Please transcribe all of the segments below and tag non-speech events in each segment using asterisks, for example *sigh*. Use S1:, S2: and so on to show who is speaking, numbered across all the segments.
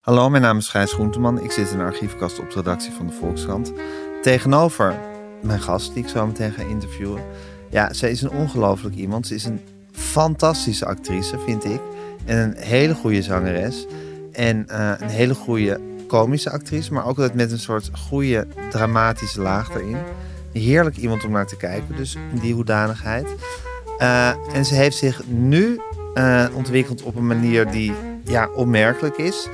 S1: Hallo, mijn naam is Gijs Groenteman. Ik zit in de archiefkast op de redactie van de Volkskrant. Tegenover mijn gast, die ik zo meteen ga interviewen. Ja, zij is een ongelooflijk iemand. Ze is een fantastische actrice, vind ik. En een hele goede zangeres. En eh, een hele goede komische actrice. Maar ook altijd met een soort goede dramatische laag erin. Heerlijk iemand om naar te kijken, dus in die hoedanigheid. Eh, en ze heeft zich nu eh, ontwikkeld op een manier die ja, onmerkelijk is.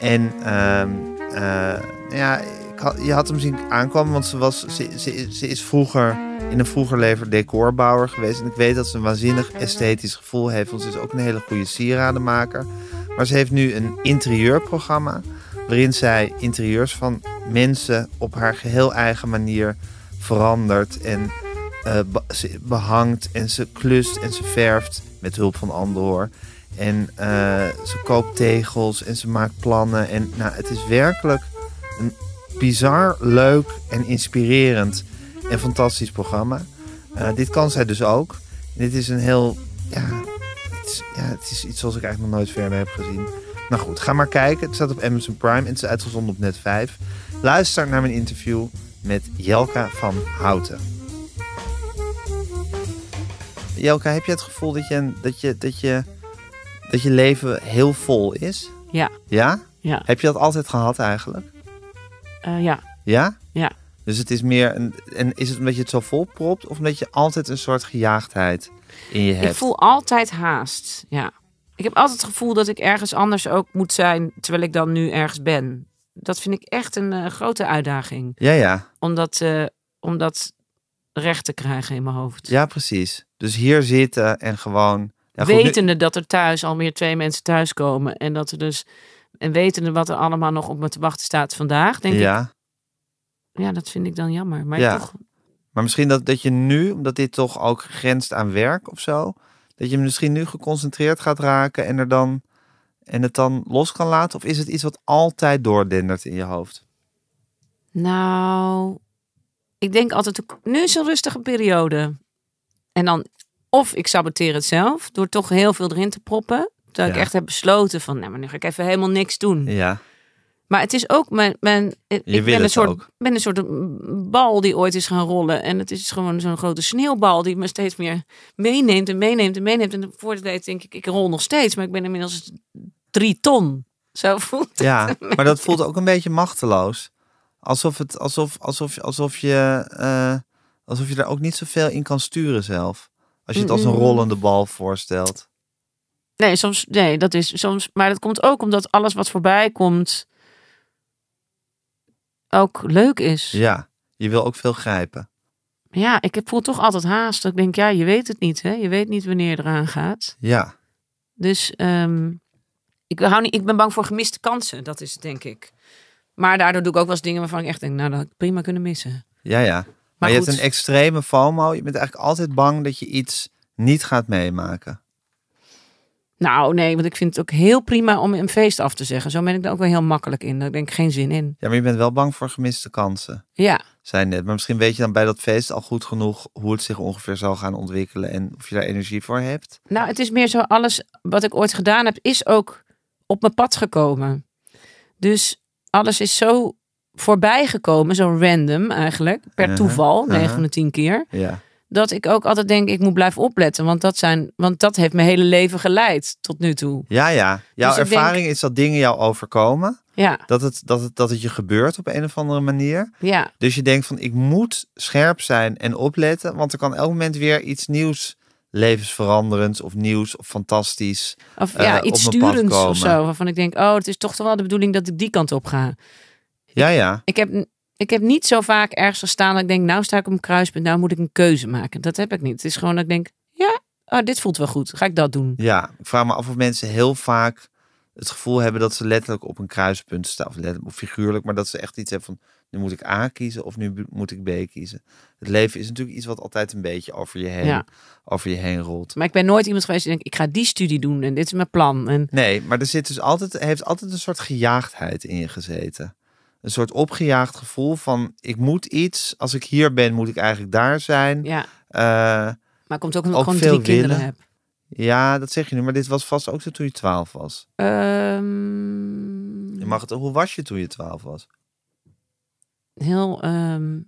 S1: En ehm, eh, nou ja, ik had- je had hem zien aankomen, want ze, was, ze, ze, ze is vroeger in een vroeger leven decorbouwer geweest. En ik weet dat ze een waanzinnig esthetisch gevoel heeft, want ze is ook een hele goede sieradenmaker. Maar ze heeft nu een interieurprogramma, waarin zij interieurs van mensen op haar geheel eigen manier verandert en eh, be- ze behangt en ze klust en ze verft met hulp van anderen hoor. En eh, ze koopt tegels en ze maakt plannen. En nou, het is werkelijk een bizar, leuk en inspirerend en fantastisch programma. Eh, dit kan zij dus ook. En dit is een heel, ja het, is, ja, het is iets zoals ik eigenlijk nog nooit verder heb gezien. Nou goed, ga maar kijken. Het staat op Amazon Prime en het is uitgezonden op Net 5. Luister naar mijn interview met Jelka van Houten. Jelka, heb je het gevoel dat je, dat je, dat je, dat je leven heel vol is?
S2: Ja,
S1: Ja?
S2: ja,
S1: Heb je dat altijd gehad eigenlijk?
S2: eh, ja.
S1: Ja?
S2: Ja.
S1: Dus het is meer een. En is het omdat je het zo vol propt of omdat je altijd een soort gejaagdheid in je hebt?
S2: Ik voel altijd haast. Ja. Ik heb altijd het gevoel dat ik ergens anders ook moet zijn terwijl ik dan nu ergens ben. Dat vind ik echt een eh, grote uitdaging.
S1: Ja, ja.
S2: Om dat, eh, om dat recht te krijgen in mijn hoofd.
S1: Ja, precies. Dus hier zitten en gewoon. Ja, goed, nu-
S2: wetende dat er thuis al meer twee mensen thuiskomen. En dat er dus. En wetende wat er allemaal nog op me te wachten staat vandaag. Denk ik,
S1: ja.
S2: ja, dat vind ik dan jammer. Maar
S1: Ja.
S2: toch.
S1: Maar misschien dat, dat je nu, omdat dit toch ook grenst aan werk of zo, dat je misschien nu geconcentreerd gaat raken en, er dan, en het dan los kan laten? Of is het iets wat altijd doordendert in je hoofd?
S2: Nou, ik denk altijd, nu is een rustige periode. En dan, of ik saboteer het zelf door toch heel veel erin te proppen. Terwijl ik
S1: Ja.
S2: echt heb besloten van, nou, maar nu ga ik even helemaal niks doen.
S1: Ja,
S2: Maar het is ook mijn, mijn ik
S1: wil
S2: ben een
S1: het
S2: soort, *laughs*
S1: ook.
S2: ben een soort bal die ooit is gaan rollen. En het is gewoon zo'n grote sneeuwbal die me steeds meer meeneemt en meeneemt en meeneemt. En voor de tijd denk ik, ik rol nog steeds, maar ik ben inmiddels drie ton. Zo voelt het. *laughs*
S1: ja. maar dat voelt ook een beetje machteloos. Alsof, het, alsof, alsof, alsof, je, eh, alsof je daar ook niet zoveel in kan sturen zelf. Als je het als een
S2: Mm-mm.
S1: rollende bal voorstelt.
S2: Nee, soms, nee, dat is soms. Maar dat komt ook omdat alles wat voorbij komt ook leuk is. Ja,
S1: Ja, je wil ook veel grijpen.
S2: ik heb- voel toch altijd haast. Dat Ik denk, ja, je weet het niet, hè? Je weet niet wanneer je eraan gaat.
S1: Ja,
S2: Dus ehm, ik, hou niet, ik ben bang voor gemiste kansen. Dat is het, denk ik. Maar daardoor doe ik ook wel eens dingen waarvan ik echt denk, nou, dat had ik prima kunnen missen.
S1: ja, ja. Maar, je
S2: goed.
S1: hebt een extreme FOMO. Je bent eigenlijk altijd bang dat je iets niet gaat meemaken.
S2: Nou, nee, want ik vind het ook heel prima om een feest af te zeggen. Zo ben ik daar ook wel heel makkelijk in. Daar denk ik geen zin in.
S1: Ja, maar je bent wel bang voor gemiste kansen,
S2: Ja.
S1: zijn net. Maar misschien weet je dan bij dat feest al goed genoeg hoe het zich ongeveer zal gaan ontwikkelen en of je daar energie voor hebt.
S2: Nou, het is meer zo, alles wat ik ooit gedaan heb, is ook op mijn pad gekomen. Dus alles is zo voorbij gekomen, zo random eigenlijk, per
S1: Aha,
S2: toeval,
S1: aha.
S2: 9 van de 10 keer.
S1: Ja,
S2: Dat ik ook altijd denk, ik moet blijven opletten, want dat, zijn, want dat heeft mijn hele leven geleid tot nu toe.
S1: ja, ja. Jouw
S2: Dus ik
S1: ervaring is dat dingen jou overkomen,
S2: Ja,
S1: dat het, dat, het, dat het je gebeurt op een of andere manier.
S2: ja,
S1: Dus je denkt van, ik moet scherp zijn en opletten, want er kan elk moment weer iets nieuws, levensveranderends of nieuws of fantastisch.
S2: of
S1: Eh,
S2: ja,
S1: op
S2: iets
S1: mijn pad
S2: sturends
S1: komen.
S2: of zo, waarvan ik denk, oh, het is toch wel de bedoeling dat ik die kant op ga.
S1: Ja, ja,
S2: Ik heb, ik heb niet zo vaak ergens gestaan dat ik denk, nou sta ik op een kruispunt, nou moet ik een keuze maken. Dat heb ik niet. Het is gewoon dat ik denk, ja, oh, dit voelt wel goed, ga ik dat doen.
S1: ja. Ik vraag me af of mensen heel vaak het gevoel hebben dat ze letterlijk op een kruispunt staan, of, letterlijk, of figuurlijk, maar dat ze echt iets hebben van, nu moet ik A kiezen of nu b- moet ik B kiezen. Het leven is natuurlijk iets wat altijd een beetje over je heen,
S2: Ja.
S1: over je heen rolt.
S2: Maar ik ben nooit iemand geweest die denkt, ik ga die studie doen en dit is mijn plan. En
S1: Nee, maar er zit dus altijd, er heeft altijd een soort gejaagdheid in je gezeten. Een soort opgejaagd gevoel van, ik moet iets, als ik hier ben moet ik eigenlijk daar zijn.
S2: ja,
S1: Eh,
S2: maar het komt ook
S1: Ook
S2: omdat ik gewoon
S1: veel
S2: drie kinderen
S1: willen.
S2: heb.
S1: Ja, dat zeg je nu, maar dit was vast ook zo toen je 12 was.
S2: Ehm,
S1: Je mag het, hoe was je toen je 12 was?
S2: heel. ehm,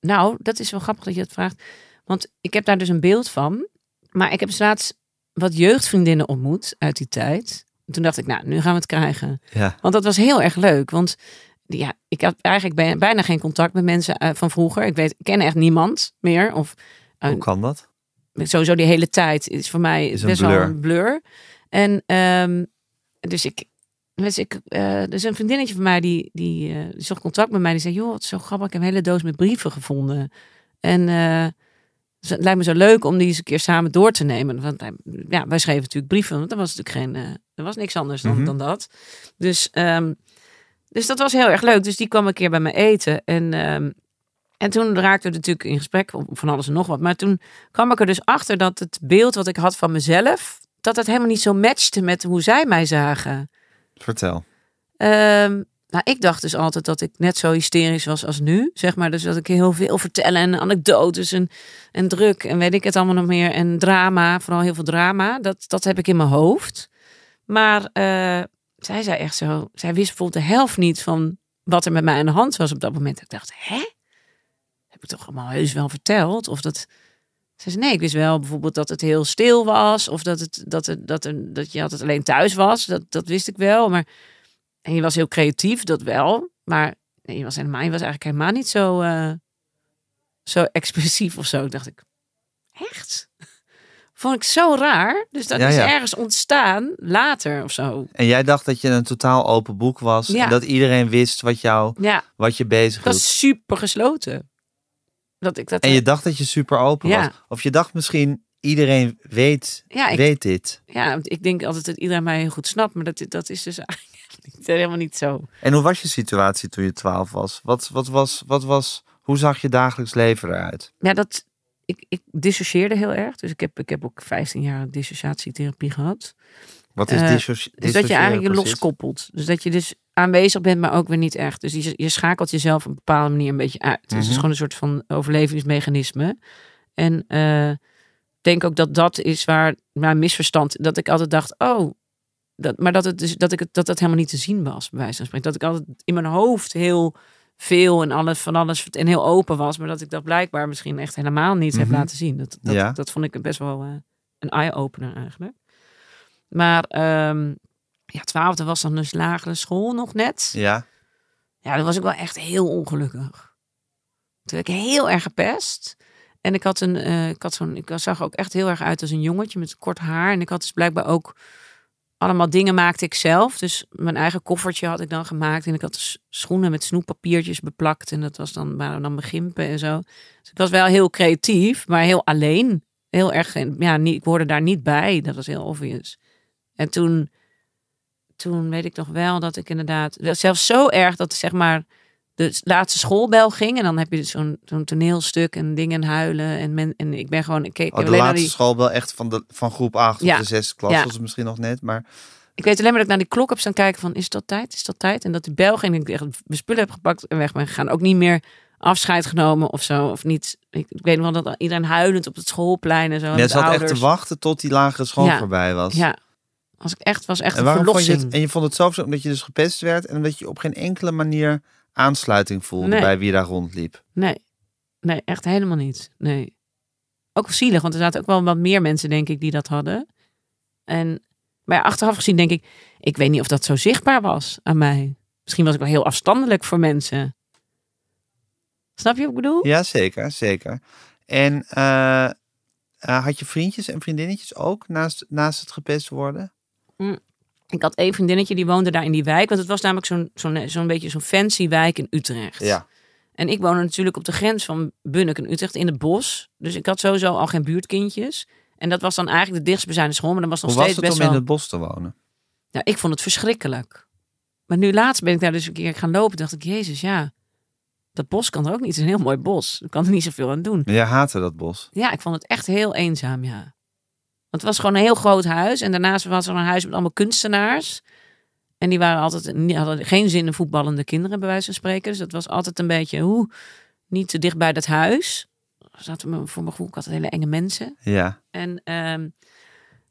S2: nou, dat is wel grappig dat je dat vraagt. Want ik heb daar dus een beeld van. Maar ik heb dus laatst wat jeugdvriendinnen ontmoet uit die tijd. En Toen dacht ik, nou, nu gaan we het krijgen.
S1: Ja.
S2: Want dat was heel erg leuk. Want ja, ik had eigenlijk bij- bijna geen contact met mensen eh, van vroeger. Ik weet, ik ken echt niemand meer. Of
S1: Hoe kan dat?
S2: sowieso die hele tijd is voor mij
S1: Is een
S2: best
S1: blur.
S2: wel een blur. En ehm, dus ik, dus ik eh, er is een vriendinnetje van mij die, die, eh, die zocht contact met mij. Die zei, joh, het is zo grappig. Ik heb een hele doos met brieven gevonden. En eh, dus het lijkt me zo leuk om die eens een keer samen door te nemen. Want eh, ja, wij schreven natuurlijk brieven. Want er was natuurlijk geen, eh, er was niks anders dan,
S1: Mhm.
S2: dan dat. Dus, ehm, dus dat was heel erg leuk. Dus die kwam een keer bij me eten. En, ehm, en toen raakten we natuurlijk in gesprek om van alles en nog wat. Maar toen kwam ik er dus achter dat het beeld wat ik had van mezelf... dat dat helemaal niet zo matchte met hoe zij mij zagen.
S1: Vertel.
S2: Ehm, nou, ik dacht dus altijd dat ik net zo hysterisch was als nu, zeg maar. Dus dat ik heel veel vertellen en anekdotes en, en druk en weet ik het allemaal nog meer. En drama, vooral heel veel drama, dat, dat heb ik in mijn hoofd. Maar eh, zij zei echt zo, zij wist bijvoorbeeld de helft niet van wat er met mij aan de hand was op dat moment. Ik dacht, hè? Heb ik toch allemaal heus wel verteld? Of dat... Ze zei, nee, ik wist wel bijvoorbeeld dat het heel stil was. Of dat, het, dat, het, dat, er- dat je altijd alleen thuis was. Dat, dat wist ik wel. Maar en je was heel creatief, dat wel. Maar nee, je was helemaal, je was eigenlijk helemaal niet zo, eh, zo expressief of zo. Dacht ik, echt? *laughs* Vond ik zo raar. Dus dat
S1: Ja,
S2: is
S1: ja.
S2: ergens ontstaan later of zo.
S1: En jij dacht dat je een totaal open boek was.
S2: Ja.
S1: En dat iedereen wist wat, jou,
S2: Ja,
S1: wat je bezig
S2: dat
S1: hield.
S2: is super gesloten. Dat ik dat.
S1: En je dacht dat je super open
S2: Ja.
S1: was. Of je dacht misschien, iedereen weet,
S2: ja, ik,
S1: weet dit.
S2: ja, want ik denk altijd dat iedereen mij heel goed snapt, maar dat, dat is dus *laughs* eigenlijk niet- helemaal niet zo.
S1: En hoe was je situatie toen je 12 was? Wat, wat was, wat was, hoe zag je dagelijks leven eruit?
S2: Ja, dat. Ik, ik dissocieerde heel erg. Dus ik heb, ik heb ook 15 jaar dissociatietherapie gehad.
S1: Wat is
S2: Eh,
S1: dissoci-
S2: Dus dat je
S1: dissociëren
S2: eigenlijk je
S1: precies?
S2: loskoppelt. Dus dat je dus aanwezig bent, maar ook weer niet echt. Dus je, je schakelt jezelf op een bepaalde manier een beetje uit. Dus het
S1: Mhm.
S2: is gewoon een soort van overlevingsmechanisme. En eh, ik denk ook dat dat is waar mijn misverstand... dat ik altijd dacht, oh... Dat, maar dat, het dus, dat, ik het, dat dat helemaal niet te zien was, bij wijze van spreken. Dat ik altijd in mijn hoofd heel veel en alles van alles en heel open was. Maar dat ik dat blijkbaar misschien echt helemaal niet
S1: Mhm.
S2: heb laten zien. Dat, dat,
S1: Ja.
S2: dat vond ik best wel eh, een eye-opener eigenlijk. Maar ehm ja, twaalfde was dan dus lagere school nog net. Ja.
S1: Ja, Oh,
S2: dan was ik wel echt heel ongelukkig. Toen werd ik heel erg gepest. En ik had een, eh, ik had zo'n, ik zag er ook echt heel erg uit als een jongetje met kort haar. En ik had dus blijkbaar ook allemaal dingen maakte ik zelf. Dus mijn eigen koffertje had ik dan gemaakt. En ik had dus schoenen met snoeppapiertjes beplakt. En dat was dan, waren dan begimpen en zo. Dus ik was wel heel creatief, maar heel alleen. Heel erg, geen- ja, niet, ik hoorde daar niet bij. Dat was heel obvious. En toen, toen weet ik nog wel dat ik inderdaad... Zelfs zo erg dat zeg maar de laatste schoolbel ging. En dan heb je dus zo'n zo'n toneelstuk en dingen huilen. En, men, en ik ben gewoon... Ik keek
S1: Oh, de
S2: alleen naar
S1: laatste
S2: die,
S1: school wel echt van, de, van groep 8
S2: Ja.
S1: of de zesde klas
S2: Ja.
S1: was het misschien nog net. Maar
S2: Ik weet alleen maar dat ik naar die klok heb staan kijken van is dat tijd, is dat tijd? En dat die bel ging en ik echt mijn spullen heb gepakt en weg ben gegaan. Ook niet meer afscheid genomen of zo, of niet. Ik, ik weet nog wel dat iedereen huilend op het schoolplein en zo. en
S1: jij
S2: met
S1: zat echt
S2: ouders.
S1: te wachten tot die lagere school
S2: Ja.
S1: voorbij was.
S2: Ja, als ik echt was echt
S1: En
S2: een
S1: waarom vond je
S2: verlossing.
S1: het? En je vond het zelfs omdat je dus gepest werd en omdat je op geen enkele manier aansluiting voelde
S2: Nee.
S1: bij wie daar rondliep.
S2: Nee, nee, echt helemaal niet. Nee. Ook wel zielig, want er zaten ook wel wat meer mensen, denk ik, die dat hadden. En, maar ja, achteraf gezien denk ik, ik weet niet of dat zo zichtbaar was aan mij. Misschien was ik wel heel afstandelijk voor mensen. Snap je wat ik bedoel?
S1: Ja, zeker, zeker. En eh, eh, had je vriendjes en vriendinnetjes ook naast, naast het gepest worden?
S2: Ik had één vriendinnetje die woonde daar in die wijk. Want het was namelijk zo'n zo'n zo'n beetje zo'n fancy wijk in Utrecht. En ik woonde natuurlijk op de grens van Bunnik en Utrecht in het bos. Dus ik had sowieso al geen buurtkindjes. En dat was dan eigenlijk de dichtstbijzijnde school. Maar dan was nog
S1: Hoe was
S2: steeds
S1: het om
S2: best
S1: in
S2: wel...
S1: het bos te wonen?
S2: Nou, ik vond het verschrikkelijk. Maar nu laatst ben ik daar dus een keer gaan lopen. Dacht ik, jezus, ja. Dat bos kan er ook niet. Het is een heel mooi bos. Ik kan er niet zoveel aan doen.
S1: Jij haatte dat bos.
S2: Ja, ik vond het echt heel eenzaam, ja. Want het was gewoon een heel groot huis. En daarnaast was er een huis met allemaal kunstenaars. En die waren altijd, die hadden geen zin in voetballende kinderen, bij wijze van spreken. Dus dat was altijd een beetje, hoe, niet te dicht bij dat huis. Er Zaten me- voor mijn gevoel, ik had hele enge mensen.
S1: Ja.
S2: En ehm,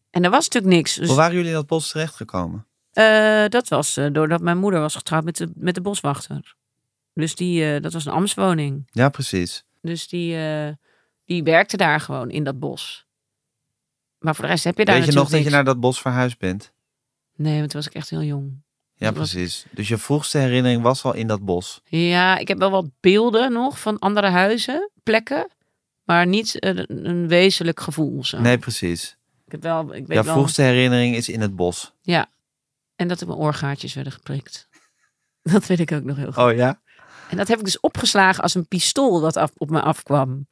S2: En er was natuurlijk niks. Dus,
S1: Hoe waren jullie in dat bos terechtgekomen?
S2: eh, dat was eh, doordat mijn moeder was getrouwd met de, met de boswachter. Dus die, eh, dat was een ambtswoning.
S1: Ja, precies.
S2: Dus die, eh, die werkte daar gewoon in dat bos. Maar voor de rest heb je daar
S1: Weet je nog
S2: natuurlijk
S1: dat je
S2: niks.
S1: naar dat bos verhuisd bent?
S2: Nee, want toen was ik echt heel jong.
S1: Ja,
S2: Dat was-
S1: precies. Dus je vroegste herinnering was al in dat bos.
S2: Ja, ik heb wel wat beelden nog van andere huizen, plekken. Maar niet een, een wezenlijk gevoel. Zo.
S1: Nee, precies.
S2: Ik heb wel, ik weet
S1: Jouw
S2: wel...
S1: vroegste herinnering is in het bos.
S2: En dat er mijn oorgaatjes werden geprikt. *laughs* Dat weet ik ook nog heel goed.
S1: Oh ja?
S2: En dat heb ik dus opgeslagen als een pistool dat af, op me afkwam.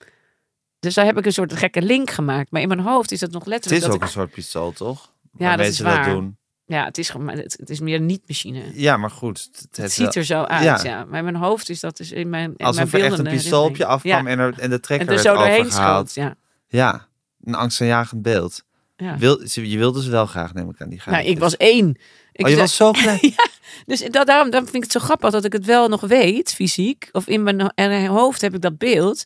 S2: Dus daar heb ik een soort gekke link gemaakt. Maar in mijn hoofd is dat nog
S1: Het
S2: letterlijk.
S1: is
S2: dat
S1: ook
S2: ik-
S1: een soort pistool, toch?
S2: Ja,
S1: Waar
S2: dat is
S1: mensen
S2: waar.
S1: dat doen.
S2: Ja, het is, gewoon- maar het, het is meer een niet-machine. Het,
S1: Ja, maar goed. Het, het heeft
S2: ziet
S1: wel-
S2: er zo uit,
S1: Ja.
S2: ja. Maar in mijn hoofd is dat dus in mijn in mijn
S1: alsof er echt een
S2: beeldende
S1: pistool op je
S2: herinnering.
S1: afkwam
S2: Ja,
S1: en, er, en de
S2: en
S1: trekker
S2: er
S1: werd
S2: zo doorheen
S1: overgehaald.
S2: schoot. Ja.
S1: Ja, een angstaanjagend beeld.
S2: Ja.
S1: Wil, ze- je wilde ze wel graag, neem ik aan, die gaan.
S2: Nou, ik was één. Ik
S1: Oh, je
S2: zei-
S1: was zo
S2: *laughs*
S1: klein.
S2: Dus dat, daarom dan vind ik het zo grappig dat ik het wel nog weet, fysiek. Of in mijn ho- en hoofd heb ik dat beeld.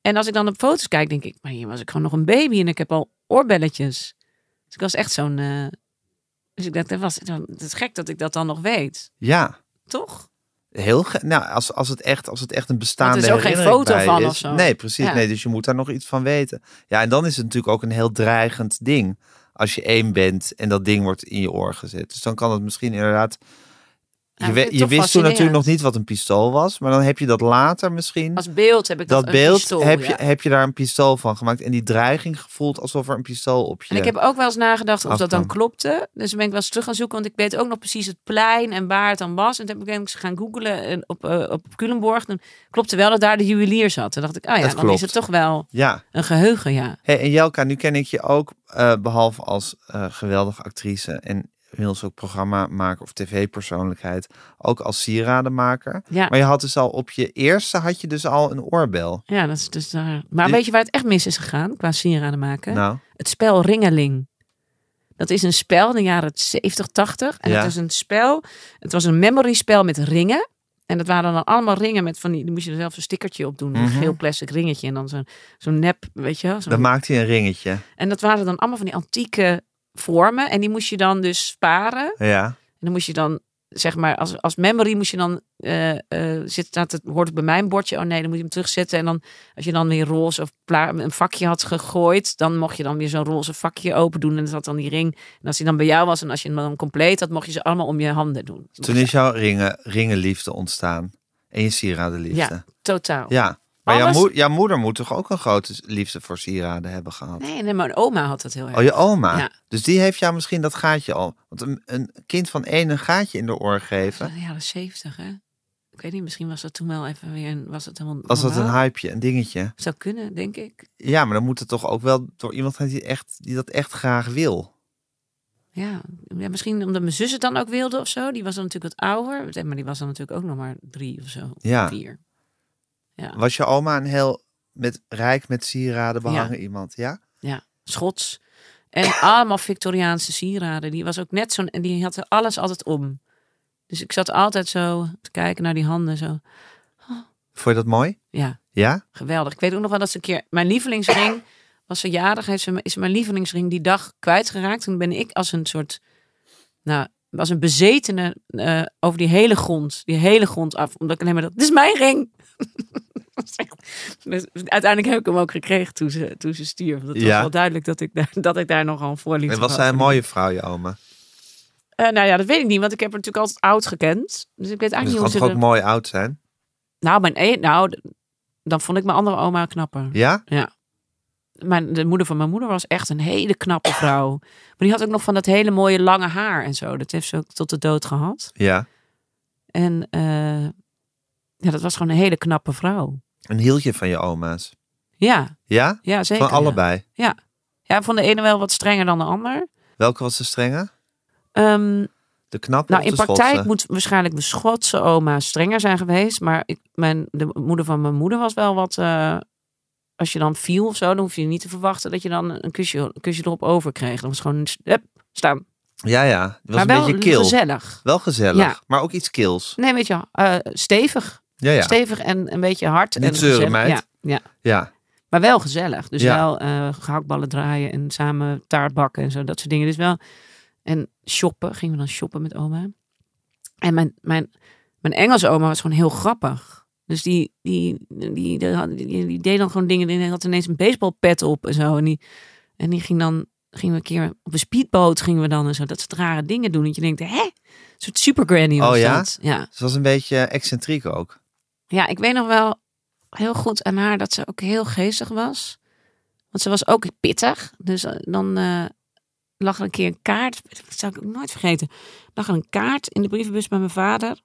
S2: En als ik dan op foto's kijk, denk ik, maar hier was ik gewoon nog een baby en ik heb al oorbelletjes. Dus ik was echt zo'n. eh, dus ik dacht, dat was, het is gek dat ik dat dan nog weet.
S1: Ja,
S2: Toch?
S1: heel. ge- Nou, als, als, het echt, als het echt een bestaande
S2: ook geen
S1: herinnering
S2: foto
S1: bij je
S2: van
S1: is.
S2: of zo.
S1: Nee, precies.
S2: Ja.
S1: Nee, dus je moet daar nog iets van weten. Ja, en dan is het natuurlijk ook een heel dreigend ding. Als je één bent en dat ding wordt in je oor gezet. Dus dan kan het misschien inderdaad.
S2: Ja,
S1: je
S2: ik
S1: we-
S2: vind het
S1: je
S2: toch
S1: wist toen natuurlijk nog
S2: fascinerend.
S1: niet wat een pistool was. Maar dan heb je dat later misschien.
S2: Als beeld heb ik dat,
S1: dat
S2: een
S1: beeld
S2: pistool,
S1: heb,
S2: ja.
S1: je, heb je daar een pistool van gemaakt. En die dreiging gevoeld alsof er een pistool op je...
S2: En ik heb ook wel eens nagedacht of dat dan
S1: Afkwam.
S2: klopte. Dus toen ben ik wel eens terug gaan zoeken. Want ik weet ook nog precies het plein en waar het dan was. En toen ben ik eens gaan googlen en op, eh, op Culemborg. Dan klopte wel dat daar de juwelier zat. Toen dacht ik, oh ja,
S1: Dat
S2: dan
S1: klopt.
S2: is het toch wel
S1: Ja.
S2: een geheugen, ja.
S1: Hey, en Jelka, nu ken ik je ook, eh, behalve als eh, geweldige actrice en inmiddels ook programmamaker of tv-persoonlijkheid, ook als sieradenmaker.
S2: Ja,
S1: Maar je had dus al op je eerste, had je dus al een oorbel.
S2: ja dat is dus daar. Maar
S1: Dit-
S2: weet je waar het echt mis is gegaan qua sieraden maken?
S1: Nou,
S2: Het spel Ringeling. Dat is een spel in de jaren 70, 80. En
S1: Ja.
S2: het is een spel, het was een memory spel met ringen. En dat waren dan allemaal ringen met van die, die moest je er zelf een stickertje op doen.
S1: Mhm.
S2: Een geel plastic ringetje en dan zo'n zo'n nep, weet je wel. zo'n-
S1: dan maakte je een ringetje.
S2: En dat waren dan allemaal van die antieke vormen. En die moest je dan dus sparen.
S1: Ja.
S2: En dan moest je dan, zeg maar, als, als memory moest je dan, eh eh, zit, staat het, hoort het bij mijn bordje, oh nee, dan moet je hem terugzetten. En dan, als je dan weer roze of pla- een vakje had gegooid, dan mocht je dan weer zo'n roze vakje open doen. En dan zat dan die ring. En als die dan bij jou was en als je hem dan compleet had, mocht je ze allemaal om je handen doen.
S1: Toen is jouw ringen, ringenliefde ontstaan. En je sieradenliefde.
S2: Ja. Totaal.
S1: Ja. Maar jouw,
S2: Alles-
S1: moe- jouw moeder moet toch ook een grote liefde voor sieraden hebben gehad?
S2: Nee, nee, mijn oma had dat heel erg.
S1: Oh, je oma.
S2: Ja.
S1: Dus die heeft jou misschien dat gaatje al. Want een, een kind van één een gaatje in de oor geven.
S2: In de jaren zeventig, hè? Ik weet niet, misschien was dat toen wel even weer, een- was het helemaal
S1: Was dat een
S2: normaal?
S1: hypeje, een dingetje?
S2: Zou kunnen, denk ik.
S1: Ja, maar dan moet het toch ook wel door iemand zijn die, echt, die dat echt graag wil.
S2: Ja, ja, misschien omdat mijn zus het dan ook wilde of zo. Die was dan natuurlijk wat ouder. Maar die was dan natuurlijk ook nog maar drie of zo.
S1: Ja.
S2: Vier.
S1: Was je oma een heel met, rijk met sieraden behangen iemand? Ja?
S2: Schots. En allemaal Victoriaanse sieraden. Die was ook net zo'n... En die had alles altijd om. Dus ik zat altijd zo te kijken naar die handen. Zo.
S1: Vond je dat mooi?
S2: Ja,
S1: Ja?
S2: geweldig. Ik weet ook nog wel dat ze een keer... Mijn
S1: *clears throat*
S2: lievelingsring was ze jarig. Heeft ze, is mijn lievelingsring die dag kwijtgeraakt. Toen ben ik als een soort... Nou, als een bezetene eh, over die hele grond. Die hele grond af. Omdat ik alleen maar dacht, dit is mijn ring. *laughs* Dus uiteindelijk heb ik hem ook gekregen toen ze, toen ze stierf. Dat
S1: Ja.
S2: was wel duidelijk dat ik daar, dat ik daar nogal voor liep.
S1: En was zij een mooie vrouw, je oma?
S2: nou ja, dat weet ik niet. Want ik heb haar natuurlijk altijd oud gekend. Dus ik weet
S1: Dus het kan
S2: eigenlijk
S1: toch
S2: niet hoe
S1: ook
S2: ze... er-
S1: mooi oud zijn?
S2: Nou, mijn e nou, d- dan vond ik mijn andere oma knapper.
S1: Ja?
S2: mijn, de moeder van mijn moeder was echt een hele knappe vrouw. Maar die had ook nog van dat hele mooie lange haar en zo. Dat heeft ze ook tot de dood gehad.
S1: Ja.
S2: En eh, ja, dat was gewoon een hele knappe vrouw.
S1: Een hieltje van je oma's?
S2: Ja,
S1: Ja?
S2: ja zeker.
S1: van allebei.
S2: Ja. ja, van de ene wel wat strenger dan de ander.
S1: Welke was de strenge?
S2: Ehm,
S1: De knappe
S2: nou,
S1: of
S2: in
S1: de
S2: praktijk
S1: Schotse?
S2: moet waarschijnlijk mijn Schotse oma strenger zijn geweest. Maar ik, mijn, de moeder van mijn moeder was wel wat... eh, als je dan viel of zo, dan hoef je niet te verwachten dat je dan een kusje, een kusje erop over kreeg. Dan was het gewoon hup, staan.
S1: Ja, ja. Het was
S2: maar
S1: een
S2: wel
S1: beetje kil.
S2: gezellig.
S1: Wel gezellig,
S2: Ja.
S1: maar ook iets kills.
S2: Nee, weet je, wel, eh, stevig.
S1: Ja, ja.
S2: Stevig en een beetje hard.
S1: Niet
S2: en
S1: zeuren, meid.
S2: gezellig. Ja, ja.
S1: ja. Dus
S2: Maar wel gezellig. Dus
S1: Ja.
S2: wel eh gehaktballen draaien en samen taart bakken en zo, dat soort dingen. Dus wel. En shoppen, gingen we dan shoppen met oma. En mijn, mijn, mijn Engelse oma was gewoon heel grappig. Dus die, die, die, die, die- die deed dan gewoon dingen. Die had ineens een baseballpet op en zo. En die, en die ging dan, gingen we een keer op een speedboot gingen we dan en zo. Dat soort rare dingen doen. Dat je denkt, hè? Een soort super granny
S1: Oh
S2: was
S1: ja?
S2: dat. Ja.
S1: Ze was een beetje excentriek ook.
S2: Ja, ik weet nog wel heel goed aan haar dat ze ook heel geestig was. Want ze was ook pittig. Dus eh, dan eh, lag er een keer een kaart. Dat zou ik ook nooit vergeten. Lag er een kaart in de brievenbus bij mijn vader.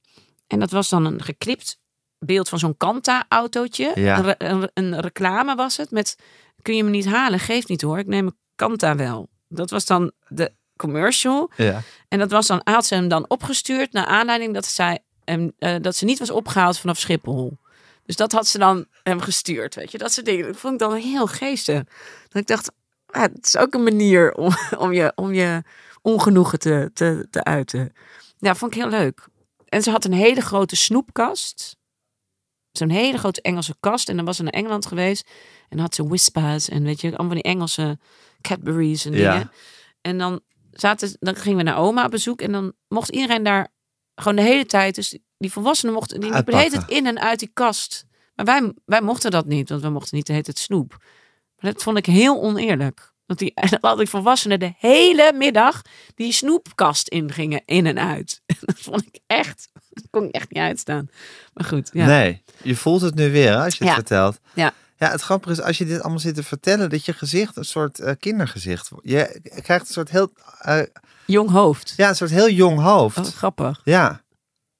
S2: En dat was dan een geknipt beeld van zo'n Kanta-autootje.
S1: Ja.
S2: Een, re- een, re- een reclame was het. Met, kun je me niet halen? Geeft niet hoor. Ik neem een Kanta wel. Dat was dan de commercial.
S1: Ja.
S2: En dat was dan, had ze hem dan opgestuurd naar aanleiding dat, zij hem, eh, dat ze niet was opgehaald vanaf Schiphol. Dus dat had ze dan hem gestuurd, weet je. Dat soort dingen. Dat vond ik dan heel geestig. Dat ik dacht, ah, het is ook een manier om, *laughs* om, je, om je ongenoegen te, te, te uiten. Ja, vond ik heel leuk. En ze had een hele grote snoepkast. Zo'n hele grote Engelse kast. En dan was ze naar Engeland geweest. En had ze Whispers en weet je, allemaal van die Engelse Cadbury's en
S1: Ja.
S2: dingen. En dan, zaten, dan gingen we naar oma op bezoek. En dan mocht iedereen daar gewoon de hele tijd. Dus die volwassenen mochten die liepen de hele tijd
S1: Uitpakken.
S2: in en uit die kast. Maar wij, wij mochten dat niet, want we mochten niet de hele tijd snoep. Maar dat vond ik heel oneerlijk. Want die, *laughs* en dan had ik volwassenen de hele middag die snoepkast ingingen, in en uit. *laughs* Dat vond ik echt, dat kon ik echt niet uitstaan. Maar goed, ja.
S1: Nee, je voelt het nu weer hè, als je het
S2: Ja.
S1: vertelt.
S2: Ja.
S1: ja, het grappige is als je dit allemaal zit te vertellen, dat je gezicht een soort eh, kindergezicht wordt. Je krijgt een soort heel, eh,
S2: jong hoofd.
S1: ja, een soort heel jong hoofd.
S2: Oh, grappig.
S1: Ja,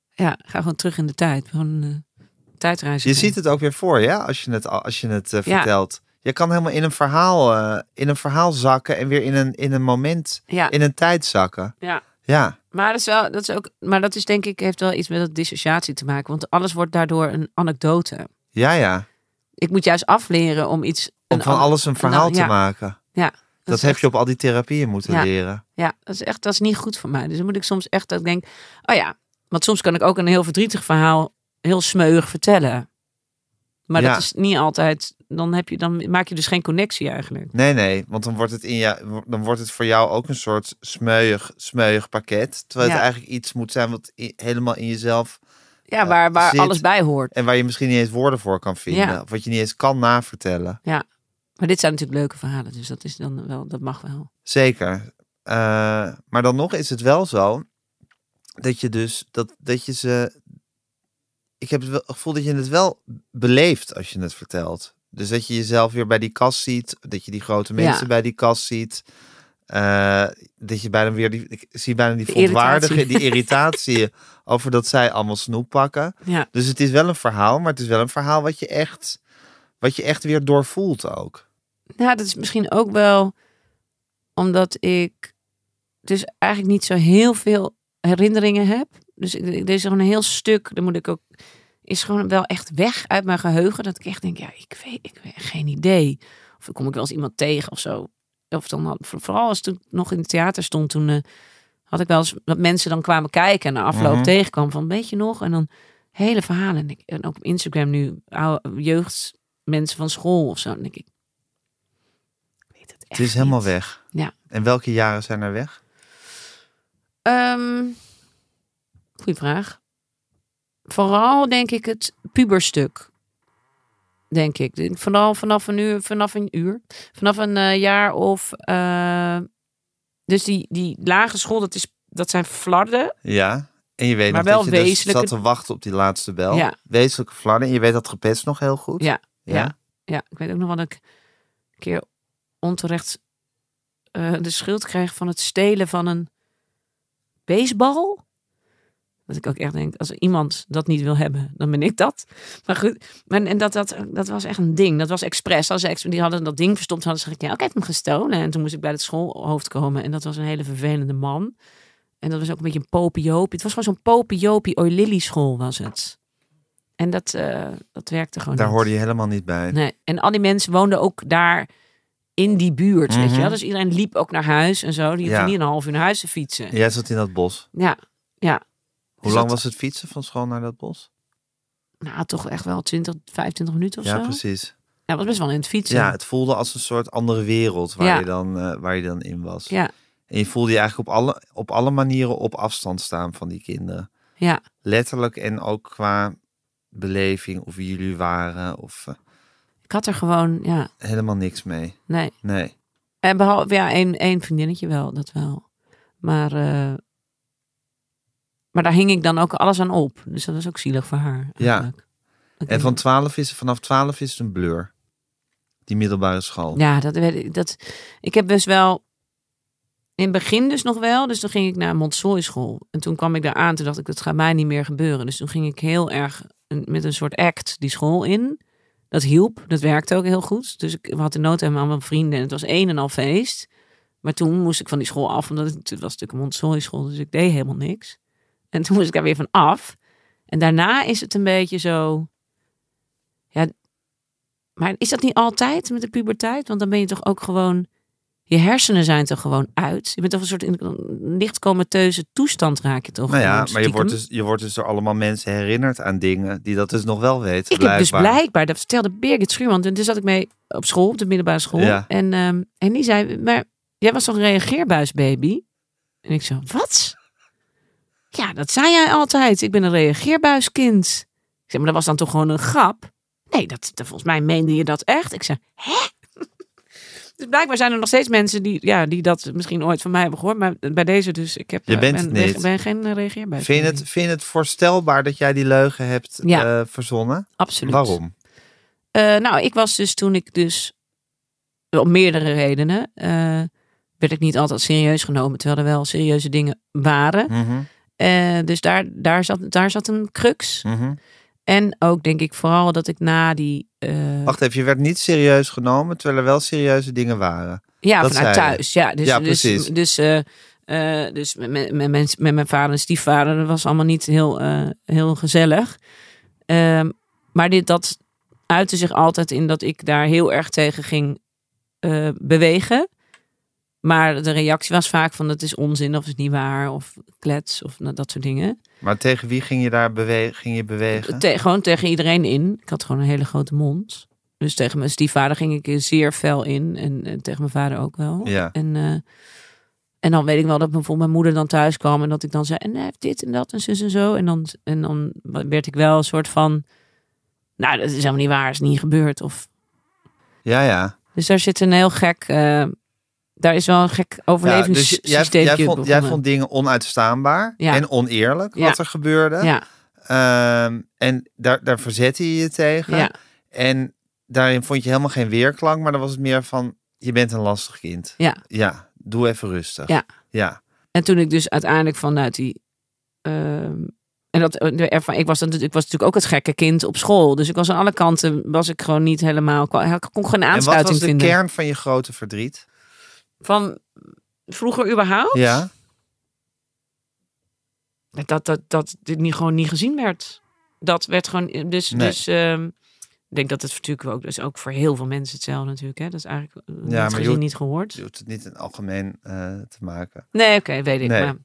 S2: Ja, ga gewoon terug in de tijd. Gewoon eh tijdreizen.
S1: je ziet het ook weer voor je hè, als je het, als je het eh,
S2: Ja.
S1: vertelt. Je kan helemaal in een, verhaal, eh, in een verhaal zakken en weer in een, in een moment,
S2: Ja,
S1: in een tijd zakken.
S2: ja.
S1: Ja,
S2: Maar dat is wel, dat is ook, maar dat is denk ik, heeft wel iets met dat dissociatie te maken. Want alles wordt daardoor een anekdote.
S1: ja, ja.
S2: Ik moet juist afleren om iets.
S1: Om
S2: een
S1: van
S2: an-
S1: alles een verhaal te
S2: ja.
S1: maken. Dat,
S2: Ja, dat, is
S1: heb
S2: echt-
S1: je op al die therapieën moeten
S2: Ja.
S1: leren.
S2: Ja, dat is echt dat is niet goed voor mij. Dus dan moet ik soms echt dat ik denk, oh ja, want soms kan ik ook een heel verdrietig verhaal heel smeuig vertellen. Maar
S1: Ja.
S2: dat is niet altijd. Dan heb je dan maak je dus geen connectie eigenlijk.
S1: Nee, nee, want dan wordt het, in jou, dan wordt het voor jou ook een soort smeuig, smeuig pakket. Terwijl het
S2: Ja.
S1: eigenlijk iets moet zijn wat i- helemaal in jezelf...
S2: Ja, waar, waar
S1: dus zit.
S2: alles bij hoort.
S1: En waar je misschien niet eens woorden voor kan vinden.
S2: Ja.
S1: Of wat je niet eens kan navertellen.
S2: Maar dit zijn natuurlijk leuke verhalen, dus dat is dan wel, dat mag wel.
S1: Zeker. Eh, maar dan nog is het wel zo dat je dus dat, dat je ze. Ik heb het wel- het gevoel dat je het wel beleeft als je het vertelt. Dus dat je jezelf weer bij die kast ziet, dat je die grote
S2: Ja.
S1: mensen bij die kast ziet. Eh, dat je bijna weer die, ik zie bijna die
S2: De irritatie.
S1: verontwaardiging,
S2: *laughs*
S1: die irritatie over dat zij allemaal snoep pakken.
S2: Ja,
S1: Dus het is wel een verhaal, maar het is wel een verhaal wat je echt, wat je echt weer doorvoelt ook.
S2: nou, dat is misschien ook wel omdat ik dus eigenlijk niet zo heel veel herinneringen heb. Dus ik, ik- er is gewoon een heel stuk, dan moet ik ook, is gewoon wel echt weg uit mijn geheugen. Dat ik echt denk, ja, ik weet, ik weet geen idee. Of dan kom ik wel eens iemand tegen of zo. Of dan had, voor- vooral als toen ik nog in het theater stond, toen eh, had ik wel eens dat mensen dan kwamen kijken en na afloop
S1: Mhm.
S2: tegenkwam van, weet je nog? En dan hele verhalen. En, ik, en ook op Instagram nu, oude, jeugdmensen van school of zo. En dan denk ik, ik weet het echt
S1: Het is helemaal
S2: niet.
S1: weg.
S2: Ja.
S1: En welke jaren zijn er weg?
S2: Ehm goeie vraag. Vooral denk ik het puberstuk. Denk ik. Ik- Vooral vanaf een uur, vanaf een uur. Vanaf een eh, jaar of. eh, dus die, die lage school, dat, is, dat zijn flarden.
S1: Ja, en je weet
S2: Maar
S1: nog
S2: wel
S1: dat je
S2: wezenlijke-
S1: dus zat te wachten op die laatste bel.
S2: Ja.
S1: Wezenlijke fladder. En je weet dat gepest nog heel goed.
S2: Ja,
S1: Ja.
S2: ja. Ja, ik weet ook nog wel dat ik een keer onterecht eh, de schuld kreeg van het stelen van een baseball. Dat ik ook echt denk, als iemand dat niet wil hebben, dan ben ik dat. Maar goed, maar, en dat, dat, dat was echt een ding. Dat was expres. Als ze expres- die hadden dat ding verstopt, hadden ze gezegd, ja, oké, ik heb hem gestolen. En toen moest ik bij het schoolhoofd komen. En dat was een hele vervelende man. En dat was ook een beetje een popiopie. Het was gewoon zo'n popiopie oilili school was het. En dat, eh, dat werkte gewoon
S1: Daar
S2: niet.
S1: hoorde je helemaal niet bij.
S2: Nee. En al die mensen woonden ook daar in die buurt, weet
S1: Mhm.
S2: je wel. Dus iedereen liep ook naar huis en zo. Die hoefde
S1: Ja.
S2: niet een half uur naar huis te fietsen. Ja,
S1: Jij zat in dat bos.
S2: ja.
S1: Hoe
S2: Dus
S1: lang
S2: dat-
S1: was het fietsen van school naar dat bos?
S2: Nou, toch echt wel 20, 25 minuten of
S1: ja,
S2: zo.
S1: precies.
S2: Ja, was best wel in het fietsen.
S1: Ja, het voelde als een soort andere wereld waar,
S2: Ja.
S1: je, dan, eh, waar je dan in was.
S2: ja,
S1: En je voelde je eigenlijk op alle, op alle manieren op afstand staan van die kinderen.
S2: ja.
S1: Letterlijk en ook qua beleving of wie jullie waren of eh,
S2: Ik had er gewoon, ja,
S1: helemaal niks mee.
S2: nee.
S1: Nee.
S2: En behalve, ja, één, één vriendinnetje wel, dat wel. Maar, eh, maar daar hing ik dan ook alles aan op. Dus dat was ook zielig voor haar.
S1: Ja.
S2: eigenlijk. Dat
S1: En
S2: ik-
S1: van 12 is, vanaf 12 is het een blur. Die middelbare school.
S2: Ja, dat weet ik. Dat, ik heb dus wel. In het begin dus nog wel. Dus toen ging ik naar een Montessori school. En toen kwam ik daar aan. Toen dacht ik, dat gaat mij niet meer gebeuren. Dus toen ging ik heel erg een- met een soort act die school in. Dat hielp. Dat werkte ook heel goed. Dus ik had de nood aan mijn vrienden. En het was een en al feest. Maar toen moest ik van die school af. Omdat het, het was natuurlijk een Montessori school. Dus ik deed helemaal niks. En toen moest ik daar weer van af. En daarna is het een beetje zo... Ja, maar is dat niet altijd met de puberteit? Want dan ben je toch ook gewoon. Je hersenen zijn toch gewoon uit. Je bent toch een soort in een licht comateuze toestand raak je toch.
S1: Nou ja,
S2: gewoon
S1: maar je wordt,
S2: stiekem?
S1: dus, je wordt dus door allemaal mensen herinnerd aan dingen die dat dus nog wel weten.
S2: Ik heb dus
S1: blijkbaar.
S2: blijkbaar, dat vertelde Birgit Schuurman. Toen zat ik mee op school, op de middelbare school.
S1: Ja.
S2: En, ehm, en die zei, maar jij was toch een reageerbuisbaby? En ik zo, wat? Ja, dat zei jij altijd. Ik ben een reageerbuiskind. Ik zei, maar dat was dan toch gewoon een grap? Nee, dat, dat, volgens mij meende je dat echt. Ik zei, hè? *laughs* Dus blijkbaar zijn er nog steeds mensen die, ja, die dat misschien ooit van mij hebben gehoord. Maar bij deze dus, ik heb,
S1: Je
S2: eh,
S1: bent
S2: ben,
S1: het niet.
S2: ben- ben geen reageerbuisbaby.
S1: Vind je het, vind je het voorstelbaar dat jij die leugen hebt
S2: Ja.
S1: eh, verzonnen?
S2: Absoluut.
S1: Waarom?
S2: Eh, nou, ik was dus toen ik dus om meerdere redenen eh, werd ik niet altijd serieus genomen, terwijl er wel serieuze dingen waren.
S1: Mhm,
S2: Eh, dus daar, daar, zat, daar zat een crux.
S1: mhm.
S2: En ook denk ik vooral dat ik na die eh,
S1: Wacht even, je werd niet serieus genomen terwijl er wel serieuze dingen waren.
S2: Ja,
S1: Dat
S2: vanuit
S1: zei je.
S2: thuis. Ja, dus,
S1: Ja,
S2: dus,
S1: precies.
S2: Dus, eh, eh, dus met, met, met, mijn- met mijn vader en stiefvader, dat was allemaal niet heel, eh, heel gezellig. Ehm, maar dit, dat uitte zich altijd in dat ik daar heel erg tegen ging eh, bewegen. Maar de reactie was vaak van dat is onzin of het is niet waar of klets of nou, dat soort dingen.
S1: Maar tegen wie ging je daar bewe ging je bewegen?
S2: Te- gewoon tegen iedereen in. Ik had gewoon een hele grote mond. Dus tegen mijn stiefvader ging ik zeer fel in en, en tegen mijn vader ook wel.
S1: Ja.
S2: En, eh, en dan weet ik wel dat bijvoorbeeld mijn moeder dan thuis kwam en dat ik dan zei: En hij heeft dit en dat en zus en zo. En dan, en dan werd ik wel een soort van: Nou, dat is helemaal niet waar, is niet gebeurd. Of,
S1: ja, ja.
S2: dus daar zit een heel gek, eh, daar is wel een gek
S1: ja dus
S2: overlevingssysteem.
S1: j- jij, jij, vond, jij vond dingen onuitstaanbaar
S2: Ja.
S1: en oneerlijk
S2: Ja.
S1: wat er gebeurde.
S2: ja,
S1: Ehm, en daar, daar verzette je je tegen.
S2: ja,
S1: En daarin vond je helemaal geen weerklank, maar dan was het meer van, je bent een lastig kind.
S2: ja.
S1: Ja, doe even rustig.
S2: Ja.
S1: Ja,
S2: En toen ik dus uiteindelijk vanuit die. ehm, en dat, de erva- ik, was dan, ik was natuurlijk ook het gekke kind op school. Dus ik was aan alle kanten was ik gewoon niet helemaal. Ik kon geen
S1: En wat was
S2: aansluiting
S1: de
S2: vinden.
S1: kern van je grote verdriet?
S2: Van vroeger überhaupt?
S1: Ja,
S2: dat, dat, dat dit niet, gewoon niet gezien werd. Dat werd gewoon. Dus,
S1: Nee.
S2: dus ehm, ik denk dat het natuurlijk ook, dus ook voor heel veel mensen hetzelfde natuurlijk. Hè? Dat is eigenlijk ja,
S1: maar
S2: niet
S1: je
S2: gezien,
S1: hoeft-
S2: niet gehoord.
S1: je hoeft het niet in het algemeen eh, te maken.
S2: Nee, oké, weet ik.
S1: Nee.
S2: Maar,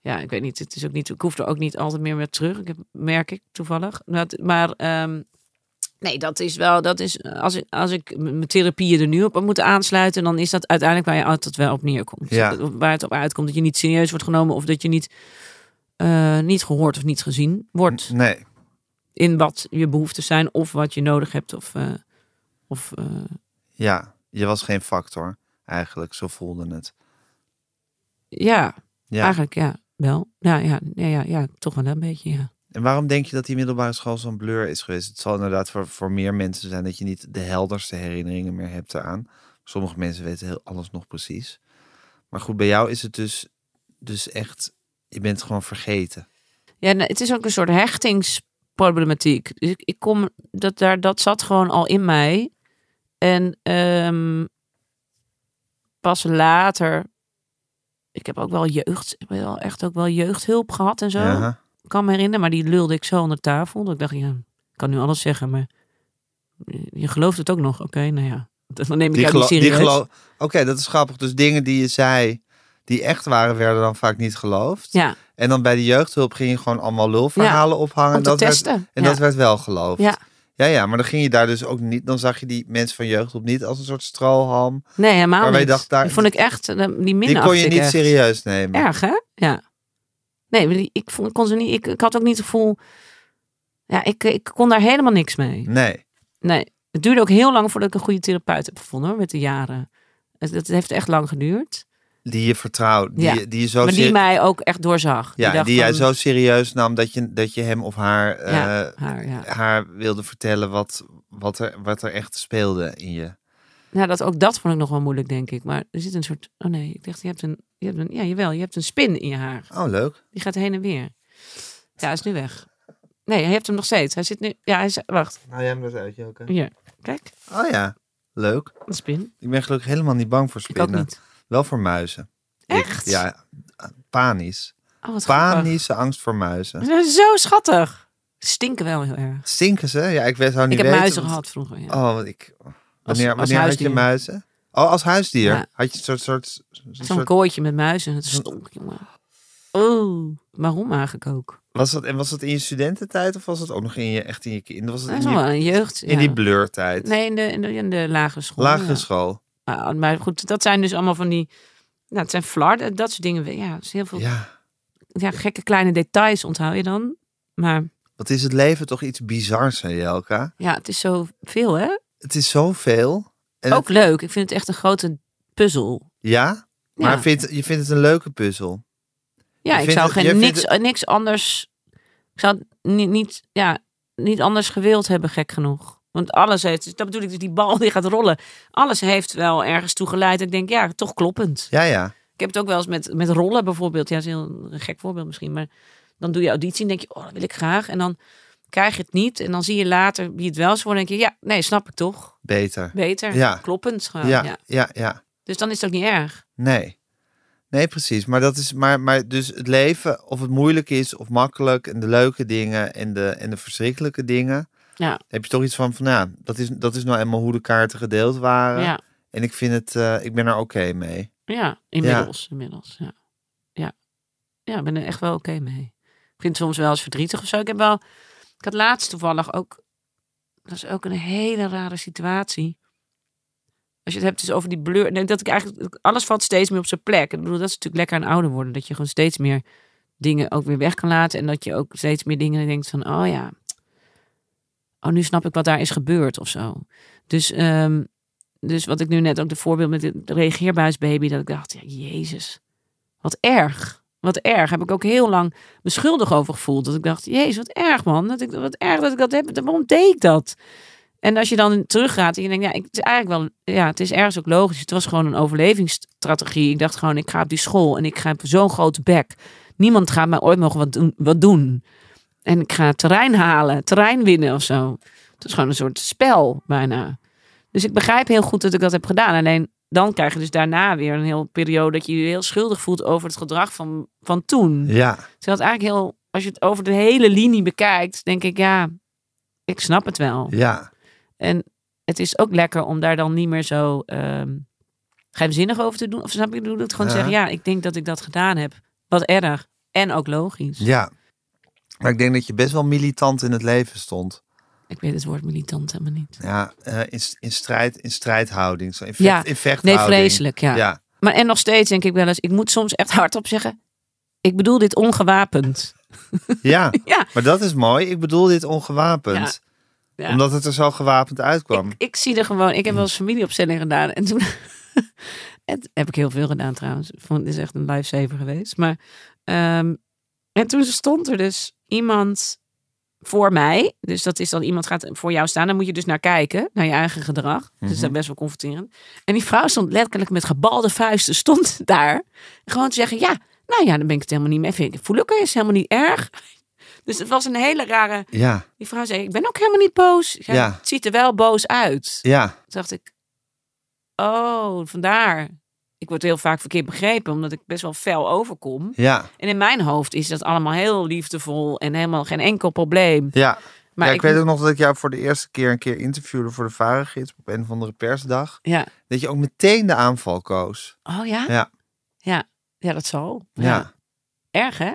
S2: ja, ik weet niet. Het is ook niet. Ik hoef er ook niet altijd meer mee terug. Ik heb, merk ik toevallig. Dat, maar ehm, nee, dat is wel. Dat is als ik als ik m- mijn therapieën er nu op moet aansluiten, dan is dat uiteindelijk waar je altijd wel op neerkomt.
S1: Ja.
S2: Waar het op uitkomt dat je niet serieus wordt genomen of dat je niet eh, niet gehoord of niet gezien wordt
S1: N- Nee,
S2: in wat je behoeften zijn of wat je nodig hebt of eh, of eh,
S1: ja, je was geen factor eigenlijk, zo voelde het.
S2: ja,
S1: Ja.
S2: eigenlijk ja, wel. Ja, ja, ja, ja, ja, toch wel een beetje ja.
S1: En waarom denk je dat die middelbare school zo'n blur is geweest? Het zal inderdaad voor, voor meer mensen zijn dat je niet de helderste herinneringen meer hebt eraan. Sommige mensen weten heel alles nog precies. Maar goed, bij jou is het dus, dus echt, je bent gewoon vergeten.
S2: Ja, nou, het is ook een soort hechtingsproblematiek. Dus ik, ik kom, dat, daar, dat zat gewoon al in mij. En ehm, pas later, ik heb ook wel jeugd, ik heb wel echt ook wel jeugdhulp gehad en zo.
S1: Ja.
S2: Ik kan me herinneren, maar die lulde ik zo onder tafel. Dat ik dacht, ja, ik kan nu alles zeggen, maar je gelooft het ook nog. Oké, nou ja, dan neem ik
S1: Die
S2: jou niet
S1: gelo- die
S2: serieus.
S1: gelo- Oké, dat is grappig. Dus dingen die je zei, die echt waren, werden dan vaak niet geloofd.
S2: ja,
S1: En dan bij de jeugdhulp ging je gewoon allemaal lulverhalen ophangen.
S2: om
S1: en
S2: te
S1: dat werd-
S2: testen.
S1: en
S2: ja.
S1: dat werd wel geloofd.
S2: Ja.
S1: Ja, ja, maar dan ging je daar dus ook niet. Dan zag je die mensen van jeugd op niet als een soort strohalm.
S2: Nee, helemaal
S1: Maar wij
S2: niet.
S1: dachten daar-
S2: Dat vond ik echt, eh, die
S1: Die
S2: minder
S1: kon je niet serieus nemen.
S2: Erg, hè? Ja. Nee, maar die- ik, vond, ik kon ze niet, ik, ik had ook niet het gevoel... Ja, ik, ik kon daar helemaal niks mee.
S1: Nee.
S2: Nee, het duurde ook heel lang voordat ik een goede therapeut heb gevonden, hoor, met de jaren. Het, het heeft echt lang geduurd.
S1: Die je vertrouwt. Die,
S2: Ja.
S1: je- die je zo
S2: maar die
S1: serie-
S2: mij ook echt doorzag.
S1: ja, die,
S2: dacht
S1: jij
S2: van-
S1: zo serieus nam dat je, dat je hem of haar, eh,
S2: Ja, haar, ja.
S1: haar wilde vertellen wat, wat, er, wat er echt speelde in je.
S2: Nou, dat, ook dat vond ik nog wel moeilijk, denk ik. Maar er zit een soort... Oh nee, ik dacht, je hebt een... Je hebt een ja, jawel, je hebt een spin in je haar.
S1: Oh, leuk.
S2: Die gaat heen en weer. Ja, hij is nu weg. Nee, hij heeft hem nog steeds. Hij zit nu... Ja, hij is... Wacht.
S1: Nou, jij hem dat uit, Joke.
S2: Hier. Kijk,
S1: Oh ja, leuk.
S2: een spin.
S1: Ik ben gelukkig helemaal niet bang voor
S2: Ik ook
S1: spinnen.
S2: niet.
S1: Wel voor muizen. Ik-
S2: Echt?
S1: ja, panisch.
S2: Oh, wat grappig.
S1: Panische angst voor muizen.
S2: Ze zijn Zo schattig. Stinken wel heel erg.
S1: Stinken ze? Ja, ik weet zou
S2: Ik
S1: niet
S2: heb
S1: weten.
S2: muizen
S1: want-
S2: gehad vroeger. Ja.
S1: Oh, want ik. Wanneer, wanneer
S2: als
S1: had je
S2: huisdier.
S1: muizen? Oh, als huisdier.
S2: Ja.
S1: Had je een soort. soort, een
S2: Zo'n
S1: soort-
S2: kooitje met muizen. Het stonk, jongen. Oh, waarom eigenlijk ook?
S1: was dat, en was dat in je studententijd of was dat ook nog in je, echt in je kind? Was
S2: Dat
S1: dat
S2: is
S1: in,
S2: nog
S1: je,
S2: wel een jeugd.
S1: in
S2: ja.
S1: die blurtijd?
S2: Nee, in de, in de, in de lagere school.
S1: Lagere
S2: ja.
S1: school.
S2: Ah, maar goed, dat zijn dus allemaal van die... Nou, het zijn flarden, dat soort dingen. Ja, het is heel veel
S1: Ja.
S2: ja, gekke kleine details onthoud je dan. Maar
S1: Wat is het leven toch iets bizars, hè, Jelka?
S2: ja, het is zoveel, hè?
S1: Het is zoveel. En
S2: Ook leuk. Ik vind het echt een grote puzzel.
S1: Ja? Maar
S2: Ja.
S1: Vind, je vindt het een leuke puzzel?
S2: Ja,
S1: Je
S2: ik
S1: vindt
S2: zou
S1: het-
S2: geen,
S1: je vindt
S2: niks, eh, niks anders. Ik zou het niet, niet, ja, niet anders gewild hebben, gek genoeg. Want alles heeft, dat bedoel ik, dus die bal *laughs* die gaat rollen. Alles heeft wel ergens toe geleid. Ik denk, ja, toch kloppend.
S1: Ja, ja.
S2: Ik heb het ook wel eens met, met rollen bijvoorbeeld. Ja, dat is een heel een gek voorbeeld misschien. Maar dan doe je auditie en denk je, oh, dat wil ik graag. En dan krijg je het niet. En dan zie je later wie het wel is geworden. En denk je, ja, nee, snap ik toch.
S1: Beter.
S2: Beter.
S1: Ja.
S2: Kloppend. gewoon,
S1: ja,
S2: ja.
S1: ja, ja. ja.
S2: Dus dan is het ook niet erg.
S1: Nee. Nee, precies. Maar dat is maar, maar dus het leven, of het moeilijk is of makkelijk, en de leuke dingen en de, en de verschrikkelijke dingen.
S2: Ja.
S1: Heb je toch iets van, van ja, dat is, dat is nou eenmaal hoe de kaarten gedeeld waren.
S2: ja.
S1: En ik vind het, eh, ik ben er oké mee.
S2: Ja, inmiddels. Inmiddels, ja. Ja. Ja, ik ben er echt wel oké mee. Ik vind het soms wel eens verdrietig of zo. Ik heb wel... Ik had laatst toevallig ook... Dat is ook een hele rare situatie. Als je het hebt dus over die blur... Nee, dat ik eigenlijk... Alles valt steeds meer op zijn plek. Ik bedoel, dat is natuurlijk lekker aan ouder worden. Dat je gewoon steeds meer dingen ook weer weg kan laten. En dat je ook steeds meer dingen denkt van... Oh ja... Oh, nu snap ik wat daar is gebeurd of zo. Dus... ehm, dus wat ik nu net ook de voorbeeld met de reageerbuisbaby, dat ik dacht, ja, jezus, wat erg. Wat erg. Heb ik ook heel lang me schuldig over gevoeld. Dat ik dacht, jezus, wat erg man. Dat ik, wat erg dat ik dat heb. Waarom deed ik dat? En als je dan teruggaat en je denkt, ja, ik, het is eigenlijk wel, ja, het is ergens ook logisch. Het was gewoon een overlevingsstrategie. Ik dacht gewoon, ik ga op die school en ik ga op zo'n grote bek. Niemand gaat mij ooit mogen wat doen. Wat doen. En ik ga terrein halen, terrein winnen of zo. Het is gewoon een soort spel bijna. Dus ik begrijp heel goed dat ik dat heb gedaan. Alleen dan krijg je dus daarna weer een hele periode dat je je heel schuldig voelt over het gedrag van, van toen.
S1: Ja,
S2: Terwijl het eigenlijk heel, als je het over de hele linie bekijkt, denk ik ja, ik snap het wel.
S1: ja,
S2: En het is ook lekker om daar dan niet meer zo ehm geheimzinnig over te doen. Of snap je, ik bedoel het gewoon
S1: Ja.
S2: zeggen, ja, ik denk dat ik dat gedaan heb. Wat erg. En ook logisch.
S1: ja. Maar ik denk dat je best wel militant in het leven stond.
S2: Ik weet het woord militant helemaal niet.
S1: Ja, eh, in, in, strijd, in strijdhouding. Zo in, vecht,
S2: Ja.
S1: in
S2: Nee,
S1: vechthouding.
S2: vreselijk, ja.
S1: Ja,
S2: Maar en nog steeds denk ik wel eens, ik moet soms echt hardop zeggen, ik bedoel dit ongewapend.
S1: ja.
S2: *laughs* Ja.
S1: Maar dat is mooi. Ik bedoel dit ongewapend.
S2: Ja.
S1: Omdat het er zo gewapend uitkwam.
S2: Ik, ik zie er gewoon, ik heb wel eens familieopstelling gedaan en toen. *laughs* en t- heb ik heel veel gedaan trouwens. Ik vond- Het is echt een lifesaver geweest. Maar. ehm, en toen stond er dus iemand voor mij. Dus dat is dan iemand gaat voor jou staan. Dan moet je dus naar kijken, naar je eigen gedrag. Dus dat is best wel confronterend. En die vrouw stond letterlijk met gebalde vuisten, stond *laughs* daar. Gewoon te zeggen: Ja, nou ja, dan ben ik het helemaal niet mee. Vind ik- Voel ik er is helemaal niet erg. *laughs* Dus het was een hele rare.
S1: Ja,
S2: Die vrouw zei, ik ben ook helemaal niet boos. Ik zei,
S1: Ja.
S2: Het ziet er wel boos uit.
S1: ja.
S2: Toen dacht ik, oh, vandaar. Ik word heel vaak verkeerd begrepen, omdat ik best wel fel overkom.
S1: Ja,
S2: En in mijn hoofd is dat allemaal heel liefdevol en helemaal geen enkel probleem.
S1: ja.
S2: Maar
S1: ja, ik,
S2: ik,
S1: weet ook nog dat ik jou voor de eerste keer een keer interviewde voor de Varengids op een of andere persdag.
S2: Ja.
S1: Dat je ook meteen de aanval koos.
S2: Oh ja?
S1: Ja.
S2: Ja, ja dat zal.
S1: Ja.
S2: Erg, hè?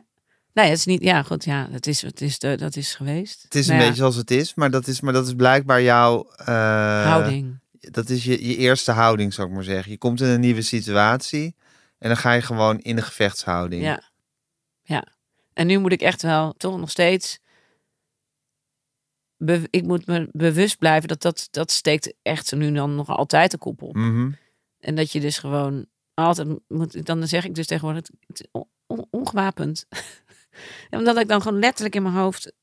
S2: Nee, het is niet. Ja, goed. Ja, dat is, het is, de, dat is geweest.
S1: Het is
S2: Nou
S1: een
S2: ja,
S1: beetje zoals het is, maar dat is, maar dat is blijkbaar jouw... eh,
S2: houding.
S1: Dat is je, je eerste houding, zou ik maar zeggen. Je komt in een nieuwe situatie en dan ga je gewoon in de gevechtshouding.
S2: Ja. Ja. En nu moet ik echt wel toch nog steeds. be- ik moet me bewust blijven dat dat, dat steekt echt nu dan nog altijd de kop op.
S1: Mhm.
S2: En dat je dus gewoon altijd moet. Dan zeg ik dus tegenwoordig het- het, on- on- ongewapend. *laughs* En Omdat ik dan gewoon letterlijk in mijn hoofd.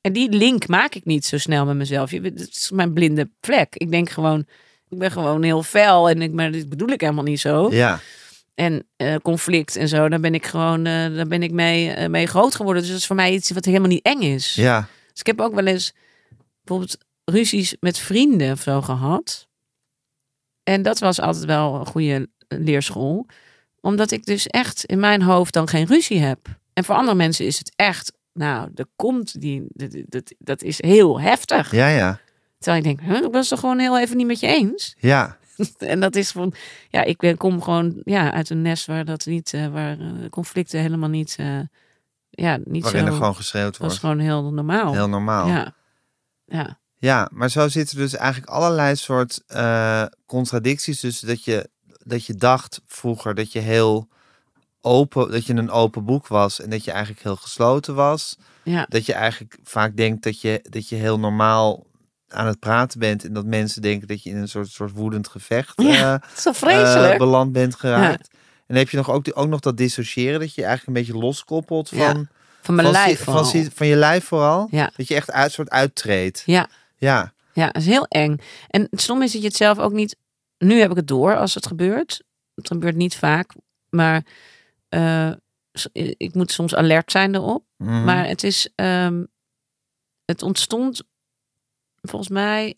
S2: En die link maak ik niet zo snel met mezelf. Je, weet, het is mijn blinde plek. Ik denk gewoon. Ik ben gewoon heel fel. En ik, maar dit bedoel ik helemaal niet zo.
S1: Ja,
S2: En eh, conflict en zo. Daar ben ik gewoon. eh, daar ben ik mee, eh, mee groot geworden. Dus dat is voor mij iets wat helemaal niet eng is.
S1: ja.
S2: Dus ik heb ook wel eens bijvoorbeeld ruzies met vrienden of zo gehad. En dat was altijd wel een goede leerschool. Omdat ik dus echt in mijn hoofd dan geen ruzie heb. En voor andere mensen is het echt, nou, er komt die, dat, dat, dat is heel heftig.
S1: Ja, ja.
S2: Terwijl ik denk, huh, ik was toch gewoon heel even niet met je eens.
S1: Ja,
S2: En dat is van, ja, ik ben, kom gewoon ja, uit een nest waar dat niet, eh, waar eh, conflicten helemaal niet, eh, ja, niet
S1: waarin
S2: zo.
S1: er gewoon geschreeuwd
S2: dat is
S1: wordt.
S2: gewoon heel normaal.
S1: Heel normaal.
S2: Ja. ja.
S1: Ja, maar zo zitten dus eigenlijk allerlei soort eh, contradicties. Dus dat je, dat je dacht vroeger dat je heel open, dat je een open boek was en dat je eigenlijk heel gesloten was.
S2: Ja,
S1: Dat je eigenlijk vaak denkt dat je, dat je heel normaal aan het praten bent en dat mensen denken dat je in een soort, soort woedend gevecht eh
S2: Ja, zo
S1: eh,
S2: vreselijk.
S1: beland bent geraakt. En dan heb je nog ook, die- ook nog dat dissociëren, dat je je eigenlijk een beetje loskoppelt van,
S2: Ja, van mijn
S1: van,
S2: lijf.
S1: van,
S2: vooral.
S1: van je lijf vooral.
S2: Ja.
S1: Dat je echt uit soort uittreedt.
S2: Ja.
S1: Ja.
S2: ja, dat is heel eng. En het stom is dat je het zelf ook niet. Nu heb ik het door als het gebeurt. Het gebeurt niet vaak, maar eh, s- ik moet soms alert zijn erop.
S1: Mhm.
S2: Maar het is. ehm, het ontstond volgens mij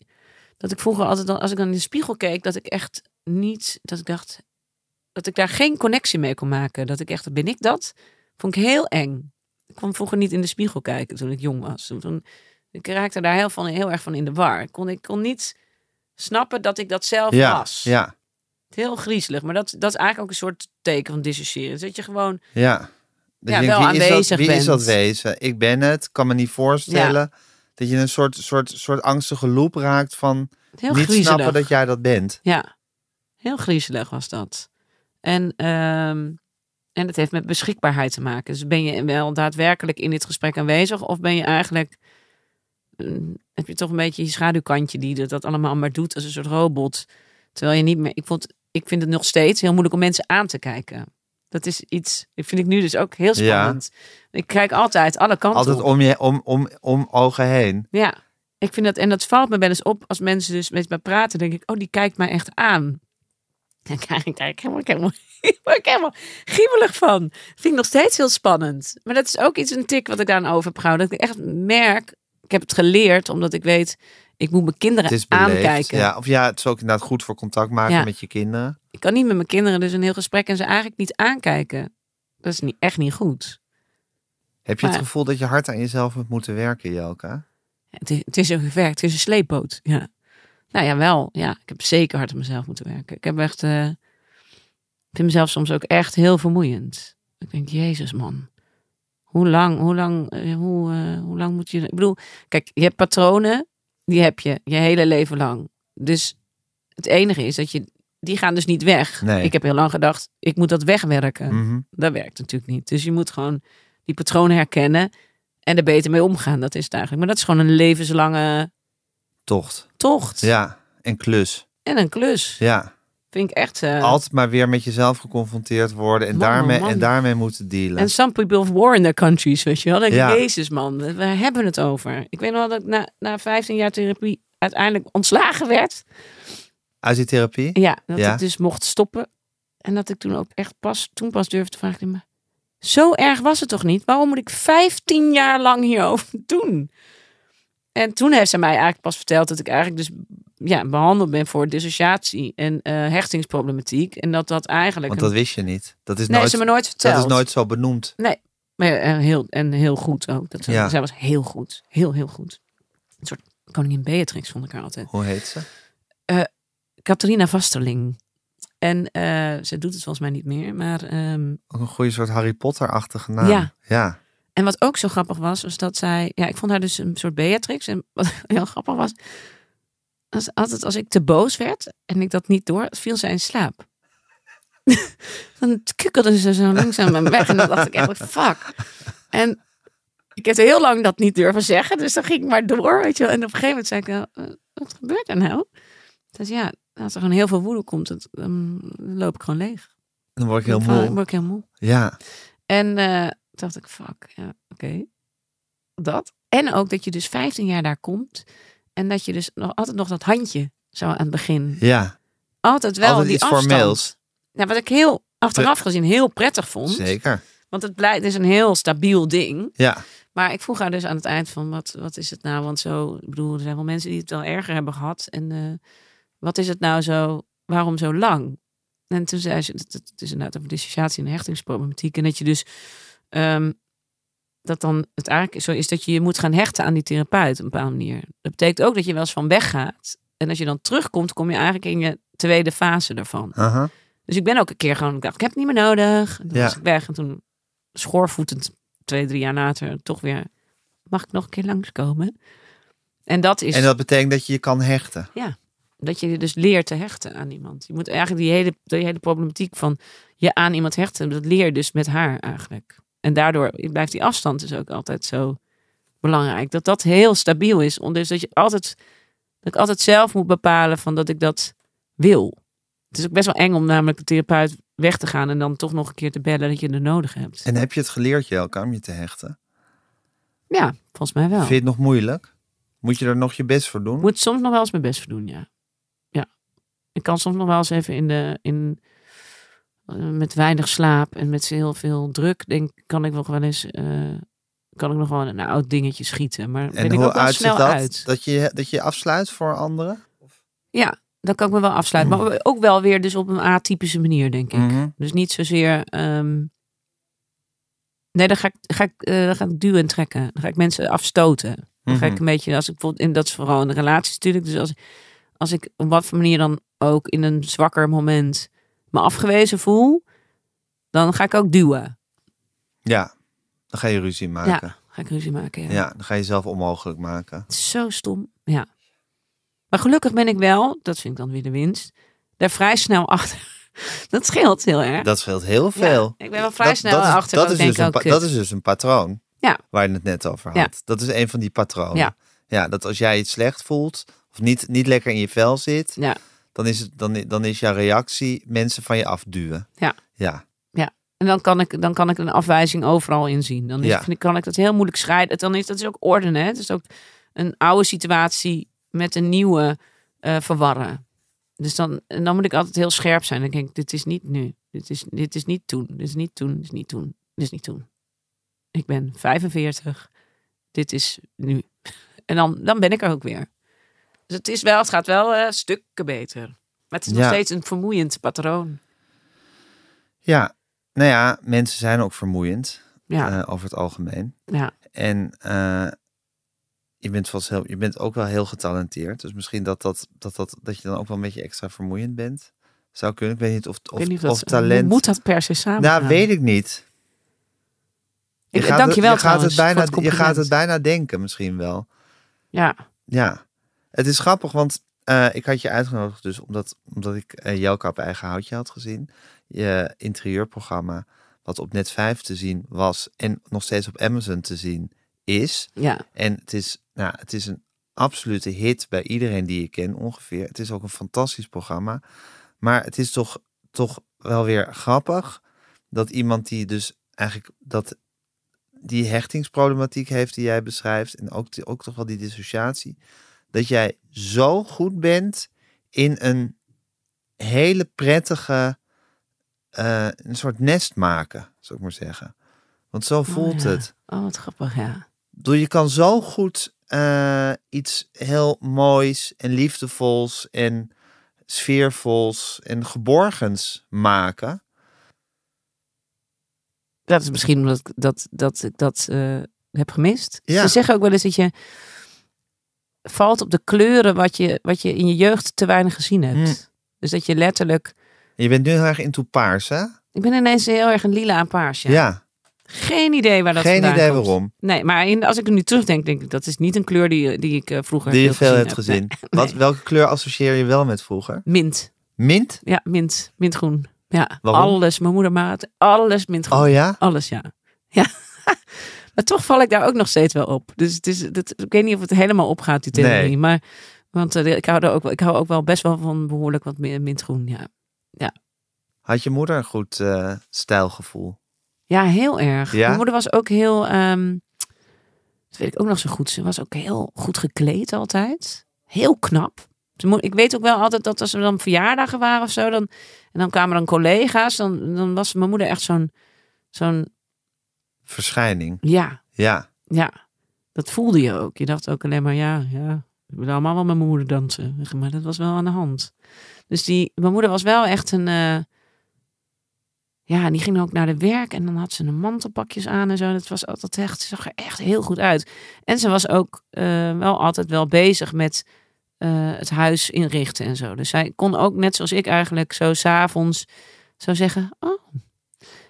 S2: dat ik vroeger altijd dan, als ik dan in de spiegel keek, dat ik echt niet. Dat ik dacht. Dat ik daar geen connectie mee kon maken. Dat ik echt, ben ik dat? Vond ik heel eng. Ik kon vroeger niet in de spiegel kijken toen ik jong was. Toen, toen- ik raakte daar heel, van, heel erg van in de war. Ik kon, ik kon niet snappen dat ik dat zelf
S1: ja,
S2: was.
S1: Ja,
S2: Heel griezelig. Maar dat, dat is eigenlijk ook een soort teken van dissociëren. Dus Dat je gewoon...
S1: ja. Dat
S2: Ja,
S1: je
S2: wel
S1: denkt, wie is dat,
S2: aanwezig
S1: wie is dat
S2: bent.
S1: wezen? Ik ben het, kan me niet voorstellen. Dat je in een soort, soort, soort angstige loop raakt van
S2: Heel
S1: niet
S2: griezelig.
S1: snappen dat jij dat bent.
S2: Ja, heel griezelig was dat. En, ehm, en het heeft met beschikbaarheid te maken. Dus ben je wel daadwerkelijk in dit gesprek aanwezig? Of ben je eigenlijk... mm, heb je toch een beetje je schaduwkantje die dat, dat allemaal maar doet als een soort robot. Terwijl je niet meer... Ik, vond, ik vind het nog steeds heel moeilijk om mensen aan te kijken. Dat is iets... Dat vind ik nu dus ook heel
S1: Ja.
S2: spannend. Ik kijk altijd alle kanten
S1: Altijd
S2: op.
S1: om, je, om, om, om ogen heen.
S2: Ja, ik vind dat, en dat valt me wel eens op als mensen dus met me praten, denk ik, oh, die kijkt mij echt aan. Dan krijg ik daar ik helemaal, ik helemaal, *laughs* ik word helemaal giebelig van. vind ik nog steeds heel spannend. Maar dat is ook iets, een tik wat ik daaraan over heb gehouden. Dat ik echt merk, ik heb het geleerd, omdat ik weet, ik moet mijn kinderen
S1: Het is beleefd.
S2: aankijken.
S1: Ja, of ja, het is ook inderdaad goed voor contact maken
S2: Ja.
S1: met je kinderen.
S2: Ik kan niet met mijn kinderen dus een heel gesprek en ze eigenlijk niet aankijken. Dat is niet, echt niet goed.
S1: Heb je het
S2: Maar-
S1: gevoel dat je hard aan jezelf moet moeten werken, Jelka?
S2: Het is, het is een gevecht, het is een sleepboot. Ja. Nou ja, wel. Ja, ik heb zeker hard op mezelf moeten werken. Ik heb echt. eh, ik vind mezelf soms ook echt heel vermoeiend. Ik denk, Jezus man. Hoe lang, hoe lang, eh, hoe, eh, hoe lang moet je. Ik bedoel, kijk, je hebt patronen, die heb je je hele leven lang. Dus het enige is dat je. Die gaan dus niet weg.
S1: Nee.
S2: Ik heb heel lang gedacht, ik moet dat wegwerken.
S1: Mhm.
S2: Dat werkt natuurlijk niet. Dus je moet gewoon die patronen herkennen en er beter mee omgaan. Dat is het eigenlijk. Maar dat is gewoon een levenslange
S1: Tocht.
S2: tocht.
S1: Ja, en klus.
S2: En een klus.
S1: Ja,
S2: Vind ik echt. eh,
S1: altijd maar weer met jezelf geconfronteerd worden en,
S2: Man, man,
S1: daarmee,
S2: man.
S1: en daarmee moeten dealen.
S2: en some people of war in their countries, weet je wel. Denk, ik,
S1: Ja.
S2: Jezus man, waar hebben we het over? Ik weet nog wel dat ik na, na 15 jaar therapie uiteindelijk ontslagen werd.
S1: Uit die therapie?
S2: Ja, dat
S1: Ja.
S2: ik dus mocht stoppen. En dat ik toen ook echt pas, toen pas durfde te vragen. ik, Maar zo erg was het toch niet? Waarom moet ik 15 jaar lang hierover *laughs* doen? En toen heeft ze mij eigenlijk pas verteld dat ik eigenlijk dus ja, behandeld ben voor dissociatie en eh, hechtingsproblematiek. En dat dat eigenlijk.
S1: Want
S2: een-
S1: dat wist je niet. Dat is
S2: nee,
S1: nooit,
S2: ze me nooit
S1: dat
S2: verteld.
S1: is nooit zo benoemd.
S2: Maar, eh, heel, en heel goed ook. Dat, ze-
S1: Ja.
S2: Zij was heel goed. Heel, heel goed. Een soort koningin Beatrix vond ik haar altijd.
S1: Hoe heet ze?
S2: Catharina Vasterling. En eh, ze doet het volgens mij niet meer, maar ehm,
S1: Ook een goede soort Harry Potter-achtige naam.
S2: Ja.
S1: Ja.
S2: En wat ook zo grappig was, was dat zij... Ja, ik vond haar dus een soort Beatrix. En wat *laughs* heel grappig was, als, altijd als ik te boos werd en ik dat niet door, viel zij in slaap. *laughs* dan kukkelde ze zo langzaam aan weg. En dan dacht ik echt, fuck. En ik heb heel lang dat niet durven zeggen. Dus dan ging ik maar door, weet je wel. En op een gegeven moment zei ik, nou, eh, wat gebeurt er nou? Dus ja, als er gewoon heel veel woede komt, dan dan loop ik gewoon leeg.
S1: Dan word ik heel
S2: Dan
S1: moe.
S2: word ik heel moe.
S1: Ja,
S2: En eh, toen dacht ik, fuck, ja, oké. Dat. En ook dat je dus 15 jaar daar komt. En dat je dus nog, altijd nog dat handje zo aan het begin.
S1: ja.
S2: Altijd wel
S1: Altijd
S2: die
S1: iets
S2: afstand.
S1: formeels.
S2: Nou, wat ik heel achteraf gezien heel prettig vond.
S1: Zeker.
S2: Want het blijkt, het is een heel stabiel ding.
S1: Ja,
S2: Maar ik vroeg haar dus aan het eind van, wat, wat is het nou? Want zo, ik bedoel, er zijn wel mensen die het wel erger hebben gehad. En eh, wat is het nou zo, waarom zo lang? En toen zei ze, het, het is inderdaad over dissociatie en hechtingsproblematiek. En dat je dus, ehm, dat dan het eigenlijk zo is dat je je moet gaan hechten aan die therapeut op een bepaalde manier. Dat betekent ook dat je wel eens van weggaat. En als je dan terugkomt, kom je eigenlijk in je tweede fase daarvan.
S1: aha.
S2: Dus ik ben ook een keer gewoon, ik dacht, ik heb het niet meer nodig. En toen
S1: Ja.
S2: was ik weg en toen schoorvoetend, twee, drie jaar later, toch weer, mag ik nog een keer langskomen? En dat is
S1: En dat
S2: dat...
S1: betekent dat je je kan hechten.
S2: je je dus leert te hechten aan iemand. Je moet eigenlijk die hele, die hele problematiek van je aan iemand hechten, dat leer je dus met haar eigenlijk. En daardoor blijft die afstand dus ook altijd zo belangrijk. Dat dat heel stabiel is. om- Dus dat, je altijd, dat ik altijd zelf moet bepalen van dat ik dat wil. Het is ook best wel eng om namelijk de therapeut weg te gaan en dan toch nog een keer te bellen dat je er nodig hebt.
S1: En heb je het geleerd, Jelke, om je te hechten?
S2: Ja, volgens mij wel.
S1: Vind je het nog moeilijk? Moet je er nog je best voor doen?
S2: Ik moet soms nog wel eens mijn best voor doen, ja. Ja. Ik kan soms nog wel eens even in de. In, eh, met weinig slaap en met heel veel druk, denk kan ik nog wel eens. eh, kan ik nog wel een oud dingetje schieten. Maar ben
S1: en
S2: ik
S1: hoe
S2: ook wel
S1: uitziet
S2: snel
S1: dat?
S2: uit.
S1: Dat, je, dat je je afsluit voor anderen?
S2: Dan kan ik me wel afsluiten.
S1: Hmm.
S2: Maar ook wel weer dus op een atypische manier, denk ik.
S1: Mhm.
S2: Dus niet zozeer. ehm, nee, dan ga ik, ga, ik, eh, dan ga ik duwen en trekken. Dan ga ik mensen afstoten. Dan ga ik
S1: Mhm.
S2: een beetje, als ik bijvoorbeeld, en dat is vooral in de relaties natuurlijk. Dus als, als ik op wat voor manier dan ook in een zwakker moment me afgewezen voel, dan ga ik ook duwen.
S1: Ja, dan ga je ruzie maken. Ja.
S2: Ga ik ruzie maken. Ja.
S1: dan ga je jezelf onmogelijk maken.
S2: Het is zo stom. Ja. Maar gelukkig ben ik wel, dat vind ik dan weer de winst, daar vrij snel achter. *laughs* Dat scheelt heel erg.
S1: Dat scheelt heel veel.
S2: ik ben wel vrij snel
S1: is-
S2: achter
S1: Dat
S2: ook,
S1: is,
S2: denk
S1: dus
S2: ik
S1: een,
S2: ook,
S1: pa-
S2: kut.
S1: dat is dus een patroon
S2: Ja.
S1: waar je het net over had.
S2: Ja.
S1: Dat is een van die patronen.
S2: Ja.
S1: Ja, dat als jij het slecht voelt of niet, niet lekker in je vel zit,
S2: Ja.
S1: dan, is het, dan, i- dan is jouw reactie mensen van je afduwen.
S2: Ja.
S1: Ja,
S2: En dan kan ik, dan kan ik een afwijzing overal inzien. Dan is,
S1: Ja.
S2: vind ik, kan ik dat heel moeilijk scheiden. Dan is dat is ook ordenen. hè. Het is ook een oude situatie met een nieuwe eh, verwarren. Dus dan, en dan moet ik altijd heel scherp zijn. Dan denk ik, dit is niet nu. Dit is, dit is niet toen. Dit is niet toen. Dit is niet toen. Dit is niet toen. Ik ben 45. Dit is nu. *laughs* En dan, dan ben ik er ook weer. Dus het, is wel, het gaat wel eh, stukken beter. Maar het is nog
S1: Ja.
S2: steeds een vermoeiend patroon.
S1: ja. Nou ja, mensen zijn ook vermoeiend
S2: Ja,
S1: eh, over het algemeen.
S2: ja.
S1: En eh, je, bent vast heel, je bent ook wel heel getalenteerd. Dus misschien dat, dat, dat, dat, dat je dan ook wel een beetje extra vermoeiend bent. Zou kunnen. Ik weet niet of,
S2: Ik
S1: of,
S2: weet niet
S1: of
S2: dat-
S1: talent.
S2: Moet dat per se samen?
S1: nou, weet ik niet.
S2: ik.
S1: gaat
S2: Dank je wel.
S1: het, je gaat het
S2: trouwens,
S1: bijna,
S2: voor het
S1: Je gaat het
S2: compliment.
S1: bijna denken misschien wel.
S2: Ja,
S1: Ja. Het is grappig, want eh, ik had je uitgenodigd dus omdat, omdat ik eh Jelka op eigen houtje had gezien. Je interieurprogramma wat op Net 5 te zien was en nog steeds op Amazon te zien is.
S2: ja,
S1: En het is, nou, het is een absolute hit bij iedereen die ik ken ongeveer. Het is ook een fantastisch programma. Maar het is toch, toch wel weer grappig dat iemand die dus eigenlijk dat, die hechtingsproblematiek heeft die jij beschrijft. En ook, die, ook toch wel die dissociatie. Dat jij zo goed bent in een hele prettige, eh, een soort nest maken, zou ik maar zeggen. Want zo voelt
S2: ja.
S1: het.
S2: oh wat grappig, ja.
S1: Ik bedoel, je kan zo goed eh, iets heel moois en liefdevols en sfeervols en geborgens maken.
S2: Dat is misschien omdat ik dat, dat, ik dat eh, heb gemist.
S1: Ja.
S2: Ze zeggen ook wel eens dat je valt op de kleuren wat je, wat je in je jeugd te weinig gezien
S1: Hmm.
S2: hebt. Dus dat je letterlijk...
S1: En je bent nu heel erg into paars, hè?
S2: Ik ben ineens heel erg een lila en paars. Ja.
S1: Ja.
S2: Geen idee waar dat
S1: Geen
S2: vandaan
S1: idee
S2: komt.
S1: waarom.
S2: Nee, maar in, als ik er nu terugdenk, denk ik dat is niet een kleur die, die ik eh, vroeger
S1: Die je
S2: veel
S1: veel
S2: gezien
S1: hebt
S2: heb.
S1: gezien.
S2: Nee.
S1: Wat, welke kleur associeer je wel met vroeger?
S2: Mint.
S1: Mint?
S2: Ja, mint. Mintgroen. Ja,
S1: Waarom?
S2: alles. Mijn moeder maakt alles mintgroen.
S1: Oh ja?
S2: Alles, ja. Ja. *laughs* maar toch val ik daar ook nog steeds wel op. Dus het is, dat, ik weet niet of het helemaal opgaat, die theorie.
S1: Nee.
S2: Maar, want eh, ik, hou er ook, wel- ik hou ook wel best wel van behoorlijk wat meer mintgroen, ja.
S1: Had je moeder een goed eh, stijlgevoel?
S2: Ja, heel erg.
S1: Ja?
S2: Mijn moeder was ook heel, ehm, dat weet ik ook nog zo goed. Ze was ook heel goed gekleed altijd. Heel knap. Ze mo- Ik weet ook wel altijd dat als er dan verjaardagen waren of zo, dan, en dan kwamen dan collega's, dan, dan was mijn moeder echt zo'n, zo'n,
S1: Verschijning.
S2: ja,
S1: Ja.
S2: ja. Dat voelde je ook. Je dacht ook alleen maar, ja, ja. Ik wil allemaal wel met mijn moeder dansen. Maar dat was wel aan de hand. Dus die, mijn moeder was wel echt een, eh, ja, en die ging ook naar de werk en dan had ze een mantelpakjes aan en zo. Dat was altijd echt, ze zag er echt heel goed uit. En ze was ook eh, wel altijd wel bezig met eh, het huis inrichten en zo. Dus zij kon ook, net zoals ik eigenlijk, zo s'avonds zo zeggen: Oh,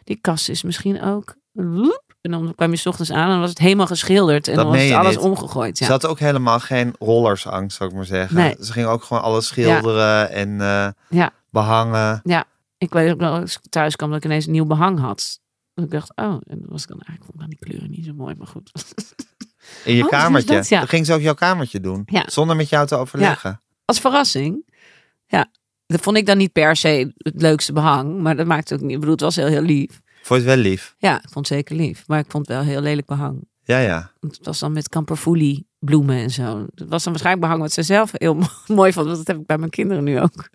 S2: die kast is misschien ook. loep." En dan kwam je 's ochtends aan en dan was het helemaal geschilderd en
S1: Dat
S2: dan was
S1: meen
S2: het
S1: je
S2: alles
S1: niet.
S2: omgegooid. Ja.
S1: Ze had ook helemaal geen rollersangst, zou ik maar zeggen.
S2: Nee.
S1: Ze ging ook gewoon alles schilderen en eh,
S2: Ja.
S1: behangen.
S2: ik weet ook wel, als ik thuis kwam, dat ik ineens een nieuw behang had. Dat ik dacht, oh, en dat was ik dan eigenlijk vond ik dan die kleuren niet zo mooi, maar goed. *laughs*
S1: In je
S2: Oh, dus
S1: kamertje.
S2: dat, ja.
S1: Dan ging ze ook jouw kamertje doen.
S2: Ja.
S1: Zonder met jou te overleggen.
S2: als verrassing. Ja, dat vond ik dan niet per se het leukste behang. Maar dat maakt ook niet. Ik bedoel, het was heel, heel lief.
S1: Vond je het wel lief?
S2: Ja, ik vond het zeker lief. Maar ik vond het wel heel lelijk behang.
S1: Ja, ja.
S2: Want Het was dan met kamperfoelie bloemen en zo. Dat was dan waarschijnlijk behang wat ze zelf heel *laughs* mo- mooi vond. Want dat heb ik bij mijn kinderen nu ook.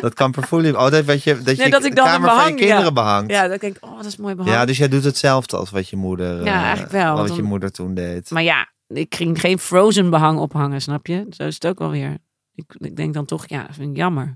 S1: Dat kamperfoelie. Oh, dat, weet je, dat
S2: Nee,
S1: je
S2: dat ik dan
S1: kamer van
S2: een
S1: je
S2: behang, ja.
S1: kinderen behangt.
S2: Ja, dan denk ik, oh, dat is mooi behang.
S1: Ja, dus jij doet hetzelfde als wat je moeder, eh,
S2: eigenlijk wel, want
S1: wat je
S2: dan-
S1: moeder toen deed.
S2: Maar ja, ik ging geen frozen behang ophangen, snap je? Zo is het ook alweer. Ik, ik denk dan toch, ja, dat vind ik jammer.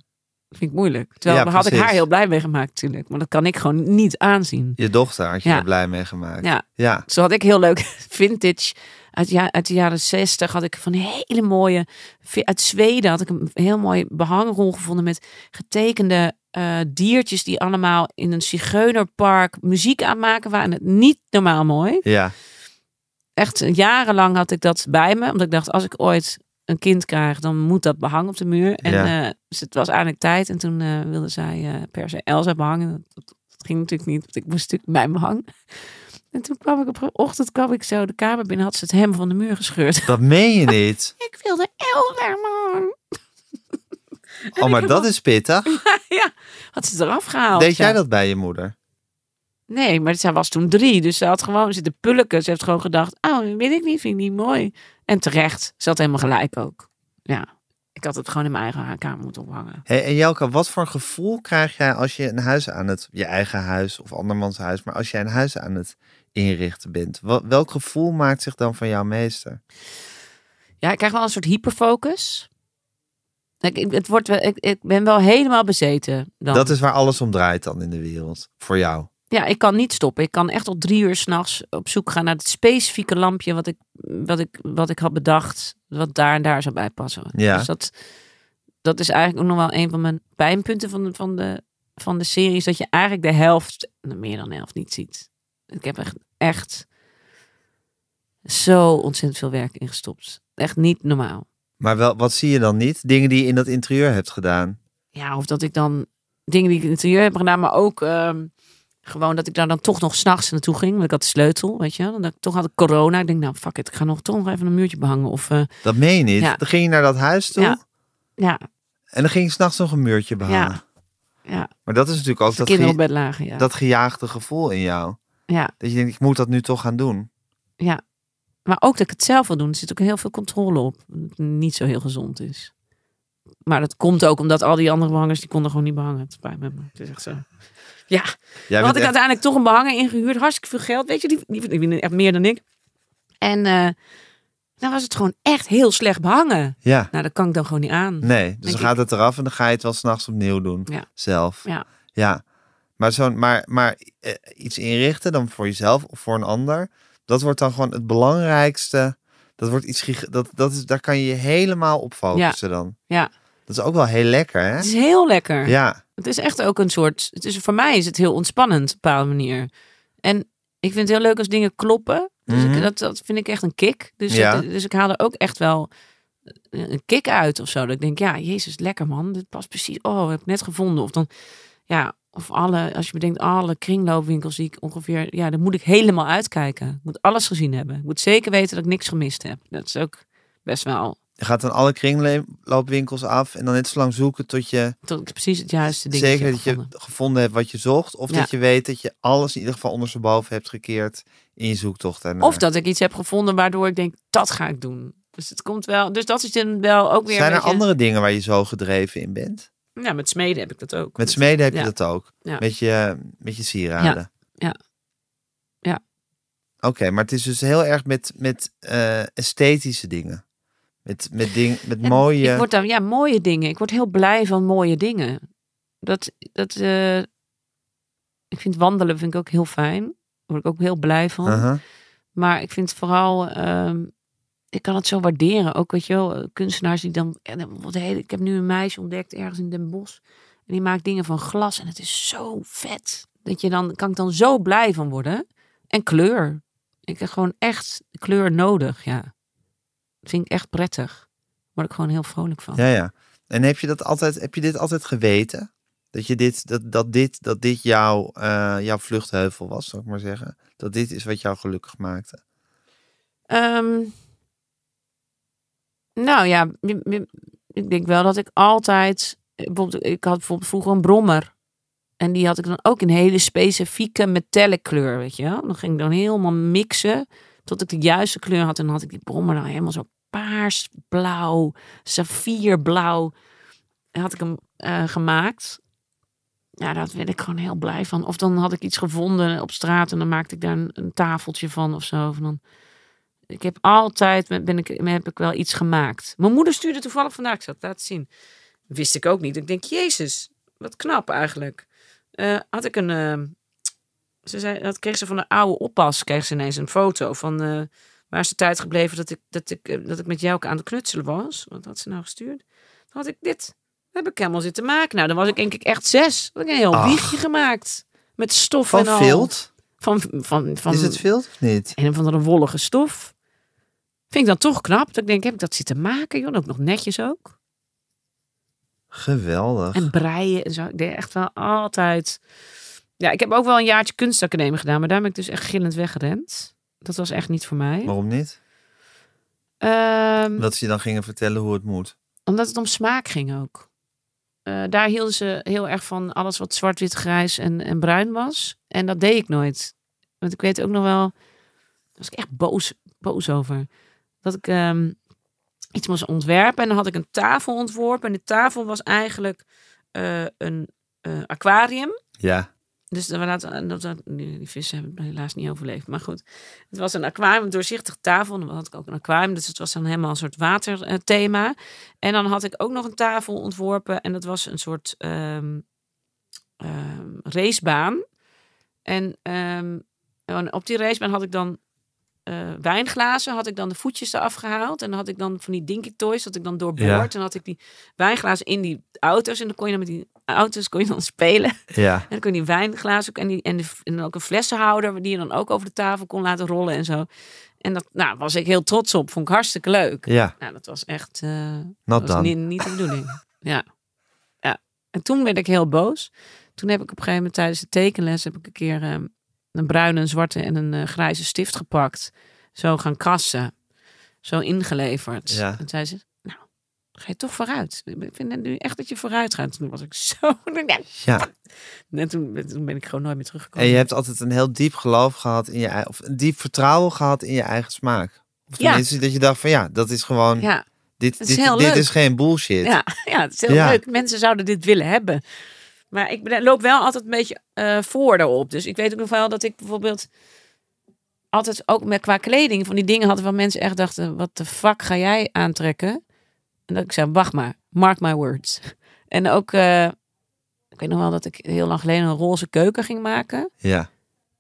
S2: Dat vind ik moeilijk. Terwijl
S1: Ja,
S2: daar had ik
S1: precies.
S2: haar heel blij mee gemaakt natuurlijk. Maar dat kan ik gewoon niet aanzien.
S1: Je dochter had je
S2: Ja.
S1: er blij mee gemaakt.
S2: Ja.
S1: ja.
S2: Zo had ik heel leuk *laughs* vintage. Uit, ja, uit de jaren 60 had ik van hele mooie. vi- Uit Zweden had ik een heel mooi behangrol gevonden met getekende eh, diertjes die allemaal in een zigeunerpark muziek aan het maken waren. En het niet normaal mooi.
S1: ja.
S2: Echt jarenlang had ik dat bij me. Omdat ik dacht, als ik ooit een kind krijg, dan moet dat behang op de muur. En
S1: Ja.
S2: eh, dus het was eindelijk tijd. En toen eh, wilde zij eh, per se Elsa behangen. Dat, dat- dat ging natuurlijk niet, want ik moest natuurlijk mijn behang. En toen kwam ik op een ochtend kwam ik zo de kamer binnen, had ze het hem van de muur gescheurd. *laughs*
S1: Dat meen je niet.
S2: Ik wilde Elsa, man.
S1: Oh, maar dat is pittig.
S2: ja, had ze het eraf gehaald.
S1: Deed jij
S2: ja.
S1: dat bij je moeder?
S2: Nee, maar zij was toen drie, dus ze had gewoon zitten pulken. Ze heeft gewoon gedacht, oh, dat weet ik niet, vind ik niet mooi. En terecht, ze had helemaal gelijk ook. Ja, ik had het gewoon in mijn eigen kamer moeten ophangen.
S1: Hey, en Jelka, wat voor gevoel krijg jij als je een huis aan het, je eigen huis of andermans huis, maar als jij een huis aan het inrichten bent, wat, welk gevoel maakt zich dan van jou meester?
S2: Ja, ik krijg wel een soort hyperfocus. Ik, ik, het wordt, wel- ik, ik ben wel helemaal bezeten dan.
S1: Dat is waar alles om draait dan in de wereld, voor jou.
S2: Ja, ik kan niet stoppen. Ik kan echt tot drie uur s'nachts op zoek gaan naar het specifieke lampje wat ik, wat, ik, wat ik had bedacht. Wat daar en daar zou bij passen.
S1: Ja.
S2: Dus dat, dat is eigenlijk ook nog wel een van mijn pijnpunten van de, van de, van de serie. Is dat je eigenlijk de helft, nou, meer dan de helft, niet ziet. Ik heb echt, echt zo ontzettend veel werk ingestopt. Echt niet normaal.
S1: Maar wel, wat zie je dan niet? Dingen die je in dat interieur hebt gedaan.
S2: ja, of dat ik dan dingen die ik in het interieur heb gedaan, maar ook ehm, gewoon dat ik daar dan toch nog s'nachts naartoe ging. Want ik had de sleutel, weet je. wel. Dat ik, toch had ik corona. Ik denk, nou fuck it, ik ga nog toch nog even een muurtje behangen. Of eh,
S1: Dat meen je niet.
S2: Ja.
S1: Dan ging je naar dat huis toe
S2: Ja. ja,
S1: en dan ging je s'nachts nog een muurtje behangen.
S2: Ja. ja.
S1: Maar dat is natuurlijk ook
S2: De
S1: dat,
S2: kinderen op
S1: ge-
S2: bed lagen, ja.
S1: dat gejaagde gevoel in jou.
S2: ja.
S1: Dat je denkt, ik moet dat nu toch gaan doen.
S2: Maar ook dat ik het zelf wil doen. Er zit ook heel veel controle op. dat het Niet zo heel gezond is. Maar dat komt ook omdat al die andere behangers, die konden gewoon niet behangen. Het spijt me, maar het is echt zo. Ja,
S1: Jij
S2: Dan
S1: bent
S2: had ik
S1: echt-
S2: uiteindelijk toch een behanger ingehuurd. Hartstikke veel geld. Weet je, die, die verdienen echt meer dan ik. En eh dan was het gewoon echt heel slecht behangen.
S1: Ja.
S2: Nou, dat kan ik dan gewoon niet aan.
S1: Nee, dus
S2: Denk
S1: dan gaat het eraf en dan ga je het wel s'nachts opnieuw doen.
S2: Ja.
S1: Zelf.
S2: Ja.
S1: ja. Maar, zo'n, maar, maar eh, iets inrichten dan voor jezelf of voor een ander, dat wordt dan gewoon het belangrijkste. Dat wordt iets, gig- dat, dat is, daar kan je je helemaal op focussen dan.
S2: Ja,
S1: Dat is ook wel heel lekker, hè?
S2: het is heel lekker.
S1: Ja,
S2: Het is echt ook een soort. Het is, voor mij is het heel ontspannend op een bepaalde manier. En Ik vind het heel leuk als dingen kloppen. Dus ik-
S1: Mhm.
S2: dat, dat vind ik echt een kick. Dus,
S1: Ja.
S2: dat- dus ik haal er ook echt wel een kick uit of zo. Dat ik denk, ja, jezus, lekker man. Dit past precies. Oh, heb ik net gevonden. Of dan, ja, of alle, als je bedenkt, alle kringloopwinkels die ik ongeveer, ja, daar moet ik helemaal uitkijken. Ik moet alles gezien hebben. Ik moet zeker weten dat ik niks gemist heb. Dat is ook best wel,
S1: Je gaat dan alle kringloopwinkels af en dan net zo lang zoeken tot je
S2: tot ik precies het juiste ding
S1: zeker dat je gevonden hebt wat je zocht. Of
S2: Ja.
S1: dat je weet dat je alles in ieder geval ondersteboven hebt gekeerd in je zoektocht. Daarnaar.
S2: Of dat ik iets heb gevonden waardoor ik denk, dat ga ik doen. Dus het komt wel. Dus dat is dan wel ook weer.
S1: Zijn
S2: een
S1: er
S2: beetje-
S1: andere dingen waar je zo gedreven in bent?
S2: Ja, met smeden heb ik dat ook.
S1: Met smeden heb je
S2: Ja.
S1: dat ook.
S2: Ja.
S1: Met, je, met je sieraden.
S2: Ja. Ja.
S1: Oké, maar het is dus heel erg met, met eh, esthetische dingen. Met, met, ding, met
S2: Ja,
S1: mooie.
S2: Ik word dan, ja, mooie dingen. Ik word heel blij van mooie dingen. Dat, dat, eh, ik vind wandelen vind ik ook heel fijn. Daar word ik ook heel blij van.
S1: Aha.
S2: Maar ik vind vooral, ehm, ik kan het zo waarderen. Ook weet je wel, eh, kunstenaars die dan, en dan wat hele, ik heb nu een meisje ontdekt ergens in Den Bosch. En die maakt dingen van glas en het is zo vet. Dat je dan, kan ik dan zo blij van worden. En kleur. Ik heb gewoon echt kleur nodig, ja. Dat vind ik echt prettig. Daar word ik gewoon heel vrolijk van.
S1: Ja, ja. En heb je dat altijd, heb je dit altijd geweten? Dat je dit, dat, dat dit, dat dit jouw, eh, jouw vluchtheuvel was, zou ik maar zeggen. Dat dit is wat jou gelukkig maakte.
S2: Ehm, nou ja, je- je- ik denk wel dat ik altijd. eh, Bijvoorbeeld, ik had bijvoorbeeld vroeger een brommer. En die had ik dan ook in hele specifieke metallic kleur, weet je wel. Dan ging ik dan helemaal mixen tot ik de juiste kleur had. En dan had ik die brommer dan helemaal zo paarsblauw, saffierblauw. En had ik hem eh, gemaakt. Ja, daar werd ik gewoon heel blij van. Of dan had ik iets gevonden op straat en dan maakte ik daar een, een tafeltje van of zo. Of dan ik heb altijd ben ik, heb ik wel iets gemaakt. Mijn moeder stuurde toevallig vandaag, ik zal het laten zien. Wist ik ook niet. Ik denk, Jezus, wat knap eigenlijk. Eh, had ik een. eh, ze zei, dat kreeg ze van de oude oppas, kreeg ze ineens een foto van. eh, waar is de tijd gebleven dat ik, dat, ik, eh, dat ik met jou ook aan het knutselen was? Wat had ze nou gestuurd? Dan had ik dit. Heb ik helemaal zitten maken. Nou, dan was ik denk ik echt zes. Dan had ik een heel
S1: Ach.
S2: wiegje gemaakt. Met stof
S1: Van
S2: en al.
S1: vilt?
S2: Van, van, van,
S1: Is het vilt of niet?
S2: een of andere wollige stof. Vind ik dan toch knap. Dat ik denk, heb ik dat zitten maken, joh? En Ook nog netjes ook.
S1: Geweldig.
S2: En breien en zo. Ik deed echt wel altijd... Ja, ik heb ook wel een jaartje kunstacademie gedaan. Maar daar ben ik dus echt gillend weggerend. Dat was echt niet voor mij.
S1: Waarom niet?
S2: Ehm,
S1: Dat ze je dan gingen vertellen hoe het moet.
S2: omdat het om smaak ging ook. Eh, daar hielden ze heel erg van alles wat zwart, wit, grijs en, en bruin was. En dat deed ik nooit. Want ik weet ook nog wel, daar was ik echt boos, boos over. Dat ik ehm, iets moest ontwerpen. En dan had ik een tafel ontworpen. En de tafel was eigenlijk eh, een eh, aquarium.
S1: Ja.
S2: Dus we laten, dat, dat, die die vissen hebben het helaas niet overleefd. Maar goed, het was een aquarium, een doorzichtige tafel. Dan had ik ook een aquarium, dus het was dan helemaal een soort waterthema. En dan had ik ook nog een tafel ontworpen. En dat was een soort ehm, ehm, racebaan. En ehm, en op die racebaan had ik dan eh, wijnglazen. Had ik dan de voetjes eraf gehaald. En dan had ik dan van die dinky toys, had ik dan doorboord. En had ik die wijnglazen in die auto's. En dan kon je dan met die auto's kon je dan spelen.
S1: Ja.
S2: En dan kon je die wijnglazen ook en, die, en, de, en dan ook een flessenhouder die je dan ook over de tafel kon laten rollen en zo. En dat nou, was ik heel trots op. Vond ik hartstikke leuk.
S1: Ja.
S2: Nou, dat was echt eh,
S1: Nat
S2: dat was
S1: dan.
S2: niet, niet de bedoeling. *laughs* ja. ja. En toen werd ik heel boos. Toen heb ik op een gegeven moment tijdens de tekenles heb ik een keer eh, een bruine, een zwarte en een eh, grijze stift gepakt. Zo gaan krassen. Zo ingeleverd.
S1: Ja.
S2: En zei ze, nou, ga je toch vooruit. Ik vind nu echt dat je vooruit gaat. Toen was ik zo... *laughs* nou,
S1: Ja.
S2: En toen, toen ben ik gewoon nooit meer teruggekomen.
S1: En je hebt altijd een heel diep geloof gehad in je ei- of een diep vertrouwen gehad in je eigen smaak. Of
S2: Ja.
S1: tenminste dat je dacht van ja, dat is gewoon,
S2: Ja, *laughs*
S1: dit,
S2: is
S1: dit,
S2: heel
S1: dit
S2: leuk.
S1: is geen bullshit.
S2: ja, ja, het is heel
S1: Ja.
S2: leuk. Mensen zouden dit willen hebben. Maar ik ben- loop wel altijd een beetje eh, voor daarop. Dus ik weet ook nog wel dat ik bijvoorbeeld altijd ook met qua kleding van die dingen had waar mensen echt dachten: wat de fuck ga jij aantrekken? En dat ik zei: wacht maar, mark my words. *laughs* En ook, eh, ik weet nog wel dat ik heel lang geleden een roze keuken ging maken.
S1: ja.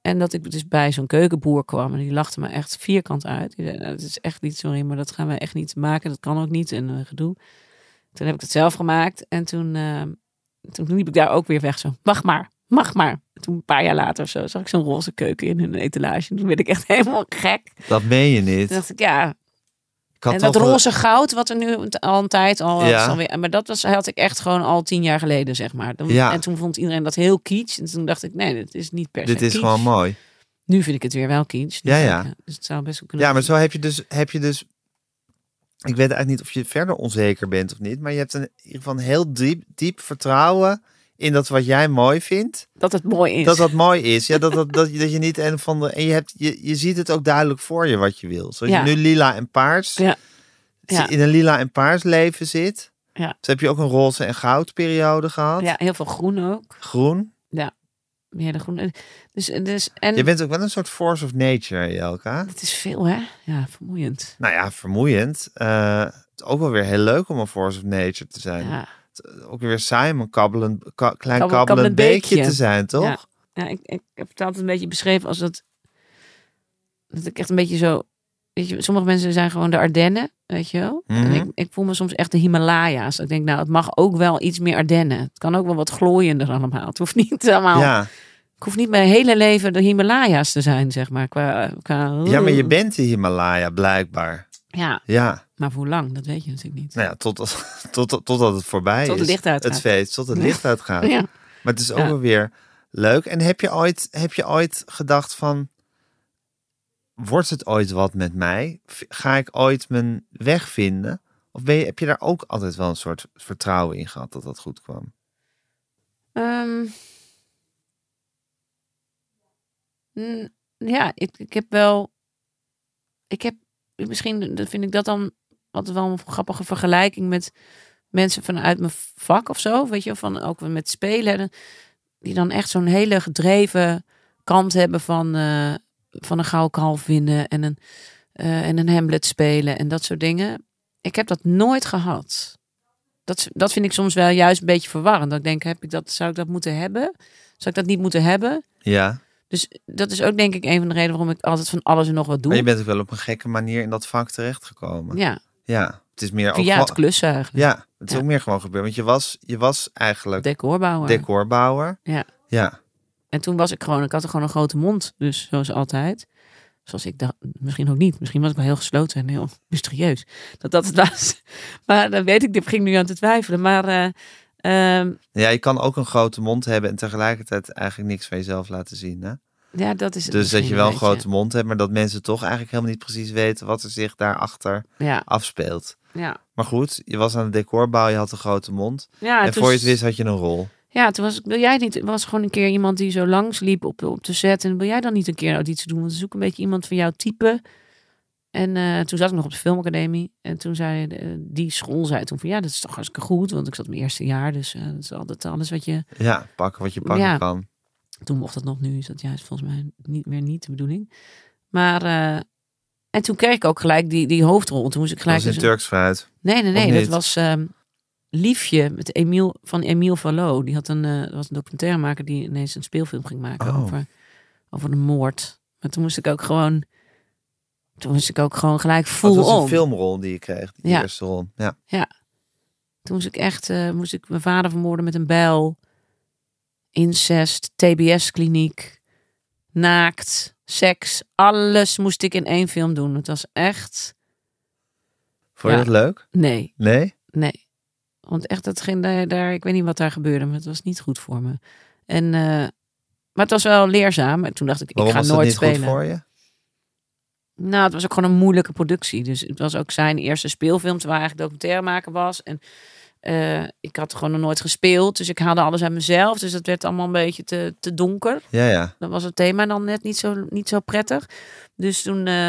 S2: En dat ik dus bij zo'n keukenboer kwam en die lachte me echt vierkant uit. Die zei, nou, dat is echt niet, sorry, maar dat gaan we echt niet maken. Dat kan ook niet en eh, gedoe. Toen heb ik het zelf gemaakt en toen, eh, toen liep ik daar ook weer weg zo. Wacht maar, Mag maar. Toen een paar jaar later of zo zag ik zo'n roze keuken in hun etalage. Toen werd ik echt *laughs* helemaal gek.
S1: Dat meen je niet.
S2: Toen dacht ik, ja,
S1: Ik had
S2: en dat
S1: toch wel-
S2: roze goud, wat er nu al een tijd al
S1: Ja.
S2: dat is alweer- maar dat was, had ik echt gewoon al tien jaar geleden, zeg maar. Dan-
S1: Ja.
S2: En toen vond iedereen dat heel kitsch. En toen dacht ik, nee, dit is niet per se
S1: Dit is
S2: kitsch.
S1: gewoon mooi.
S2: Nu vind ik het weer wel kitsch. Dus
S1: Ja, ja.
S2: ik, eh, Dus het zou best wel kunnen.
S1: Ja, maar zo heb je dus, heb je dus. Ik weet eigenlijk niet of je verder onzeker bent of niet, maar je hebt een, in ieder geval een heel diep, diep vertrouwen in dat wat jij mooi vindt,
S2: Dat het mooi is.
S1: dat dat mooi is. Ja, dat, dat, dat, je- dat je niet een van de. En je, hebt, je, je ziet het ook duidelijk voor je wat je wil. Zoals
S2: Ja.
S1: je nu lila en paars.
S2: Ja. Ja.
S1: In een lila en paars leven zit.
S2: Ja.
S1: Dus heb je ook een roze en goud periode gehad.
S2: ja, heel veel groen ook.
S1: Groen.
S2: Meer de groen. Dus, dus, en
S1: Je bent ook wel een soort force of nature, Jelka.
S2: het is veel, hè? Ja, vermoeiend.
S1: Nou ja, vermoeiend. Eh, het is ook wel weer heel leuk om een force of nature te zijn.
S2: Ja,
S1: t- ook weer Simon kabbelen, ka- klein
S2: Kabbel-
S1: kabbelend,
S2: kabbelend
S1: beekje.
S2: beekje.
S1: te zijn, toch?
S2: Ja. ja ik, ik heb het altijd een beetje beschreven als dat... Dat ik echt een beetje zo... Weet je, sommige mensen zijn gewoon de Ardennen, weet je wel?
S1: Mhm.
S2: En ik, ik voel me soms echt de Himalaya's. Ik denk, nou, het mag ook wel iets meer Ardennen. Het kan ook wel wat glooiender allemaal. Het hoeft niet allemaal...
S1: Ja.
S2: Ik hoef niet mijn hele leven de Himalaya's te zijn, zeg maar. Qua, qua,
S1: ja, maar je bent de Himalaya blijkbaar.
S2: Ja,
S1: Ja,
S2: maar voor hoe lang? Dat weet je natuurlijk niet.
S1: nou ja, totdat, *laughs* totdat, totdat het voorbij
S2: Tot
S1: is.
S2: het licht uitgaat.
S1: Het feest, tot het licht uitgaat.
S2: Ja.
S1: Maar het is ook
S2: Ja.
S1: wel weer leuk. En heb je, ooit, heb je ooit gedacht van, wordt het ooit wat met mij? V- Ga ik ooit mijn weg vinden? Of ben je, heb je daar ook altijd wel een soort vertrouwen in gehad dat dat goed kwam?
S2: Ehm. Mm, ja, ik, ik heb wel. Ik heb misschien, dat vind ik dat dan altijd wel een grappige vergelijking met mensen vanuit mijn vak of zo. Weet je, van ook met spelen. en Die dan echt zo'n hele gedreven kant hebben van, eh, van een gouden kalf winnen en een, eh, en een Hamlet spelen en dat soort dingen. Ik heb dat nooit gehad dat, dat vind ik soms wel juist een beetje verwarrend. Dat ik denk, heb ik dat, zou ik dat moeten hebben? Zou ik dat niet moeten hebben?
S1: Ja,
S2: Dus dat is ook denk ik een van de redenen waarom ik altijd van alles en nog wat doe.
S1: maar je bent ook wel op een gekke manier in dat vak terechtgekomen.
S2: Ja,
S1: Ja, het is meer ook
S2: via het
S1: gewoon-
S2: klussen eigenlijk.
S1: Ja, het is
S2: Ja.
S1: ook meer gewoon gebeurd. Want je was, je was eigenlijk
S2: Decorbouwer.
S1: decorbouwer.
S2: Ja.
S1: Ja.
S2: en toen was ik gewoon, ik had gewoon een grote mond. Dus zoals altijd. Zoals ik dacht, misschien ook niet. Misschien was ik wel heel gesloten en heel *laughs* mysterieus. Dat dat het was. *laughs* Maar dan weet ik, ik ging nu aan te twijfelen. Maar eh, ehm,
S1: Ja, je kan ook een grote mond hebben en tegelijkertijd eigenlijk niks van jezelf laten zien. Hè?
S2: ja, dat is het
S1: Dus dat
S2: misschien
S1: je wel een
S2: beetje.
S1: grote mond hebt, maar dat mensen toch eigenlijk helemaal niet precies weten wat er zich daarachter
S2: Ja,
S1: afspeelt.
S2: ja.
S1: Maar goed, je was aan het decorbouw, je had een grote mond.
S2: ja
S1: en
S2: toen-
S1: voor je het wist had je een rol.
S2: Ja, toen was ik, wil jij niet, er was gewoon een keer iemand die zo langs liep op, op de set. En wil jij dan niet een keer auditie doen? Want we zoeken een beetje iemand van jouw type. En eh, toen zat ik nog op de filmacademie. En toen zei eh, die school zei toen van ja, dat is toch hartstikke goed. Want ik zat mijn eerste jaar, dus eh, dat is altijd alles wat je...
S1: Ja, pakken wat je pakken
S2: Ja.
S1: kan.
S2: Toen mocht dat nog, nu is dat juist volgens mij niet, meer niet de bedoeling. Maar, eh, en toen kreeg ik ook gelijk die, die hoofdrol. Toen moest ik
S1: Dat
S2: gelijk...
S1: is in
S2: dus-
S1: Turks fruit.
S2: Nee, nee, nee.
S1: Of
S2: Dat
S1: niet?
S2: was ehm, Liefje met Emiel, van Emiel Valo. Die had een, eh, dat was een documentairemaker die ineens een speelfilm ging maken
S1: Oh.
S2: over, over een moord. Maar toen moest ik ook gewoon... Toen moest ik ook gewoon gelijk
S1: Oh, Dat
S2: full
S1: was een
S2: on.
S1: filmrol die je kreeg, die
S2: Ja.
S1: eerste rol. Ja.
S2: Toen moest ik echt... eh, moest ik mijn vader vermoorden met een bijl. Incest. TBS-kliniek. Naakt. Seks. Alles moest ik in één film doen. Het was echt...
S1: Vond je
S2: Ja.
S1: dat leuk?
S2: Nee.
S1: Nee?
S2: Nee. Want echt, dat ging daar, daar, ik weet niet wat daar gebeurde, maar het was niet goed voor me. En, eh, maar het was wel leerzaam. En toen dacht ik, ik
S1: Waarom
S2: ga
S1: was dat
S2: nooit
S1: niet
S2: spelen.
S1: goed voor je?
S2: Nou, het was ook gewoon een moeilijke productie. Dus het was ook zijn eerste speelfilm, terwijl hij eigenlijk documentairemaker was. En eh, ik had gewoon nog nooit gespeeld, dus ik haalde alles uit mezelf. Dus dat werd allemaal een beetje te, te donker.
S1: Ja, ja.
S2: Dan was het thema dan net niet zo, niet zo prettig. Dus toen, eh,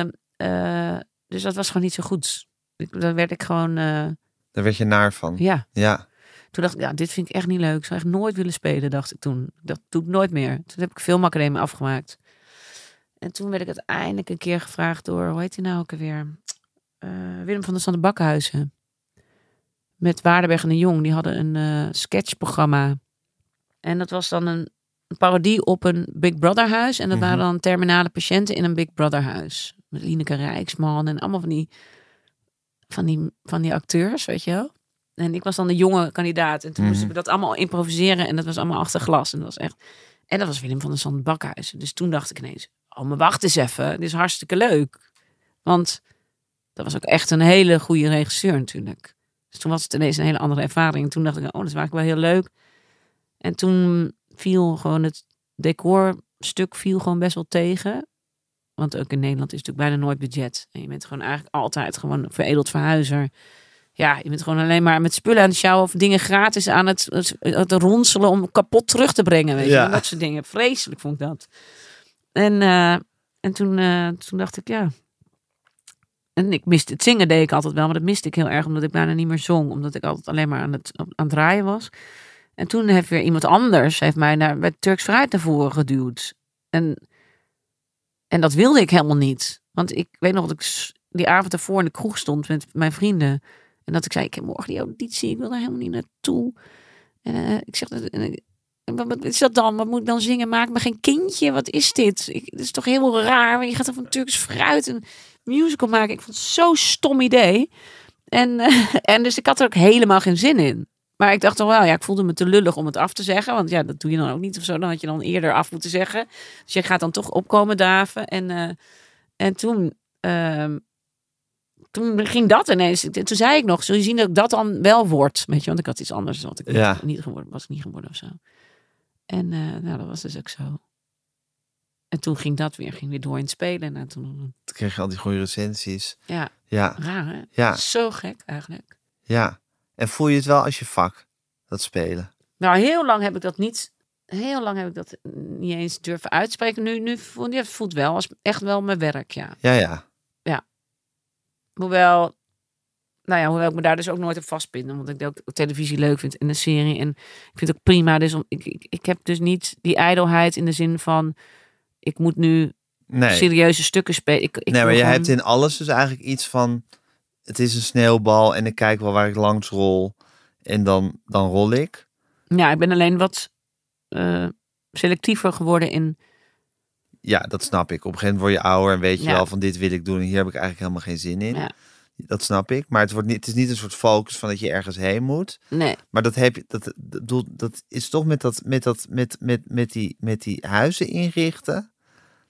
S2: eh, dus dat was gewoon niet zo goed. Ik, dan werd ik gewoon, eh,
S1: Daar werd je naar van. Ja.
S2: ja. Toen dacht ik, ja, dit vind ik echt niet leuk. Ik zou echt nooit willen spelen, dacht ik toen. Dat doe ik nooit meer. Toen heb ik filmacademie afgemaakt. En toen werd ik uiteindelijk een keer gevraagd door, hoe heet hij nou ook alweer? Eh, Willem van der Sande Bakhuizen. Met Waardenberg en de Jong. Die hadden een eh, sketchprogramma. En dat was dan een, een parodie op een Big Brother huis. En dat
S1: Mhm.
S2: waren dan terminale patiënten in een Big Brother huis. Met Lineke Rijksman en allemaal van die, van die, van die acteurs, weet je wel. En ik was dan de jonge kandidaat. En toen moesten we dat allemaal improviseren. En dat was allemaal achter glas. En dat was echt... En dat was Willem van der Sand Bakhuizen. Dus toen dacht ik ineens... Oh, maar wacht eens even. Dit is hartstikke leuk. Want dat was ook echt een hele goede regisseur natuurlijk. Dus toen was het ineens een hele andere ervaring. En toen dacht ik, oh, dat is eigenlijk wel heel leuk. En toen viel gewoon het decorstuk viel gewoon best wel tegen. Want ook in Nederland is natuurlijk bijna nooit budget. En je bent gewoon eigenlijk altijd gewoon een veredeld verhuizer. Ja, je bent gewoon alleen maar met spullen aan het sjouwen of dingen gratis aan het, het, het ronselen om kapot terug te brengen. Weet je?
S1: Ja.
S2: Dat soort dingen. Vreselijk vond ik dat. En, eh, en toen, eh, toen dacht ik, ja. En ik miste het zingen, deed ik altijd wel, maar dat miste ik heel erg omdat ik bijna niet meer zong. Omdat ik altijd alleen maar aan het, aan het draaien was. En toen heeft weer iemand anders heeft mij naar, bij Turks Fruit naar voren geduwd. En en dat wilde ik helemaal niet. Want ik weet nog dat ik s- die avond ervoor in de kroeg stond met mijn vrienden. En dat ik zei, ik heb morgen die auditie, ik wil daar helemaal niet naartoe. En eh, ik zeg, dat- en ik- en wat, wat is dat dan? Wat moet ik dan zingen? Maak me geen kindje, wat is dit? Ik, dit is toch heel raar, want je gaat dan van Turks fruit een musical maken. Ik vond het zo'n stom idee. En, eh, *laughs* en dus ik had er ook helemaal geen zin in. Maar ik dacht toch wel, ja, ik voelde me te lullig om het af te zeggen. Want ja, dat doe je dan ook niet of zo. Dan had je dan eerder af moeten zeggen. Dus je gaat dan toch opkomen daven. En, eh, en toen, ehm, toen ging dat ineens. Toen zei ik nog, zul je zien dat ik dat dan wel word? Weet je, want ik had iets anders. Had ik
S1: Ja.
S2: niet- niet geworden, was ik niet geworden of zo. En eh, nou, dat was dus ook zo. En toen ging dat weer, ging weer door in het spelen. En toen,
S1: Toen kreeg je al die goede recensies.
S2: ja,
S1: Ja,
S2: raar hè?
S1: ja,
S2: Zo gek eigenlijk.
S1: ja. En voel je het wel als je vak, dat spelen?
S2: Nou, heel lang heb ik dat niet. Heel lang heb ik dat niet eens durven uitspreken. Nu, nu voelt het voelt wel als echt wel mijn werk, ja.
S1: Ja, ja.
S2: Hoewel, nou ja, hoewel ik me daar dus ook nooit op vastpinnen. Want ik denk dat ik televisie leuk vind en een serie. En ik vind het ook prima. Dus om, ik, ik, ik heb dus niet die ijdelheid in de zin van... Ik moet nu
S1: Nee,
S2: serieuze stukken spelen. Ik, ik
S1: nee maar
S2: wil
S1: je
S2: gewoon-
S1: hebt in alles dus eigenlijk iets van... Het is een sneeuwbal en ik kijk wel waar ik langs rol. En dan, dan rol ik.
S2: Ja, ik ben alleen wat eh, selectiever geworden in...
S1: Ja, dat snap ik. Op een gegeven moment word je ouder en weet je
S2: Ja.
S1: wel van dit wil ik doen en hier heb ik eigenlijk helemaal geen zin in.
S2: Ja.
S1: Dat snap ik. Maar het, wordt niet, het is niet een soort focus van dat je ergens heen moet.
S2: Nee,
S1: Maar dat, heb je, dat, dat, bedoel, dat is toch met, dat, met, dat, met, met, met, die, met die huizen inrichten.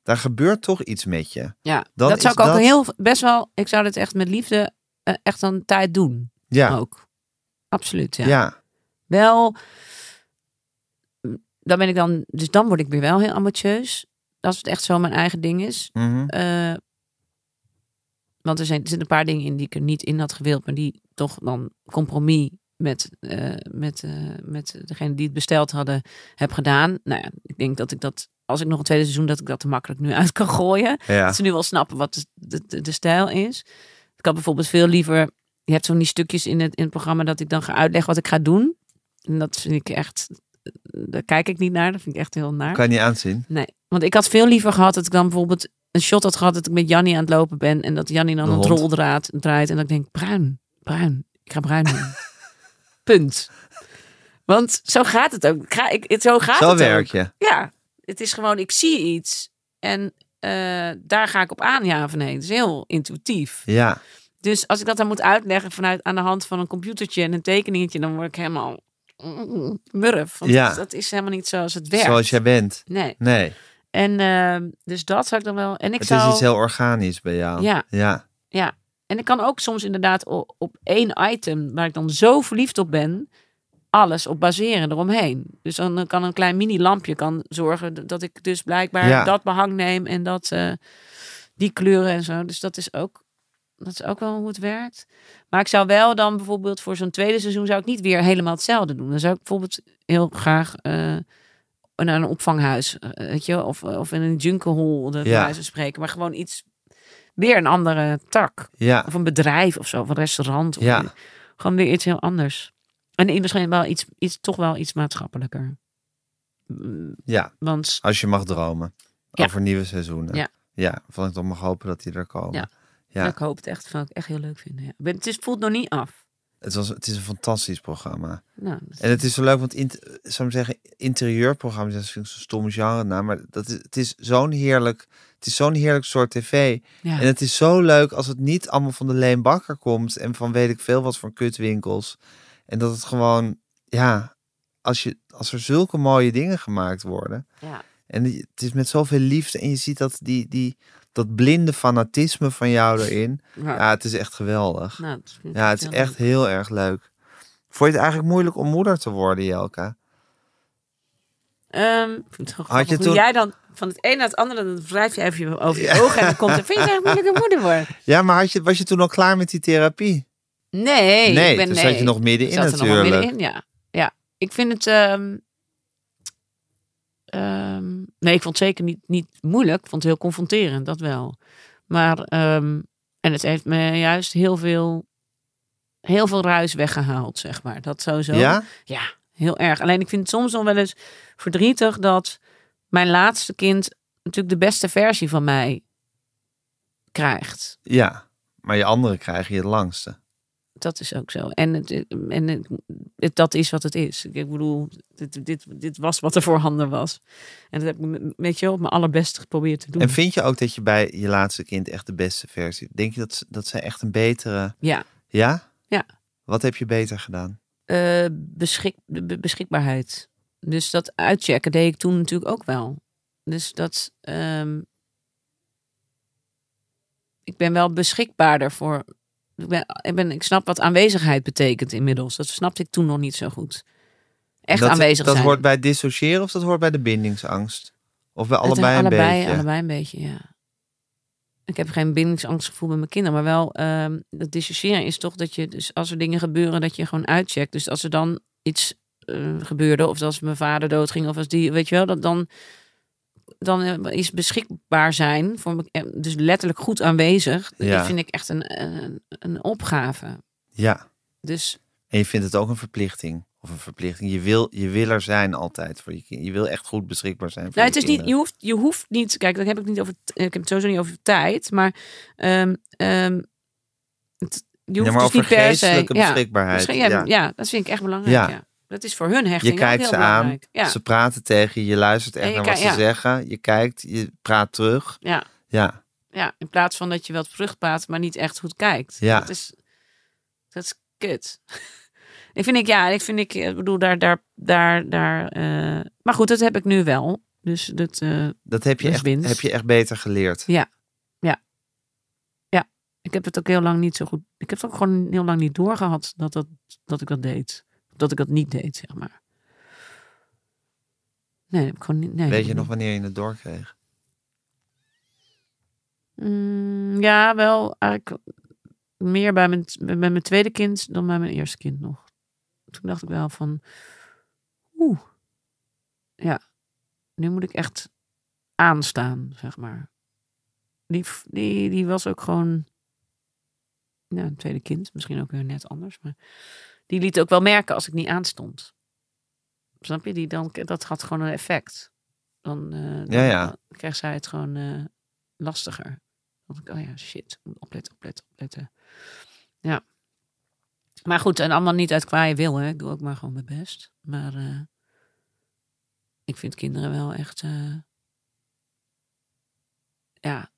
S1: Daar gebeurt toch iets met je.
S2: ja.
S1: Dan
S2: dat zou
S1: is
S2: ik ook
S1: dat-
S2: heel... Best wel... Ik zou dit echt met liefde eh, echt een tijd doen.
S1: Ja,
S2: ook. Absoluut, Oh, ja.
S1: ja. ja.
S2: Wel, mm, dan ben ik dan, dus dan word ik weer wel heel ambitieus. Als het echt zo mijn eigen ding is.
S1: Mhm.
S2: Eh, want er, zijn, er zitten een paar dingen in die ik er niet in had gewild, maar die toch dan compromis met, eh, met, eh, met degene die het besteld hadden, heb gedaan. Nou ja, ik denk dat ik dat, als ik nog een tweede seizoen, dat ik dat te makkelijk nu uit kan gooien.
S1: ja.
S2: Dat ze nu wel snappen wat de, de- de, de stijl is. Ik had bijvoorbeeld veel liever. Je hebt zo'n die stukjes in het, in het programma dat ik dan ga uitleggen wat ik ga doen. En dat vind ik echt. eh, Daar kijk ik niet naar. Dat vind ik echt heel naar.
S1: Kan je niet aanzien.
S2: Nee. Want ik had veel liever gehad dat ik dan bijvoorbeeld een shot had gehad dat ik met Jannie aan het lopen ben. En dat Jannie dan
S1: De
S2: een
S1: hond.
S2: roldraad draait. En dat ik denk: bruin, bruin. Ik ga bruin
S1: *laughs*
S2: doen. Punt. Want zo gaat het ook. Ik ga, ik, het- zo gaat
S1: Zo
S2: het ook.
S1: werk je.
S2: Ja, het is gewoon, ik zie iets en eh, daar ga ik op aan, ja of nee. Het is heel intuïtief.
S1: Ja.
S2: Dus als ik dat dan moet uitleggen vanuit aan de hand van een computertje en een tekeningetje, dan word ik helemaal mm, murf. Want
S1: Ja.
S2: dat- dat is helemaal niet zoals het werkt.
S1: Zoals jij bent.
S2: Nee.
S1: Nee.
S2: En eh, dus dat zou ik dan wel. En ik
S1: het
S2: zou.
S1: is iets heel organisch bij jou.
S2: Ja.
S1: Ja.
S2: En ik kan ook soms inderdaad o- op één item waar ik dan zo verliefd op ben, alles op baseren eromheen. Dus dan kan een klein mini-lampje kan zorgen d- dat ik dus blijkbaar
S1: Ja.
S2: dat behang neem en dat, eh, die kleuren en zo. Dus dat is ook. Dat is ook wel hoe het werkt. Maar ik zou wel dan bijvoorbeeld voor zo'n tweede seizoen zou ik niet weer helemaal hetzelfde doen. Dan zou ik bijvoorbeeld heel graag eh, naar een opvanghuis, eh, weet je, wel, of, of in een eh, junkenhol, de
S1: Ja.
S2: ja. spreken. Maar gewoon iets weer een andere tak.
S1: Ja.
S2: Of een bedrijf of zo, of een restaurant. Of
S1: Ja.
S2: Gewoon weer iets heel anders. En i- misschien wel iets, iets, toch wel iets maatschappelijker. Mm,
S1: Ja.
S2: Want
S1: Als je mag dromen.
S2: Ja.
S1: Over nieuwe seizoenen.
S2: Ja.
S1: Ja. Van ik dan mag hopen dat die er komen.
S2: Ja.
S1: Ja.
S2: ik hoop het echt, zou ik echt heel leuk vinden. Ja. Ik ben- Het is, voelt nog niet af.
S1: Het, was, het is een fantastisch programma.
S2: Nou, dat-
S1: En het is zo leuk, want in, zou ik zeggen, interieurprogramma's dat vind ik zo'n stom genre naam. Maar dat is, het is zo'n heerlijk, het is zo'n heerlijk soort tv.
S2: ja.
S1: En het is zo leuk als het niet allemaal van de Leen Bakker komt en van weet ik veel wat voor kutwinkels. En dat het gewoon, ja, als, je, als er zulke mooie dingen gemaakt worden.
S2: Ja.
S1: En die- het is met zoveel liefde. En je ziet dat, die, die, dat blinde fanatisme van jou erin.
S2: Maar-
S1: Ja, het is echt geweldig.
S2: nou, dat vind ik
S1: Ja, het is
S2: heel
S1: echt heel erg leuk. Vond je het eigenlijk moeilijk om moeder te worden, Jelka?
S2: Ehm, ik vind het wel grappig
S1: je
S2: hoe
S1: toen-
S2: jij dan van het een naar het andere, dan wrijf je even je- over je ogen en dan komt er, vind je het eigenlijk moeilijk een moeder worden?
S1: Ja, maar had je, was je toen al klaar met die therapie?
S2: Nee,
S1: nee,
S2: ik ben,
S1: toen
S2: nee.
S1: zat je nog middenin
S2: Ik zat er nog wel
S1: natuurlijk.
S2: middenin, ja. ja. Ik vind het, ehm, ehm, nee, ik vond het zeker niet, niet moeilijk, ik vond het heel confronterend, dat wel. Maar, ehm, en het heeft me juist heel veel, heel veel ruis weggehaald, zeg maar. Dat sowieso.
S1: Ja?
S2: Ja, heel erg. Alleen ik vind het soms nog wel eens verdrietig dat mijn laatste kind natuurlijk de beste versie van mij krijgt.
S1: Ja. Maar je andere krijgen je het langste.
S2: Dat is ook zo. En, het, en het- het- dat is wat het is. Ik bedoel, dit, dit, dit was wat er voorhanden was. En dat heb ik, me- weet je, wel, op mijn allerbeste geprobeerd te doen.
S1: En vind je ook dat je bij je laatste kind echt de beste versie... Denk je dat, ze- dat zij echt een betere...
S2: Ja.
S1: Ja?
S2: Ja.
S1: Wat heb je beter gedaan?
S2: Eh, beschik, de be- beschikbaarheid. Dus dat uitchecken deed ik toen natuurlijk ook wel. Dus dat. ehm, ik ben wel beschikbaarder voor. Ik, ben, ik, ben, ik snap wat aanwezigheid betekent inmiddels. Dat snapte ik toen nog niet zo goed. Echt
S1: dat,
S2: aanwezig
S1: Dat
S2: zijn.
S1: hoort bij dissociëren of dat hoort bij de bindingsangst? Of bij
S2: Het-
S1: allebei een
S2: allebei,
S1: beetje?
S2: allebei een beetje, ja. Ik heb geen bindingsangstgevoel met mijn kinderen, maar wel ehm dat dissociëren is toch dat je, dus als er dingen gebeuren, dat je gewoon uitcheckt. Dus als er dan iets eh, gebeurde, of als mijn vader doodging, of als die, weet je wel, dat dan, dan eh, is beschikbaar zijn, voor me, eh, dus letterlijk goed aanwezig,
S1: Ja.
S2: dat vind ik echt een, eh, een, een opgave.
S1: Ja.
S2: Dus
S1: En je vindt het ook een verplichting. Of een verplichting. Je wil, je wil er zijn altijd voor je kind. Je wil echt goed beschikbaar zijn voor
S2: Nou,
S1: je
S2: het is niet, je,
S1: kinderen.
S2: hoeft, je hoeft niet, kijk, dat heb ik niet over, t- ik heb het sowieso niet over tijd, maar ehm, ehm, het, je hoeft
S1: Ja, maar
S2: dus
S1: over
S2: niet per se.
S1: geestelijke
S2: Ja,
S1: beschikbaarheid.
S2: misschien- ja,
S1: ja.
S2: ja, dat vind ik echt belangrijk.
S1: Ja.
S2: Ja. Dat is voor hun
S1: Je
S2: hechting
S1: kijkt
S2: ook
S1: ze
S2: heel
S1: aan,
S2: belangrijk. Ja,
S1: ze praten tegen je, je luistert echt
S2: En je
S1: naar wat ze
S2: kijkt- ja.
S1: zeggen. Je kijkt, je praat terug.
S2: ja,
S1: Ja,
S2: ja, in plaats van dat je wel terugpraat, maar niet echt goed kijkt.
S1: Ja.
S2: Dat is, dat is kut. *laughs* ik vind ik, ja, ik vind ik, ik bedoel, daar, daar, daar, daar. eh, maar goed, dat heb ik nu wel. Dus dat, eh,
S1: dat heb je,
S2: Dus
S1: echt,
S2: winst.
S1: heb je echt beter geleerd.
S2: Ik heb het ook heel lang niet zo goed. Ik heb het ook gewoon heel lang niet doorgehad dat, dat, dat ik dat deed. Dat ik dat niet deed, zeg maar. Nee, dat heb ik gewoon niet. Nee,
S1: Weet je nog wanneer je het doorkreeg?
S2: Mm, ja, wel eigenlijk meer bij mijn, bij mijn tweede kind dan bij mijn eerste kind nog. Toen dacht ik wel van. Oeh. Ja, nu moet ik echt aanstaan, zeg maar. Die, die, die was ook gewoon. Nou, een tweede kind, misschien ook weer net anders. Maar die liet ook wel merken als ik niet aanstond. Snap je? Die dan, dat had gewoon een effect. Dan, eh, dan
S1: Ja, ja.
S2: kreeg zij het gewoon eh, lastiger. Dan dacht ik, oh ja, shit. ik Moet opletten, opletten, opletten. Ja. Maar goed, en allemaal niet uit kwaaie wil, hè. Ik doe ook maar gewoon mijn best. Maar eh, ik vind kinderen wel echt... eh, ja.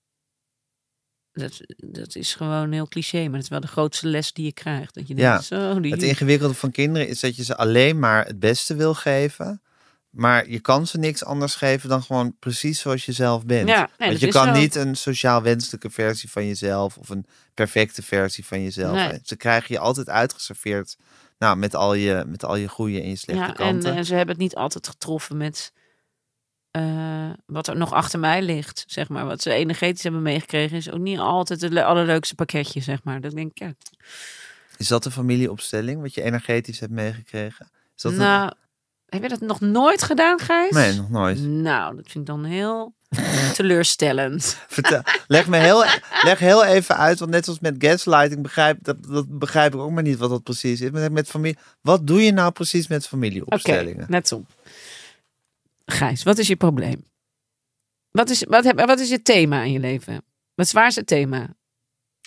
S2: Dat, dat is gewoon heel cliché, maar het is wel de grootste les die je krijgt. Dat je denkt,
S1: Ja.
S2: zo, die...
S1: Het ingewikkelde van kinderen is dat je ze alleen maar het beste wil geven. Maar je kan ze niks anders geven dan gewoon precies zoals je zelf bent.
S2: Ja, nee,
S1: Want
S2: dat
S1: je
S2: is
S1: kan
S2: zo.
S1: niet een sociaal wenselijke versie van jezelf of een perfecte versie van jezelf.
S2: Nee.
S1: Ze krijgen je altijd uitgeserveerd nou, met, al je, met al je goede en je slechte
S2: ja, en, eh,
S1: kanten.
S2: en ze hebben het niet altijd getroffen met eh, wat er nog achter mij ligt, zeg maar. Wat ze energetisch hebben meegekregen is ook niet altijd het le- allerleukste pakketje, zeg maar. Dat denk ik, ja.
S1: Is dat een familieopstelling wat je energetisch hebt meegekregen? Is dat een-
S2: Nou, heb je dat nog nooit gedaan, Gijs?
S1: Nee, nog nooit.
S2: Nou, dat vind ik dan heel *laughs* teleurstellend.
S1: Vertel, leg me heel, leg heel even uit, want net zoals met gaslighting begrijp dat, dat begrijp ik ook maar niet wat dat precies is. Maar met familie, wat doe je nou precies met
S2: Oké,
S1: familieopstellingen?
S2: net op. Gijs, wat is je probleem? Wat is, wat, heb, wat is je thema in je leven? Wat is, waar is het thema?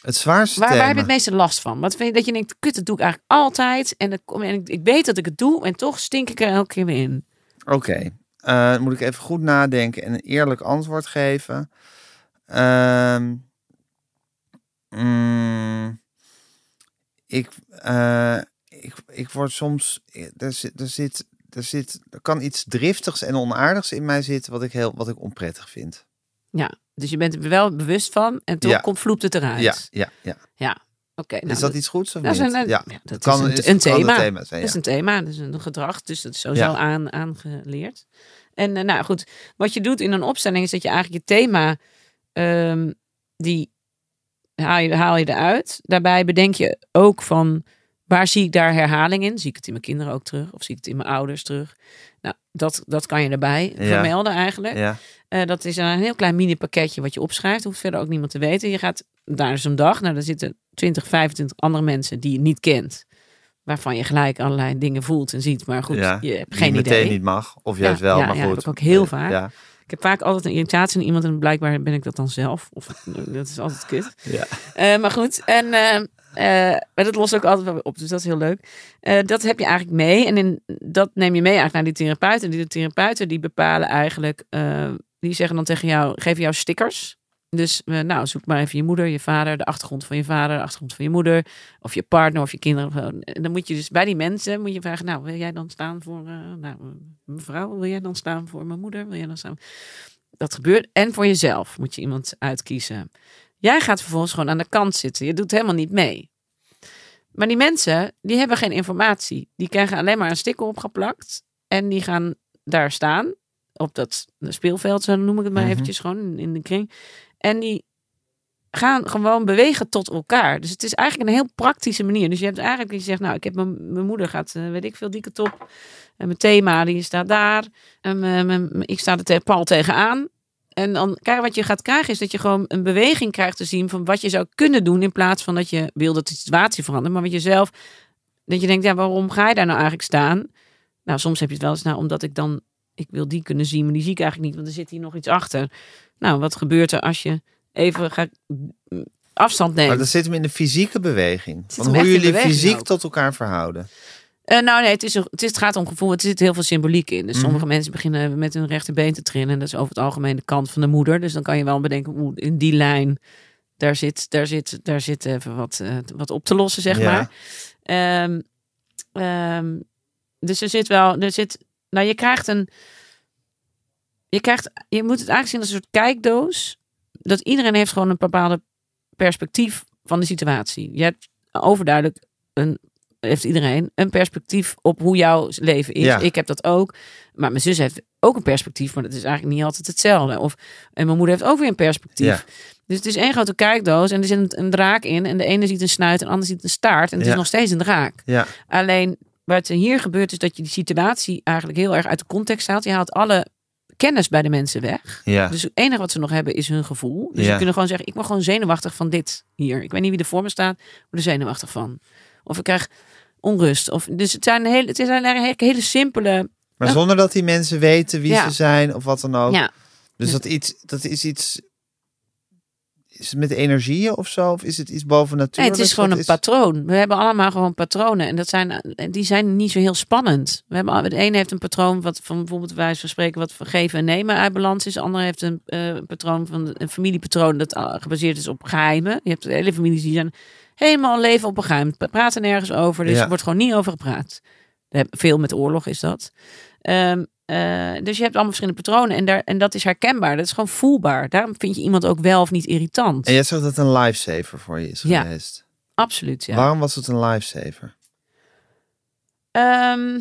S1: Het zwaarste
S2: Waar, waar heb
S1: thema.
S2: je het meeste last van? Wat vind je dat je denkt, kut, dat doe ik eigenlijk altijd. En, dan kom, en ik, ik weet dat ik het doe en toch stink ik er elke keer weer in.
S1: Oké, eh, moet ik even goed nadenken en een eerlijk antwoord geven. Ehm, mm, ik, eh, ik, ik word soms, er zit, er zit, er zit, er kan iets driftigs en onaardigs in mij zitten wat ik heel, wat ik onprettig vind.
S2: Ja, dus je bent er wel bewust van en toch
S1: Ja.
S2: komt vloept het eruit.
S1: Ja, ja, ja.
S2: Ja, oké. nou,
S1: is dat iets goeds of
S2: dat is
S1: niet?
S2: een-
S1: ja,
S2: ja, dat
S1: het
S2: is een-
S1: het
S2: een
S1: kan
S2: thema.
S1: zijn.
S2: Dat
S1: Ja.
S2: is een thema, dat is een gedrag, dus dat is sowieso
S1: Ja.
S2: aan, aangeleerd. En eh, nou goed, wat je doet in een opstelling is dat je eigenlijk je thema, ehm, die haal je, haal je eruit. Daarbij bedenk je ook van, waar zie ik daar herhaling in? Zie ik het in mijn kinderen ook terug? Of zie ik het in mijn ouders terug? Nou, dat, dat kan je erbij
S1: Ja.
S2: vermelden eigenlijk.
S1: Ja,
S2: Eh, dat is een heel klein mini pakketje wat je opschrijft. Hoeft verder ook niemand te weten. Je gaat daar is een dag. Nou, daar zitten 20, 25 andere mensen die je niet kent. Waarvan je gelijk allerlei dingen voelt en ziet. Maar goed,
S1: ja.
S2: je hebt
S1: Die
S2: geen
S1: meteen
S2: idee.
S1: niet mag, of
S2: Ja,
S1: juist wel,
S2: ja,
S1: maar
S2: ja,
S1: goed.
S2: heb ik ook heel vaak.
S1: Ja,
S2: Ik heb vaak altijd een irritatie in iemand. En blijkbaar ben ik dat dan zelf. Of, *laughs* dat is altijd kut.
S1: ja.
S2: Eh, maar goed, en, eh, eh, maar dat lost ook altijd wel weer op. Dus dat is heel leuk. Eh, dat heb je eigenlijk mee. En in, dat neem je mee eigenlijk naar die therapeuten. Die de therapeuten die bepalen eigenlijk... eh, die zeggen dan tegen jou, geven jou stickers. Dus eh, nou, zoek maar even je moeder, je vader, de achtergrond van je vader, de achtergrond van je moeder, of je partner of je kinderen. of zo. En dan moet je dus bij die mensen moet je vragen, nou, wil jij dan staan voor eh, nou, mevrouw? Wil jij dan staan voor mijn moeder? Wil jij dan staan? Dat gebeurt. En voor jezelf moet je iemand uitkiezen. Jij gaat vervolgens gewoon aan de kant zitten. Je doet helemaal niet mee. Maar die mensen, die hebben geen informatie. Die krijgen alleen maar een sticker opgeplakt. En die gaan daar staan. Op dat speelveld, zo noem ik het maar
S1: Mhm.
S2: eventjes gewoon, in- in de kring. En die gaan gewoon bewegen tot elkaar. Dus het is eigenlijk een heel praktische manier. Dus je hebt eigenlijk, dat je zegt, nou, ik heb mijn, mijn moeder gaat, eh, weet ik veel, die kant op. En mijn thema, die staat daar. En mijn- mijn- mijn- ik sta er te, pal tegenaan. En dan, kijk, wat je gaat krijgen is dat je gewoon een beweging krijgt te zien van wat je zou kunnen doen. In plaats van dat je wil dat de situatie verandert. Maar wat je zelf, dat je denkt, ja, waarom ga je daar nou eigenlijk staan? Nou, soms heb je het wel eens, nou, omdat ik dan, ik wil die kunnen zien, maar die zie ik eigenlijk niet, want er zit hier nog iets achter. Nou, wat gebeurt er als je even gaat mm, afstand nemen?
S1: Maar dat zit hem in de fysieke beweging.
S2: zit
S1: Van
S2: hem
S1: hoe
S2: echt in
S1: jullie
S2: beweging
S1: fysiek
S2: ook.
S1: tot elkaar verhouden.
S2: Eh, nou nee, het, is, een- het, is, het gaat om gevoel. Het zit heel veel symboliek in. Dus
S1: Mhm.
S2: sommige mensen beginnen met hun rechterbeen te trillen. En dat is over het algemeen de kant van de moeder. Dus dan kan je wel bedenken, oeh, in die lijn, daar zit, daar zit, daar zit even wat, eh, wat op te lossen, zeg
S1: Ja.
S2: maar. Ehm, ehm, dus er zit wel, er zit, nou je krijgt een, je krijgt, je moet het eigenlijk zien als een soort kijkdoos. Dat iedereen heeft gewoon een bepaalde perspectief van de situatie. Je hebt overduidelijk een, heeft iedereen een perspectief op hoe jouw leven is.
S1: Ja.
S2: Ik heb dat ook. Maar mijn zus heeft ook een perspectief, maar dat is eigenlijk niet altijd hetzelfde. Of, en mijn moeder heeft ook weer een perspectief.
S1: Ja.
S2: Dus het is één grote kijkdoos en er zit een, een draak in. En de ene ziet een snuit en de ander ziet een staart. En het
S1: Ja.
S2: is nog steeds een draak.
S1: Ja,
S2: Alleen wat er hier gebeurt is dat je die situatie eigenlijk heel erg uit de context haalt. Je haalt alle kennis bij de mensen weg.
S1: ja.
S2: Dus het enige wat ze nog hebben is hun gevoel. Dus
S1: Ja.
S2: ze kunnen gewoon zeggen, ik word gewoon zenuwachtig van dit hier. Ik weet niet wie er voor me staat, maar ik word er zenuwachtig van. Of ik krijg onrust. Of, dus het zijn, hele, het zijn eigenlijk hele simpele...
S1: Maar zonder dat die mensen weten wie
S2: Ja.
S1: ze zijn of wat dan ook.
S2: Ja,
S1: Dus dat, iets, dat is iets... Is het met energieën of zo? Of is het iets boven
S2: nee,
S1: natuurlijk?
S2: het is gewoon
S1: Dat
S2: een patroon. We hebben allemaal gewoon patronen. En dat zijn, en die zijn niet zo heel spannend. We hebben, al- de ene heeft een patroon wat van bijvoorbeeld wijs van spreken... wat van geven en nemen uit balans is. De andere heeft een eh, patroon van een familiepatroon... dat eh, gebaseerd is op geheimen. Je hebt hele families die zijn helemaal leven op een geheim. We praten nergens over, dus
S1: Ja.
S2: er wordt gewoon niet over gepraat. We hebben- Veel met oorlog is dat. Ehm, eh, dus je hebt allemaal verschillende patronen en, daar, en dat is herkenbaar. Dat is gewoon voelbaar. Daarom vind je iemand ook wel of niet irritant.
S1: En jij zegt dat het een lifesaver voor je is
S2: Ja.
S1: geweest.
S2: Absoluut, ja.
S1: Waarom was het een lifesaver?
S2: Ehm,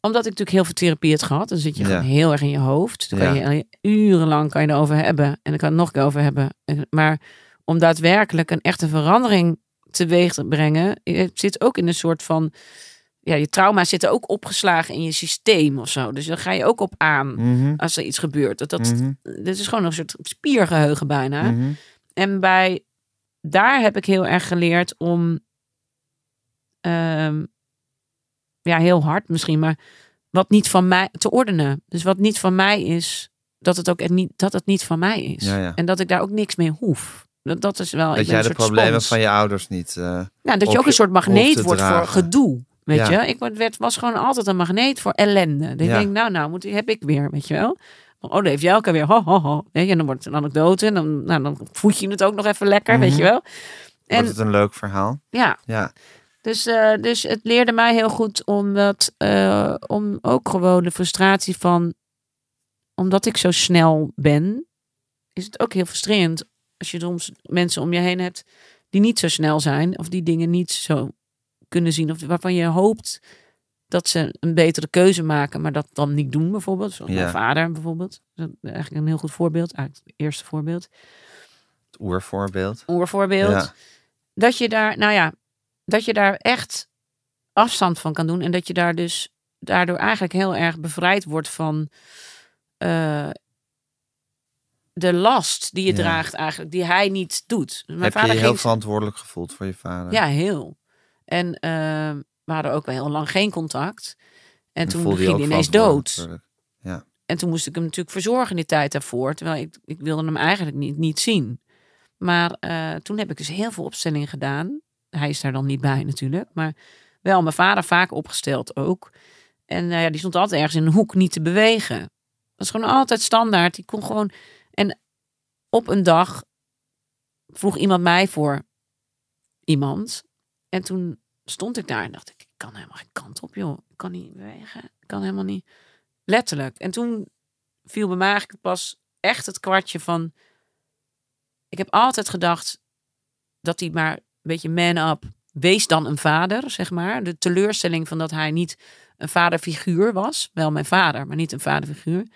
S2: omdat ik natuurlijk heel veel therapie had gehad. Dan zit je
S1: Ja.
S2: gewoon heel erg in je hoofd. Dan kan
S1: Ja.
S2: je urenlang kan je erover hebben. En dan kan je het nog een keer over hebben. En- Maar om daadwerkelijk een echte verandering teweeg te brengen. Het zit ook in een soort van... Ja, je trauma's zitten ook opgeslagen in je systeem of zo. Dus daar ga je ook op aan
S1: Mhm,
S2: als er iets gebeurt. Dat, dat,
S1: mhm,
S2: dit is gewoon een soort spiergeheugen bijna.
S1: mhm.
S2: En bij daar heb ik heel erg geleerd om. ehm, ja, heel hard misschien, maar wat niet van mij te ordenen. Dus wat niet van mij is, dat het ook echt niet, dat het niet van mij is.
S1: Ja, ja.
S2: En dat ik daar ook niks mee hoef. Dat, dat is wel. Oh, ik
S1: Dat
S2: ben
S1: jij
S2: een
S1: de
S2: soort
S1: problemen
S2: spons.
S1: van je ouders niet... eh,
S2: Nou, dat je
S1: op
S2: ook
S1: je
S2: een soort magneet
S1: te
S2: wordt voor
S1: dragen.
S2: gedoe. Weet
S1: Ja.
S2: je, ik word- werd, was gewoon altijd een magneet voor ellende. Dan
S1: Ja.
S2: denk ik, nou, nou, moet, heb ik weer, weet je wel. Oh, dat heeft Jelke weer. Ho, ho, ho. Weet je, en dan wordt het een anekdote. En dan, nou, dan voed je het ook nog even lekker, weet
S1: Mhm.
S2: je wel. En
S1: Wordt het een leuk verhaal?
S2: ja,
S1: Ja.
S2: Dus, eh, dus het leerde mij heel goed om, dat, eh, om ook gewoon de frustratie van... Omdat ik zo snel ben, is het ook heel frustrerend als je soms mensen om je heen hebt die niet zo snel zijn. Of die dingen niet zo kunnen zien. Of waarvan je hoopt dat ze een betere keuze maken, maar dat dan niet doen bijvoorbeeld. Zoals
S1: Ja.
S2: mijn vader bijvoorbeeld. Dat is eigenlijk een heel goed voorbeeld. Eigenlijk het eerste voorbeeld
S1: Het oervoorbeeld.
S2: oervoorbeeld.
S1: Ja.
S2: Dat je daar, nou ja, dat je daar echt afstand van kan doen. En dat je daar dus daardoor eigenlijk heel erg bevrijd wordt van eh, de last die je
S1: Ja.
S2: draagt eigenlijk, die hij niet doet. Mijn
S1: Heb je je
S2: vader
S1: heel
S2: ging
S1: verantwoordelijk gevoeld voor je vader?
S2: ja, heel. En eh, we hadden ook wel heel lang geen contact. En,
S1: En
S2: toen
S1: voelde je
S2: ging hij
S1: ook
S2: ineens
S1: verantwoordelijk,
S2: dood.
S1: natuurlijk.
S2: En toen moest ik hem natuurlijk verzorgen die tijd daarvoor. Terwijl ik, ik wilde hem eigenlijk niet, niet zien. Maar eh, toen heb ik dus heel veel opstellingen gedaan. Hij is daar dan niet bij natuurlijk. Maar wel mijn vader vaak opgesteld ook. En nou ja, die stond altijd ergens in een hoek niet te bewegen. Dat is gewoon altijd standaard. Die kon gewoon... En op een dag vroeg iemand mij voor iemand. En toen stond ik daar en dacht ik... Ik kan helemaal geen kant op, joh. Ik kan niet bewegen. Ik kan helemaal niet... Letterlijk. En toen viel bij mij eigenlijk pas echt het kwartje van... Ik heb altijd gedacht dat hij maar een beetje man-up... Wees dan een vader, zeg maar. De teleurstelling van dat hij niet een vaderfiguur was. Wel mijn vader, maar niet een vaderfiguur.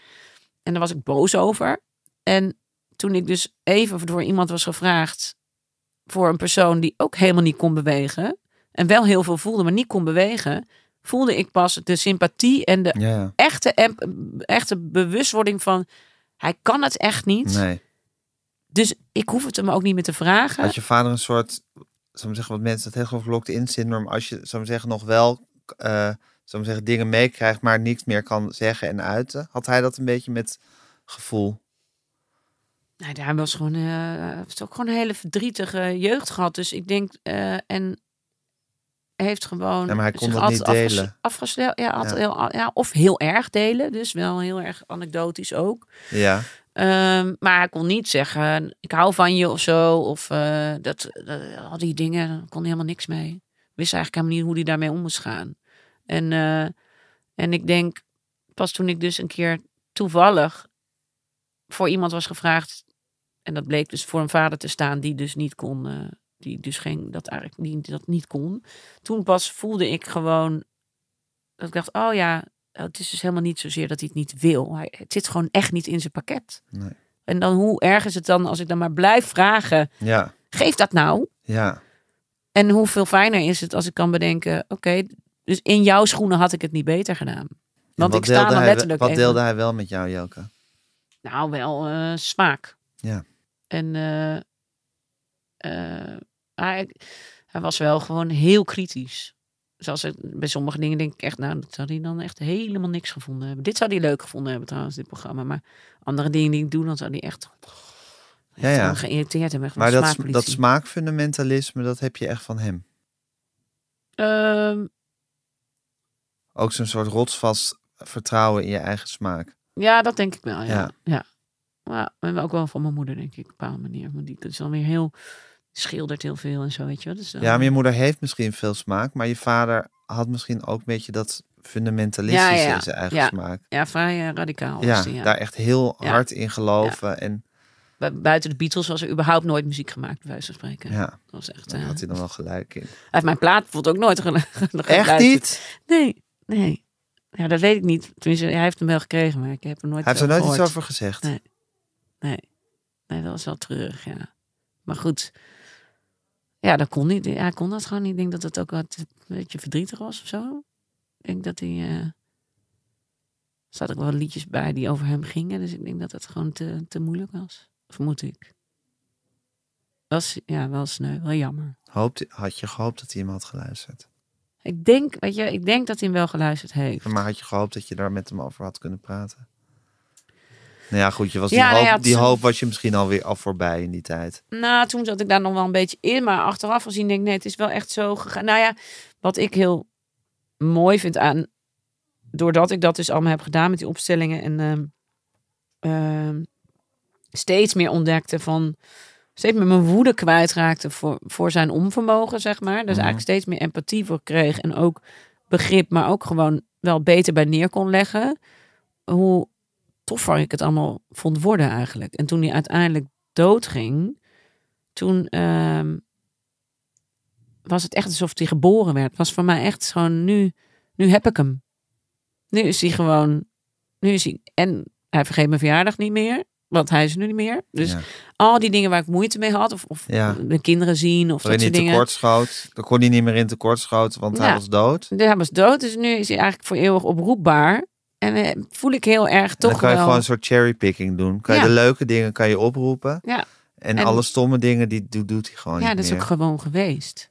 S2: En daar was ik boos over. En toen ik dus even door iemand was gevraagd... voor een persoon die ook helemaal niet kon bewegen... en wel heel veel voelde, maar niet kon bewegen... voelde ik pas de sympathie en de
S1: Ja, ja.
S2: echte, em- echte bewustwording van hij kan het echt niet.
S1: Nee.
S2: Dus ik hoef het hem ook niet meer te vragen.
S1: Had je vader een soort, zou ik zeggen, wat mensen dat heel geloof locked-in syndroom, als je, zou ik zeggen, nog wel, eh zou ik zeggen, dingen meekrijgt, maar niks meer kan zeggen en uiten? Had hij dat een beetje met gevoel?
S2: Nou, hij was gewoon, eh, hij heeft ook gewoon een hele verdrietige jeugd gehad. Dus ik denk, eh, en heeft gewoon.
S1: Ja, maar hij kon
S2: zich
S1: dat niet
S2: altijd afges-
S1: delen.
S2: afgesloten- ja, had
S1: Ja.
S2: Heel, a- ja, of heel erg delen. Dus wel heel erg anekdotisch ook.
S1: Ja,
S2: Ehm, maar hij kon niet zeggen, ik hou van je of zo. Of eh, dat, dat- al die dingen, daar kon hij helemaal niks mee. Wist eigenlijk helemaal niet hoe hij daarmee om moest gaan. En, eh, en ik denk, pas toen ik dus een keer toevallig voor iemand was gevraagd. En dat bleek dus voor een vader te staan die dus niet kon. eh, die dus geen, dat eigenlijk niet, dat niet kon. Toen pas voelde ik gewoon. Dat ik dacht, oh ja, het is dus helemaal niet zozeer dat hij het niet wil. Hij, het zit gewoon echt niet in zijn pakket.
S1: Nee.
S2: En dan hoe erg is het dan als ik dan maar blijf vragen.
S1: ja,
S2: Geef dat nou.
S1: ja.
S2: En hoeveel fijner is het als ik kan bedenken. Oké, dus in jouw schoenen had ik het niet beter gedaan.
S1: En
S2: Want
S1: wat
S2: ik sta
S1: deelde
S2: dan
S1: hij-
S2: letterlijk
S1: Wat
S2: even-
S1: deelde hij wel met jou, Jelke?
S2: Nou, wel eh, smaak.
S1: Ja.
S2: En eh, eh, hij, hij was wel gewoon heel kritisch. Zoals het, bij sommige dingen denk ik echt, nou, dat zou hij dan echt helemaal niks gevonden hebben. Dit zou hij leuk gevonden hebben trouwens, dit programma. Maar andere dingen die ik doe, dan zou hij echt,
S1: Ja,
S2: echt
S1: ja.
S2: gewoon geïrriteerd hebben. Echt
S1: Maar
S2: een
S1: dat,
S2: smaakpolitie.
S1: dat smaakfundamentalisme, dat heb je echt van hem.
S2: Ehm,
S1: Ook zo'n soort rotsvast vertrouwen in je eigen smaak.
S2: Ja, dat denk ik wel. Ja.
S1: Ja.
S2: ja. Maar, en ook wel van mijn moeder, denk ik, op een bepaalde manier. Want die is dan weer heel. schildert heel veel en zo, weet je wel. Dus dan-
S1: Ja, maar je moeder heeft misschien veel smaak, maar je vader had misschien ook een beetje dat fundamentalistische
S2: Ja, ja, ja.
S1: in zijn eigen
S2: Ja.
S1: smaak.
S2: ja, vrij eh, radicaal. was
S1: Ja,
S2: die, ja.
S1: daar echt heel
S2: Ja.
S1: hard in geloven. En
S2: Bu- Buiten de Beatles was er überhaupt nooit muziek gemaakt, bij wijze van spreken.
S1: ja,
S2: Dat was echt,
S1: daar
S2: eh,
S1: had hij dan wel gelijk in.
S2: Hij heeft mijn plaat bijvoorbeeld ook nooit *laughs* gelu- geluisterd.
S1: Echt niet?
S2: Nee, nee. Ja, dat weet ik niet. Tenminste, hij heeft hem wel gekregen, maar ik heb hem nooit
S1: Hij
S2: eh,
S1: heeft er nooit iets
S2: gehoord.
S1: over gezegd.
S2: Nee. Nee, dat was wel treurig, ja. Maar goed. Ja, dat kon niet. Hij kon dat gewoon niet. Ik denk dat dat ook wat een beetje verdrietig was of zo. Ik denk dat hij... eh, Er zaten ook wel liedjes bij die over hem gingen. Dus ik denk dat dat gewoon te, te moeilijk was. Vermoed ik. Was, ja, wel sneu. Wel jammer.
S1: Hoopte, had je gehoopt dat hij hem had geluisterd?
S2: Ik denk, weet je, ik denk dat hij hem wel geluisterd heeft.
S1: Maar had je gehoopt dat je daar met hem over had kunnen praten? Nou ja, goed, je was
S2: Ja,
S1: die,
S2: nou
S1: hoop,
S2: ja, het
S1: die
S2: is-
S1: hoop was je misschien alweer al voorbij in die tijd.
S2: Nou, toen zat ik daar nog wel een beetje in. Maar achteraf gezien denk ik, nee, het is wel echt zo gegaan. Nou ja, wat ik heel mooi vind aan... Doordat ik dat dus allemaal heb gedaan met die opstellingen. En ehm, ehm, steeds meer ontdekte van... steeds meer mijn woede kwijtraakte voor, voor zijn onvermogen, zeg maar. Dus eigenlijk steeds meer empathie voor kreeg. En ook begrip, maar ook gewoon wel beter bij neer kon leggen. Hoe toffer ik het allemaal vond worden eigenlijk. En toen hij uiteindelijk doodging, toen ehm, was het echt alsof hij geboren werd. Was voor mij echt gewoon nu, nu heb ik hem. Nu is hij gewoon, nu is hij, en hij vergeet mijn verjaardag niet meer. Want hij is er nu niet meer. Dus
S1: ja.
S2: al die dingen waar ik moeite mee had. Of, of
S1: Ja.
S2: de kinderen zien of
S1: Waarin
S2: dat
S1: hij
S2: soort dingen.
S1: tekortschoot. Daar kon hij niet meer in tekortschoten, want hij
S2: Ja.
S1: was dood.
S2: Ja, Hij was dood, dus nu is hij eigenlijk voor eeuwig oproepbaar. En eh, voel ik heel erg
S1: En
S2: toch
S1: dan kan je
S2: wel...
S1: gewoon een soort cherrypicking doen. Kan je
S2: Ja.
S1: de leuke dingen kan je oproepen.
S2: Ja.
S1: En,
S2: En-
S1: alle stomme dingen, die do- doet hij gewoon
S2: ja,
S1: niet
S2: dat is
S1: meer.
S2: ook gewoon geweest.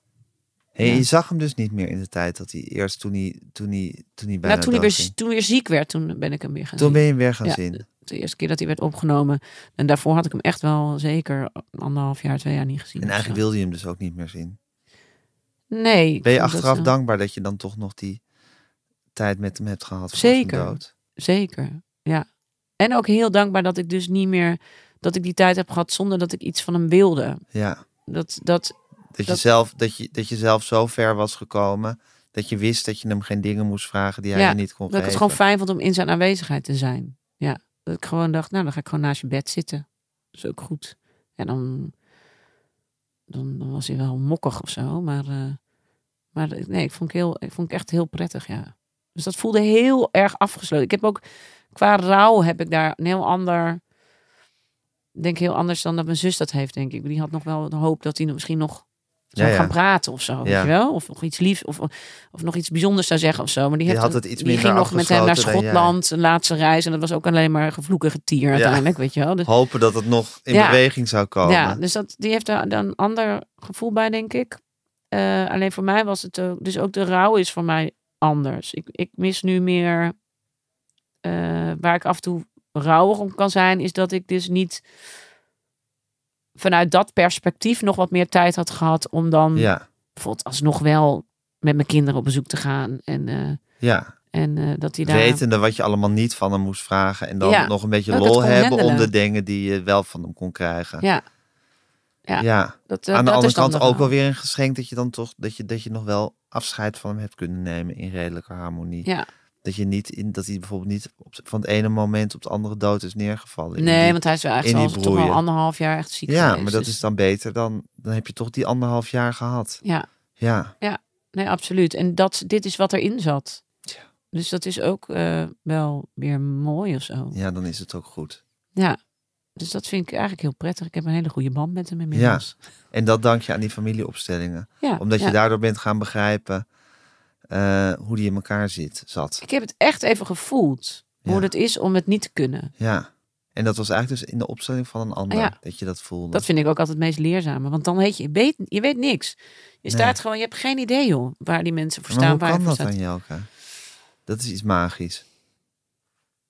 S1: En je
S2: ja.
S1: zag hem dus niet meer in de tijd dat hij eerst toen hij, toen hij, toen hij bijna
S2: Nou, toen, hij
S1: dood
S2: weer,
S1: ging.
S2: toen hij weer ziek werd, toen ben ik hem weer gaan
S1: Toen
S2: zien.
S1: ben je hem weer gaan
S2: Ja.
S1: zien.
S2: De eerste keer dat hij werd opgenomen. En daarvoor had ik hem echt wel zeker anderhalf jaar, twee jaar niet gezien.
S1: En
S2: of
S1: eigenlijk wilde je hem dus ook niet meer zien.
S2: zo. Nee. ik
S1: Ben je
S2: vond dat,
S1: achteraf
S2: eh,
S1: dankbaar dat je dan toch nog die tijd met hem hebt gehad? voor
S2: Zeker.
S1: zijn dood?
S2: Zeker, ja. En ook heel dankbaar dat ik dus niet meer... Dat ik die tijd heb gehad zonder dat ik iets van hem wilde.
S1: Ja.
S2: Dat, dat,
S1: Dat, Je
S2: Dat-
S1: zelf, dat, je, dat je zelf zo ver was gekomen dat je wist dat je hem geen dingen moest vragen die hij
S2: Ja,
S1: je niet kon
S2: Dat ik het
S1: geven.
S2: gewoon fijn vond om in zijn aanwezigheid te zijn. Ja. Dat ik gewoon dacht, nou dan ga ik gewoon naast je bed zitten. Dat is ook goed. En dan, dan, dan was hij wel mokkig of zo. Maar, eh, maar nee, ik vond, het heel, ik vond het echt heel prettig, ja. Dus dat voelde heel erg afgesloten. Ik heb ook, qua rouw heb ik daar een heel ander... Denk heel anders dan dat mijn zus dat heeft, denk ik. Die had nog wel de hoop dat hij misschien nog zou
S1: Ja, ja.
S2: gaan praten of zo. Weet
S1: Ja.
S2: je wel? Of nog iets liefs, of, of nog iets bijzonders zou zeggen of zo. Maar die
S1: Je
S2: heeft
S1: had
S2: een-
S1: het iets
S2: die
S1: minder
S2: ging nog met hem naar
S1: afgesloten dan jij.
S2: Schotland, een laatste reis. En dat was ook alleen maar gevloeken getier uiteindelijk, weet je wel. Dus,
S1: Hopen dat het nog in
S2: Ja.
S1: beweging zou komen.
S2: ja, dus dat, die heeft daar dan een ander gevoel bij, denk ik. Eh, alleen voor mij was het ook... Dus ook de rouw is voor mij anders. Ik, ik mis nu meer... eh, waar ik af en toe rouwig om kan zijn, is dat ik dus niet... Vanuit dat perspectief nog wat meer tijd had gehad om dan
S1: ja.
S2: bijvoorbeeld alsnog wel met mijn kinderen op bezoek te gaan. En, eh,
S1: ja.
S2: en eh, dat hij daar...
S1: Wetende wat je allemaal niet van hem moest vragen. En dan
S2: Ja,
S1: nog een beetje
S2: dat ik het
S1: lol
S2: kon
S1: hebben om de
S2: handelen.
S1: dingen die je wel van hem kon krijgen.
S2: Ja. Ja. Dat, eh,
S1: Aan de
S2: dat
S1: andere
S2: is dan
S1: kant
S2: de
S1: ook
S2: rouw.
S1: wel weer een geschenk dat je dan toch dat je, dat je nog wel afscheid van hem hebt kunnen nemen in redelijke harmonie.
S2: Ja.
S1: Dat je niet in dat hij bijvoorbeeld niet op, van het ene moment op het andere dood is neergevallen. in
S2: Nee,
S1: die-
S2: want hij is wel
S1: in die
S2: eigenlijk al, toch wel
S1: broeien.
S2: anderhalf jaar echt ziek
S1: ja,
S2: geweest,
S1: maar dat
S2: dus-
S1: is dan beter dan dan heb je toch die anderhalf jaar gehad.
S2: Ja,
S1: Ja,
S2: nee, absoluut. En dat, dit is wat erin zat.
S1: Tja.
S2: Dus dat is ook eh, wel weer mooi of zo.
S1: ja, dan is het ook goed.
S2: Ja. Dus dat vind ik eigenlijk heel prettig. Ik heb een hele goede band met hem inmiddels.
S1: En dat dank je aan die familieopstellingen,
S2: Ja.
S1: omdat
S2: ja.
S1: je daardoor bent gaan begrijpen eh, hoe die in elkaar zit, zat.
S2: Ik heb het echt even gevoeld.
S1: Ja.
S2: Hoe het is om het niet te kunnen.
S1: Ja. En dat was eigenlijk dus in de opstelling van een ander
S2: Ja.
S1: dat je dat voelde.
S2: Dat vind ik ook altijd het meest leerzame. Want dan weet je, je weet, je weet niks. Je staat gewoon, je hebt geen idee joh, waar die mensen voor
S1: maar
S2: staan.
S1: hoe
S2: Waar je
S1: kan
S2: voor
S1: dat
S2: staat.
S1: dan, Jelke? Dat is iets magisch.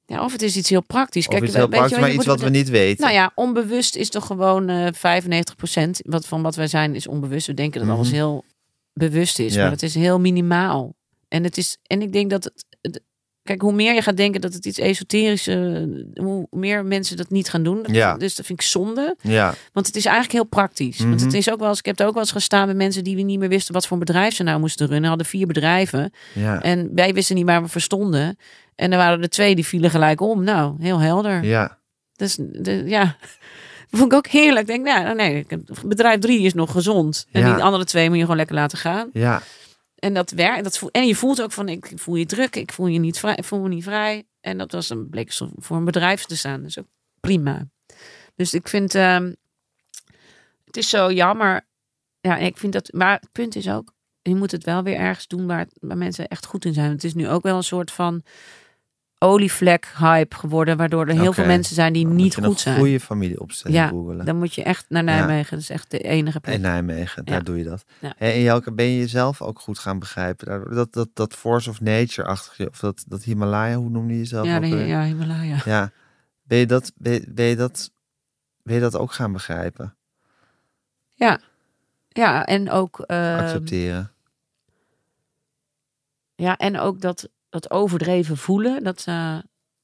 S2: Ja, of het is iets heel praktisch.
S1: Of
S2: Dus Kijk,
S1: iets
S2: we-
S1: heel
S2: weet je
S1: praktisch,
S2: wel, je
S1: maar
S2: moet-
S1: iets wat we niet weten.
S2: Nou ja, onbewust is toch gewoon eh 95% wat, van wat wij zijn is onbewust. We denken dat
S1: Mhm.
S2: alles heel bewust is,
S1: Ja.
S2: maar het is heel minimaal. En, het is, en ik denk dat het, het- Kijk, hoe meer je gaat denken dat het iets esoterisch... eh, hoe meer mensen dat niet gaan doen. Dat-
S1: Ja.
S2: Dus dat vind ik zonde.
S1: Ja,
S2: Want het is eigenlijk heel praktisch. Want het
S1: Mhm.
S2: is ook wel eens... Ik heb er ook wel eens gestaan bij mensen die we niet meer wisten... wat voor een bedrijf ze nou moesten runnen. Hadden vier bedrijven.
S1: ja,
S2: En wij wisten niet waar we verstonden. En er waren er twee die vielen gelijk om. Nou, heel helder.
S1: ja.
S2: Dus de, ja, *laughs* dat vond ik ook heerlijk. Ik denk, nou nee, ik heb- bedrijf drie is nog gezond. En
S1: Ja.
S2: die andere twee moet je gewoon lekker laten gaan.
S1: ja.
S2: En dat werkt. Dat voel, en je voelt ook van, ik voel je druk. Ik voel, je niet vrij, ik voel me niet vrij. En dat was een, bleek zo voor een bedrijf te staan. Dus ook prima. Dus ik vind, ehm, het is zo jammer. Ja, en ik vind dat, maar het punt is ook, je moet het wel weer ergens doen waar, het- waar mensen echt goed in zijn. Het is nu ook wel een soort van olievlek-hype geworden, waardoor er heel
S1: Oké.
S2: veel mensen zijn die
S1: Dan moet
S2: niet
S1: je een
S2: goed zijn.
S1: goede familieopstelling
S2: Ja,
S1: googelen.
S2: Dan moet je echt naar Nijmegen. Dat is echt de enige plek.
S1: In Nijmegen, daar
S2: Ja.
S1: doe je dat.
S2: Ja.
S1: En Jelke, ben je jezelf ook goed gaan begrijpen? Daardoor- Dat, dat, dat force of nature-achtig, of dat, dat Himalaya, hoe noemde je jezelf
S2: ja,
S1: ook
S2: de,
S1: alweer?
S2: ja, Himalaya.
S1: Ja. Ben je dat, ben, je- ben je dat, ben je dat ook gaan begrijpen?
S2: Ja, en ook, ehm,
S1: Accepteren?
S2: ja, en ook dat, dat overdreven voelen. Dat, eh,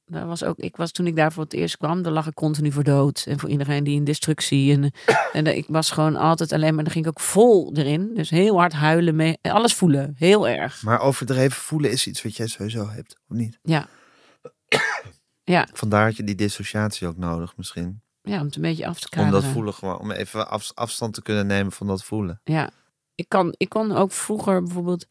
S2: Daar was ook, ik was, toen ik daar voor het eerst kwam, daar lag ik continu voor dood. En voor iedereen die in destructie. En, *coughs* en ik was gewoon altijd alleen maar, daar ging ik ook vol erin. Dus heel hard huilen, mee, alles voelen, heel erg.
S1: Maar overdreven voelen is iets wat jij sowieso hebt, of niet?
S2: Ja. Ja.
S1: Vandaar had je die dissociatie ook nodig misschien.
S2: Ja, om het een beetje af te
S1: Om
S2: kaderen.
S1: dat voelen gewoon, om even af- afstand te kunnen nemen van dat voelen.
S2: Ja, ik, kan, ik kon ook vroeger bijvoorbeeld,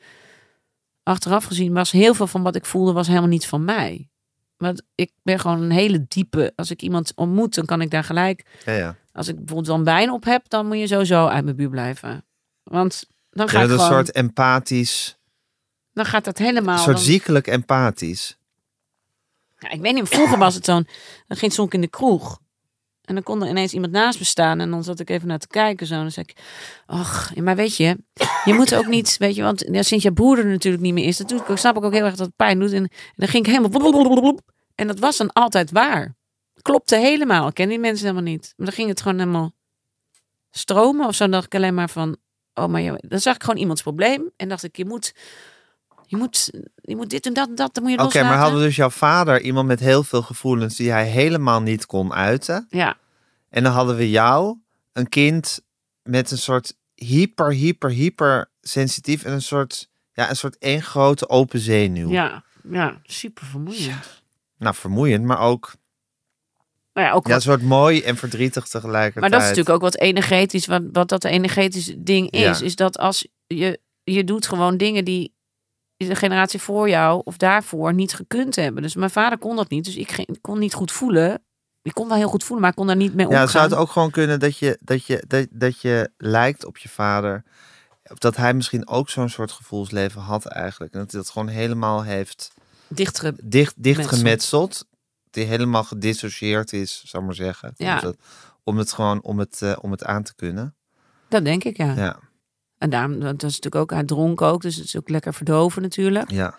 S2: achteraf gezien, was heel veel van wat ik voelde, was helemaal niet van mij. Want ik ben gewoon een hele diepe. Als ik iemand ontmoet, dan kan ik daar gelijk
S1: Ja, ja.
S2: Als ik bijvoorbeeld wel een wijn op heb, dan moet je sowieso uit mijn buurt blijven. Want dan,
S1: ja
S2: ga ik
S1: dat is een
S2: gewoon,
S1: soort empathisch,
S2: dan gaat dat helemaal...
S1: een soort
S2: dan-
S1: ziekelijk empathisch.
S2: Ja, ik weet niet, vroeger was het zo'n... Dan ging Sonk in de kroeg. En dan kon er ineens iemand naast me staan. En dan zat ik even naar te kijken zo. En dan zei ik, ach, ja, maar weet je... Je moet ook niet, weet je, want ja, sinds je broer er natuurlijk niet meer is... Dat doet, ik ook- snap ik ook heel erg dat het pijn doet. En, en dan ging ik helemaal... blablabla. En dat was dan altijd waar. Klopte helemaal. Ik ken die mensen helemaal niet. Maar dan ging het gewoon helemaal stromen of zo. Dan dacht ik alleen maar van... Oh, maar joh, dan zag ik gewoon iemands probleem. En dacht ik, je moet... Je moet, je moet dit en dat en dat, dan moet je
S1: Oké,
S2: loslaten.
S1: maar hadden we dus jouw vader iemand met heel veel gevoelens die hij helemaal niet kon uiten.
S2: Ja,
S1: En dan hadden we jou, een kind met een soort hyper, hyper, hyper sensitief en een soort, ja, een soort één grote open zenuw.
S2: Ja, ja super vermoeiend.
S1: Nou, vermoeiend, maar ook
S2: Nou ja, ook
S1: ja, een
S2: wat-
S1: soort mooi en verdrietig tegelijkertijd.
S2: maar dat is natuurlijk ook wat energetisch, wat, wat dat energetisch ding is.
S1: Ja.
S2: Is dat als je, je doet gewoon dingen die de generatie voor jou of daarvoor niet gekund hebben. Dus mijn vader kon dat niet, dus ik ging- kon niet goed voelen. Ik kon wel heel goed voelen, maar ik kon daar niet mee omgaan.
S1: Ja, zou het ook gewoon kunnen dat je, dat je, dat, dat je lijkt op je vader. Of dat hij misschien ook zo'n soort gevoelsleven had eigenlijk. En dat hij dat gewoon helemaal heeft
S2: Dichtere,
S1: dicht, dicht
S2: Metsel.
S1: gemetseld. Die helemaal gedissocieerd is, zou ik maar zeggen.
S2: Ja.
S1: Om, het, om het gewoon om het, eh, om het aan te kunnen.
S2: dat denk ik, ja.
S1: Ja,
S2: En daarom, dat is natuurlijk ook, hij dronk ook, dus het is ook lekker verdoven natuurlijk.
S1: ja.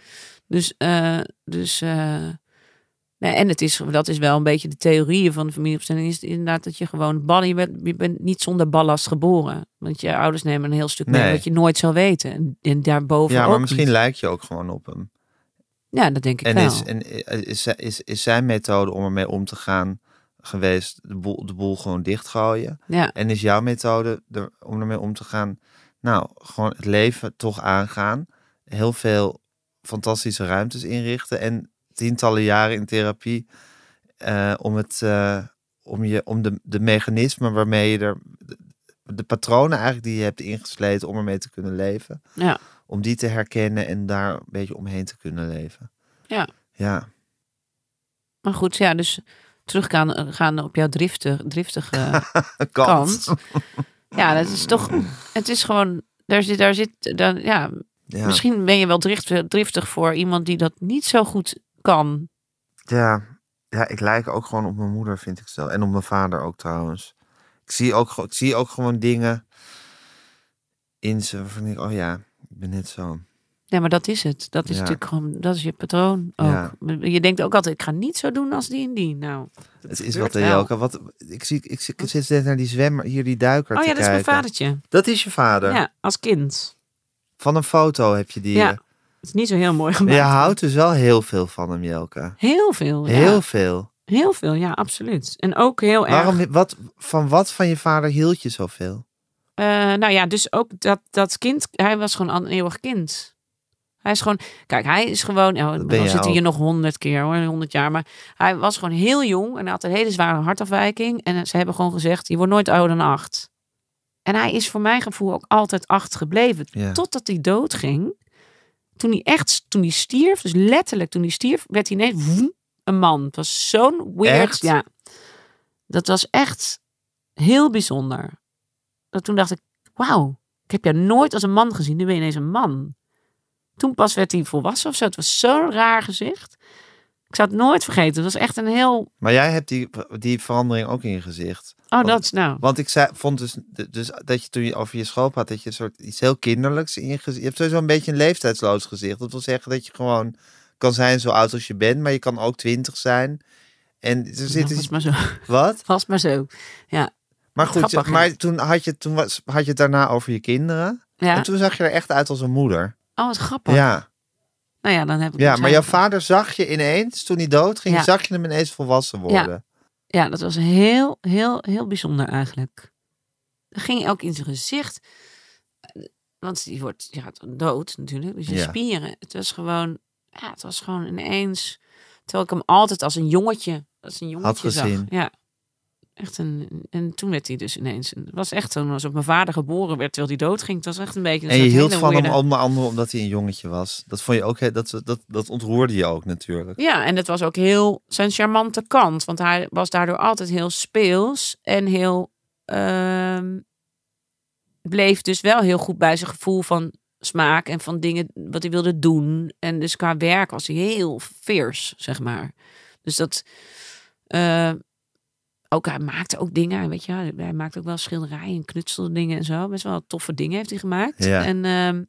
S2: Dus, eh, dus eh, nee, en het is, dat is wel een beetje de theorieën van de familieopstelling. Is het inderdaad dat je gewoon ballen, je bent, je bent niet zonder ballast geboren. Want je ouders nemen een heel stuk mee
S1: Nee.
S2: wat je nooit zal weten. En, en daarboven
S1: ja
S2: ook
S1: maar misschien
S2: niet.
S1: lijk je ook gewoon op hem.
S2: Ja, dat denk ik
S1: En,
S2: wel.
S1: is, en eh, is, is, is zijn methode om ermee om te gaan geweest de boel, de boel gewoon dichtgooien?
S2: ja,
S1: En is jouw methode er, om ermee om te gaan? Nou, gewoon het leven toch aangaan. Heel veel fantastische ruimtes inrichten. En tientallen jaren in therapie eh, om, het, eh, om, je, om de, de mechanismen waarmee je er. De, de patronen eigenlijk die je hebt ingesleten om ermee te kunnen leven.
S2: Ja.
S1: Om die te herkennen en daar een beetje omheen te kunnen leven.
S2: Ja.
S1: Ja.
S2: maar goed, ja, dus teruggaan gaan op jouw driftig,
S1: *laughs*
S2: driftige
S1: Kant.
S2: kant. Ja, dat is toch, het is gewoon, daar zit, daar zit, dan, ja,
S1: *laughs* Ja.
S2: misschien ben je wel drift- driftig voor iemand die dat niet zo goed kan.
S1: Ja, ja, ik lijk ook gewoon op mijn moeder, vind ik zo. En op mijn vader ook trouwens. Ik zie ook, ge- ik zie ook gewoon dingen in ze waarvan ik, oh ja, ik ben net zo.
S2: Nee, maar dat is het. Dat is
S1: Ja.
S2: natuurlijk gewoon, dat is je patroon ook.
S1: Ja.
S2: Je denkt ook altijd, ik ga niet zo doen als die en die. Nou, dat
S1: Het is
S2: gebeurt
S1: wat,
S2: wel.
S1: Jelke. Wat, ik, zie, ik, zie, ik zit net naar die zwemmer, hier die duiker
S2: Oh
S1: te
S2: ja, dat is mijn
S1: kijken.
S2: vadertje.
S1: Dat is je vader.
S2: Ja, als kind.
S1: Van een foto heb je die.
S2: Ja,
S1: eh,
S2: Het is niet zo heel mooi
S1: maar
S2: gemaakt.
S1: je houdt dus wel heel veel van hem, Jelke.
S2: Heel veel. Ja.
S1: Heel
S2: Heel...
S1: veel.
S2: veel, ja, absoluut. En ook heel erg.
S1: Waarom, wat, van wat van je vader hield je zoveel?
S2: Eh, nou ja, dus ook dat, dat kind, hij was gewoon een eeuwig kind. Hij is gewoon, kijk, hij is gewoon, oh,
S1: ben
S2: dan
S1: jij
S2: zit hij
S1: ook.
S2: hier nog honderd keer hoor, honderd jaar. Maar hij was gewoon heel jong en had een hele zware hartafwijking. En ze hebben gewoon gezegd, je wordt nooit ouder dan acht. En hij is voor mijn gevoel ook altijd acht gebleven.
S1: Ja.
S2: Totdat hij doodging. Toen hij echt, toen hij stierf, dus letterlijk toen hij stierf, werd hij ineens woem, een man. Het was zo'n weird.
S1: Echt?
S2: Ja. Dat was echt heel bijzonder. Dat toen dacht ik, wauw, ik heb jou nooit als een man gezien. Nu ben je ineens een man. Toen pas werd hij volwassen of zo. Het was zo'n raar gezicht. Ik zou het nooit vergeten. Het was echt een heel...
S1: Maar jij hebt die, die verandering ook in je gezicht.
S2: Oh, dat nou.
S1: Want ik zei, vond dus, dus dat je toen je over je school had, dat je een soort iets heel kinderlijks in je gezicht. Je hebt sowieso een beetje een leeftijdsloos gezicht. Dat wil zeggen dat je gewoon kan zijn zo oud als je bent, maar je kan ook twintig zijn. En er zit
S2: Nou, was
S1: iets.
S2: maar zo. *laughs*
S1: Wat?
S2: Was maar zo.
S1: Maar goed,
S2: Grappig, hè?
S1: maar toen, had je, toen was, had je het daarna over je kinderen.
S2: Ja.
S1: En toen zag je er echt uit als een moeder.
S2: Oh, wat grappig.
S1: Ja.
S2: Nou ja, dan heb ik
S1: Ja,
S2: nog
S1: maar jouw
S2: zijn-
S1: vader zag je ineens, toen hij dood ging,
S2: Ja.
S1: zag je hem ineens volwassen worden.
S2: Ja, dat was heel, heel, heel bijzonder eigenlijk. Er ging elk in zijn gezicht. eh, Want die wordt ja, dood natuurlijk. Dus je
S1: Ja.
S2: spieren. Het was gewoon, ja, het was gewoon ineens. Terwijl ik hem altijd als een jongetje, als een jongetje
S1: gezien.
S2: zag. Ja. Echt een, en toen werd hij dus ineens. Het was echt zo'n alsof mijn vader geboren werd terwijl hij dood ging. Het was echt een beetje. een
S1: En je
S2: soort
S1: hield
S2: hele
S1: van hem
S2: weirde-
S1: onder andere omdat hij een jongetje was. Dat vond je ook, hè, dat, dat, dat ontroerde je ook natuurlijk.
S2: Ja, en dat was ook heel zijn charmante kant. Want hij was daardoor altijd heel speels en heel. ehm, bleef dus wel heel goed bij zijn gevoel van smaak en van dingen wat hij wilde doen. En dus qua werk was hij heel fierce, zeg maar. Dus dat. eh, ook hij maakte ook dingen, weet je, wel. hij maakte ook wel schilderijen en knutselde dingen en zo. Best wel toffe dingen heeft hij gemaakt.
S1: Ja.
S2: En ehm,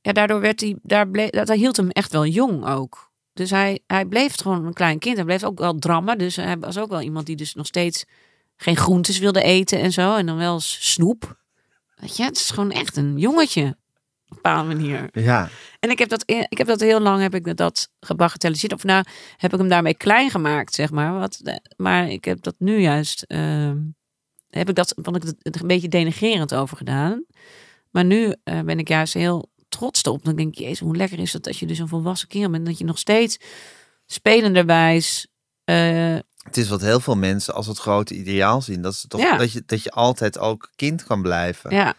S2: ja, daardoor werd hij, daar bleef, dat, dat hield hem echt wel jong ook. Dus hij, hij bleef gewoon een klein kind. Hij bleef ook wel drammen. Dus hij was ook wel iemand die dus nog steeds geen groentes wilde eten en zo. En dan wel s- snoep. Weet je, het is gewoon echt een jongetje. Op een bepaalde manier.
S1: Ja,
S2: En ik heb dat, ik heb dat heel lang heb ik dat gebagatelliseerd. Of nou heb ik hem daarmee klein gemaakt, zeg maar. Wat, eh, maar ik heb dat nu juist. ehm, heb ik dat, vond ik het- het een beetje denigerend over gedaan. Maar nu eh, ben ik juist heel trots op. Dan denk ik, jezus, hoe lekker is dat dat je dus een volwassen kerel bent. Dat je nog steeds spelenderwijs. eh,
S1: het is wat heel veel mensen als het grote ideaal zien. Dat, ze toch,
S2: Ja.
S1: dat, je, dat je altijd ook kind kan blijven.
S2: Ja,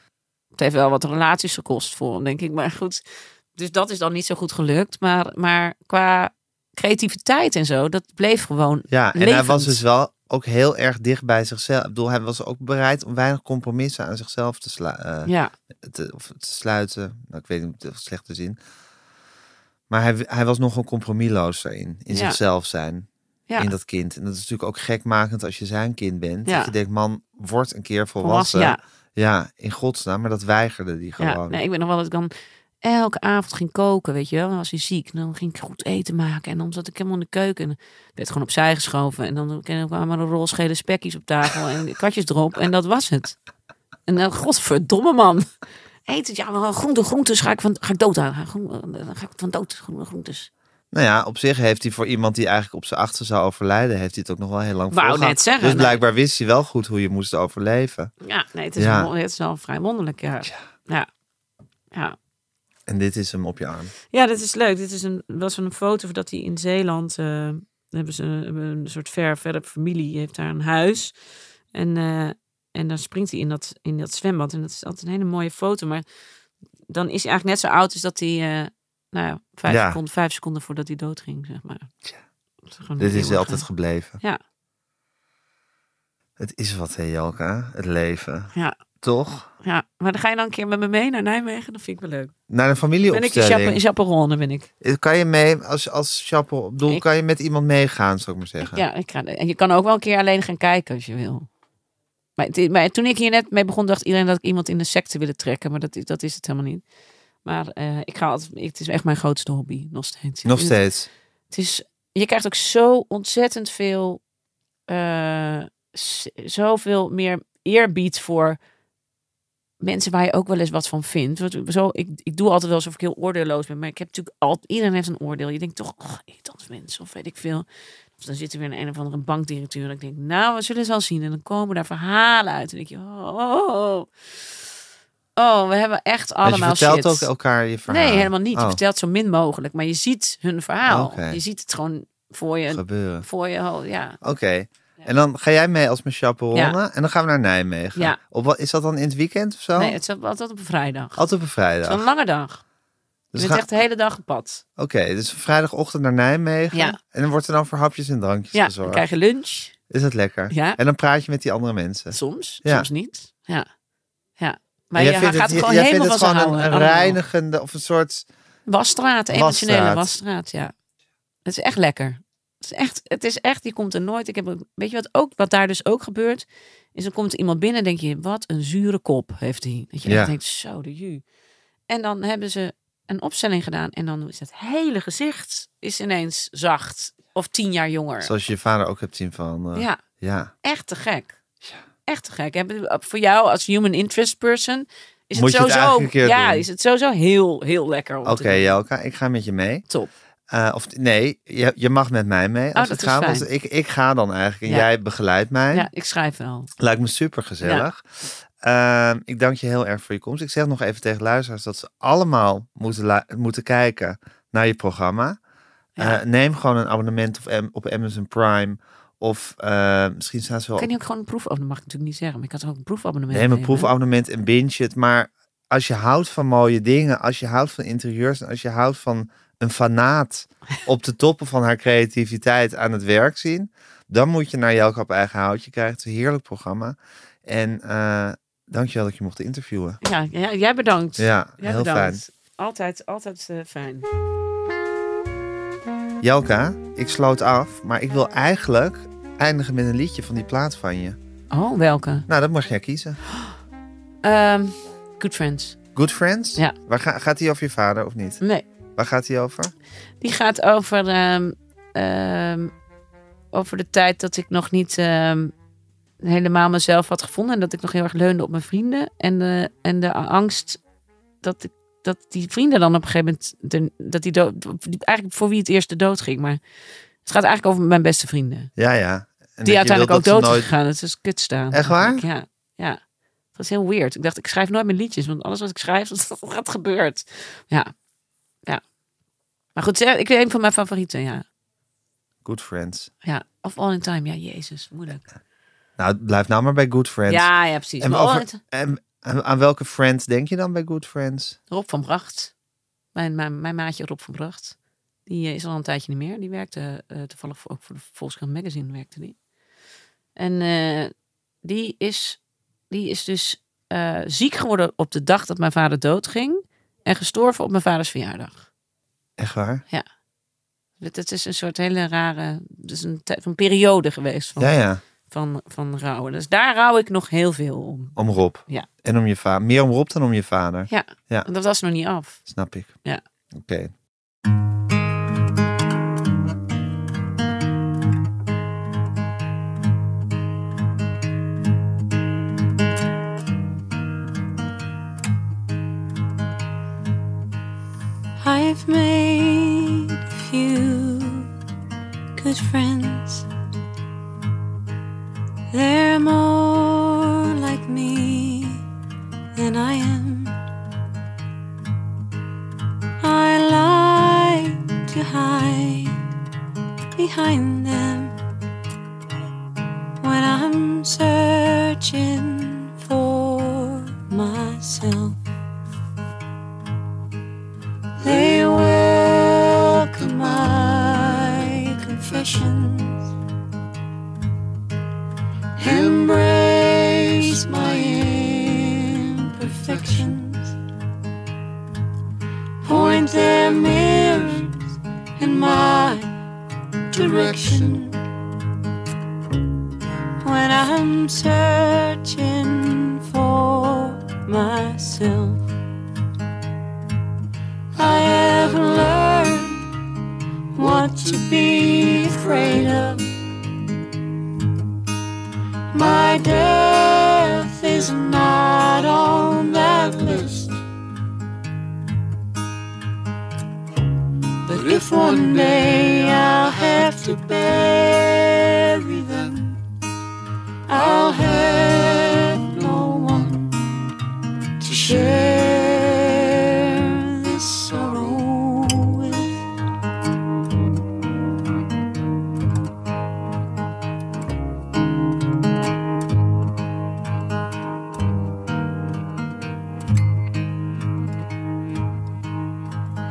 S2: het heeft wel wat relaties gekost voor hem, denk ik. Maar goed, dus dat is dan niet zo goed gelukt. Maar, maar qua creativiteit en zo, dat bleef gewoon.
S1: Ja, en hij
S2: Levend.
S1: was dus wel ook heel erg dicht bij zichzelf. Ik bedoel, hij was ook bereid om weinig compromissen aan zichzelf te, sla- eh,
S2: Ja,
S1: te, of te sluiten. Nou, ik weet niet, of slechte zin. Maar hij, hij was nogal compromisloos erin. In
S2: Ja.
S1: zichzelf zijn.
S2: ja.
S1: In dat kind. En dat is natuurlijk ook gekmakend als je zijn kind bent.
S2: Ja.
S1: Dat je denkt, man, word een keer volwassen.
S2: volwassen. Ja,
S1: Ja, in godsnaam. Maar dat weigerde die gewoon.
S2: ja. Nee, ik weet nog wel dat ik dan elke avond ging koken, weet je wel. Dan was hij ziek. En dan ging ik goed eten maken. En dan zat ik helemaal in de keuken. En werd gewoon opzij geschoven. En dan kwamen er rolschele spekkies op tafel. En katjes erop. En dat was het. En dan, godverdomme man. Eet het, ja, maar groente, groentes ga ik, van, ga ik dood aan. Ga ik groen- eh, Dan ga ik van dood, groene groentes.
S1: Nou ja, op zich heeft hij voor iemand die eigenlijk op zijn achter zou overlijden, heeft hij het ook nog wel heel lang
S2: Wou
S1: volgehouden.
S2: net zeggen,
S1: Dus
S2: nee.
S1: blijkbaar wist hij wel goed hoe je moest overleven.
S2: Ja, nee, het is,
S1: Ja.
S2: wel- het is wel vrij wonderlijk, ja. Ja. ja.
S1: En dit is hem op je arm.
S2: Ja, dit is leuk. Dit is een, was een foto dat hij in Zeeland. eh, hebben ze een, hebben een soort ver, verder familie. heeft daar een huis. En, eh, en dan springt hij in dat, in dat zwembad. En dat is altijd een hele mooie foto. Maar dan is hij eigenlijk net zo oud als dat hij. eh, nou ja, vijf,
S1: Ja.
S2: Seconden, vijf seconden voordat hij doodging, zeg maar. Dat is gewoon
S1: Dit
S2: een
S1: is
S2: eeuwige-
S1: altijd gebleven.
S2: Ja.
S1: Het is wat, hè, Jelka? Het leven.
S2: Ja.
S1: Toch?
S2: Ja, maar dan ga je dan een keer met me mee naar Nijmegen. Dat vind ik wel leuk.
S1: Naar een
S2: Ben ik in chaper- in
S1: familieopstelling.
S2: chaperone, ben ik.
S1: Kan je mee, als, als chaperon, bedoel,
S2: Ik-
S1: kan je met iemand meegaan, zou ik maar zeggen?
S2: Ja, ik ga, en je kan ook wel een keer alleen gaan kijken als je wil. Maar, het- maar toen ik hier net mee begon, dacht iedereen dat ik iemand in de secte wilde trekken. Maar dat, dat is het helemaal niet. Maar eh, ik ga altijd, ik- het is echt mijn grootste hobby, nog steeds.
S1: Nog
S2: Ik vind het-
S1: steeds.
S2: Het is, je krijgt ook zo ontzettend veel, eh, z- zoveel meer eerbied voor mensen waar je ook wel eens wat van vindt. Want zo, ik, ik doe altijd wel alsof ik heel oordeelloos ben, maar ik heb natuurlijk altijd, iedereen heeft een oordeel. Je denkt toch, oh, irritant mensen of weet ik veel. Of dan zit er weer een, een of andere bankdirecteur en ik denk, nou, we zullen het wel zien. En dan komen daar verhalen uit en ik denk je, oh, oh, oh. Oh, we hebben echt
S1: Want
S2: allemaal
S1: je vertelt
S2: shit.
S1: ook elkaar je verhaal.
S2: Nee, helemaal niet. Je
S1: Oh,
S2: vertelt zo min mogelijk, maar je ziet hun verhaal.
S1: Oké.
S2: Je ziet het gewoon voor je.
S1: gebeuren.
S2: Voor je oh, ja.
S1: Oké. En dan ga jij mee als mijn chaperone
S2: Ja.
S1: en dan gaan we naar Nijmegen.
S2: Ja.
S1: Op, wat- is dat dan in het weekend of zo?
S2: Nee, het is altijd op een vrijdag.
S1: Altijd op een
S2: Het
S1: vrijdag.
S2: is een lange dag. Je
S1: Dus
S2: bent
S1: ga-
S2: echt de hele dag op pad.
S1: Oké, dus vrijdagochtend naar Nijmegen.
S2: Ja.
S1: En dan wordt er dan voor hapjes en drankjes
S2: Ja, dan
S1: gezorgd.
S2: krijg je lunch.
S1: Is dat lekker?
S2: Ja.
S1: En dan praat je met die andere mensen.
S2: Soms,
S1: Ja.
S2: soms niet. Ja. ja. Maar
S1: En
S2: je
S1: jij
S2: gaat
S1: vindt
S2: het
S1: het-
S2: gewoon
S1: jij
S2: helemaal
S1: vindt
S2: van
S1: het
S2: ze
S1: gewoon
S2: houden. Oh.
S1: een, een
S2: allemaal.
S1: reinigende of een soort...
S2: Wasstraat, emotionele
S1: Wasstraat.
S2: wasstraat, ja. Het is echt lekker. Het is echt, het is echt, je komt er nooit. Ik heb, ook- weet je wat, ook, wat daar dus ook gebeurt? Is dan komt er iemand binnen en denk je, wat een zure kop heeft hij. Dat je
S1: Ja.
S2: echt denkt, zo de ju. En dan hebben ze een opstelling gedaan en dan is het hele gezicht is ineens zacht. Of tien jaar jonger.
S1: Zoals je je vader ook hebt zien van... eh,
S2: Ja,
S1: ja.
S2: eh, echt te gek. Echt te gek. Hebben- Voor jou als human interest person Is
S1: Moet
S2: het
S1: je het
S2: sowieso,
S1: eigenlijk een keer
S2: ja,
S1: doen?
S2: is het sowieso heel, heel lekker. om te
S1: Oké,
S2: doen.
S1: Jelka, ik ga met je mee.
S2: Top.
S1: Eh, of nee, je, je mag met mij mee. Als
S2: Oh, dat
S1: het
S2: is
S1: gaan,
S2: fijn.
S1: want ik, ik ga dan eigenlijk en
S2: Ja.
S1: jij begeleidt mij.
S2: Ja, ik schrijf wel.
S1: Lijkt me super gezellig. ik dank je heel erg voor je komst. Ik zeg nog even tegen luisteraars dat ze allemaal moeten, lu- moeten kijken naar je programma.
S2: Ja.
S1: Eh, neem gewoon een abonnement op, Am- op Amazon Prime. Of eh, misschien staan ze wel
S2: Kan
S1: op
S2: je ook gewoon een proefabonnement? Dat mag ik natuurlijk niet zeggen, maar ik had ook een proefabonnement.
S1: Neem een
S2: nemen.
S1: proefabonnement en binge het. Maar als je houdt van mooie dingen, als je houdt van interieurs en als je houdt van een
S2: *laughs*
S1: fanaat op de toppen van haar creativiteit aan het werk zien, dan moet je naar Jelka op eigen houtje krijgen. Het is een heerlijk programma. En eh dankjewel dat je mocht interviewen.
S2: Ja, ja, jij bedankt.
S1: Ja,
S2: Jij
S1: heel
S2: bedankt. Altijd, altijd eh, fijn.
S1: fijn. Jelka, ik sloot af, maar ik wil eigenlijk eindigen met een liedje van die plaat van je.
S2: Oh, welke?
S1: Nou, dat mag jij kiezen.
S2: Ehm, good Friends.
S1: Good Friends?
S2: Ja.
S1: Waar ga- gaat die over je vader of niet?
S2: Nee,
S1: Waar gaat die over?
S2: die gaat over, ehm, ehm, over de tijd dat ik nog niet ehm, helemaal mezelf had gevonden. En dat ik nog heel erg leunde op mijn vrienden. En de, en de angst dat, ik, dat die vrienden dan op een gegeven moment... de- dat die dood, eigenlijk voor wie het eerst de dood ging. Maar het gaat eigenlijk over mijn beste vrienden.
S1: Ja, ja. En
S2: die
S1: dat je wil
S2: uiteindelijk ook
S1: dat ze
S2: dood
S1: nooit-
S2: is gegaan. Het is kut staan.
S1: Echt waar?
S2: Ja, ja. Dat is heel weird. Ik dacht, ik schrijf nooit mijn liedjes. Want alles wat ik schrijf, *laughs* dat gaat gebeurd. Ja. Ja. Maar goed, ze- ik weet een van mijn favorieten, ja.
S1: Good Friends.
S2: Ja. Of All in Time. Ja, jezus. Moeilijk.
S1: Nou, blijf nou maar bij Good Friends.
S2: Ja, ja, precies.
S1: En
S2: Maar
S1: over-
S2: All in Time-
S1: En, en aan welke friends denk je dan bij Good Friends?
S2: Rob van Bracht. Mijn, mijn, mijn maatje Rob van Bracht. Die eh, is al een tijdje niet meer. Die werkte eh, toevallig voor- ook voor de Volkskrant Magazine werkte die. En eh, die, is, die is dus eh, ziek geworden op de dag dat mijn vader doodging. En gestorven op mijn vaders verjaardag.
S1: Echt waar?
S2: Het, het is een soort hele rare... Het is een, tijd- een periode geweest van,
S1: Ja, ja.
S2: van, van rouwen. Dus daar rouw ik nog heel veel om.
S1: Om Rob.
S2: Ja.
S1: En om je vader. Meer om Rob dan om je vader.
S2: Ja,
S1: Ja.
S2: dat was nog niet af.
S1: Snap ik.
S2: Ja.
S1: Oké.
S3: I've made a few good friends. They're more like me than I am. I like to hide behind them when I'm searching for myself. They welcome my confessions, embrace my imperfections, point their mirrors in my direction. When I'm searching for myself. I have learned what to be afraid of. My death is not on that list. But if one day I'll have to bury them, I'll have no one to share this sorrow with.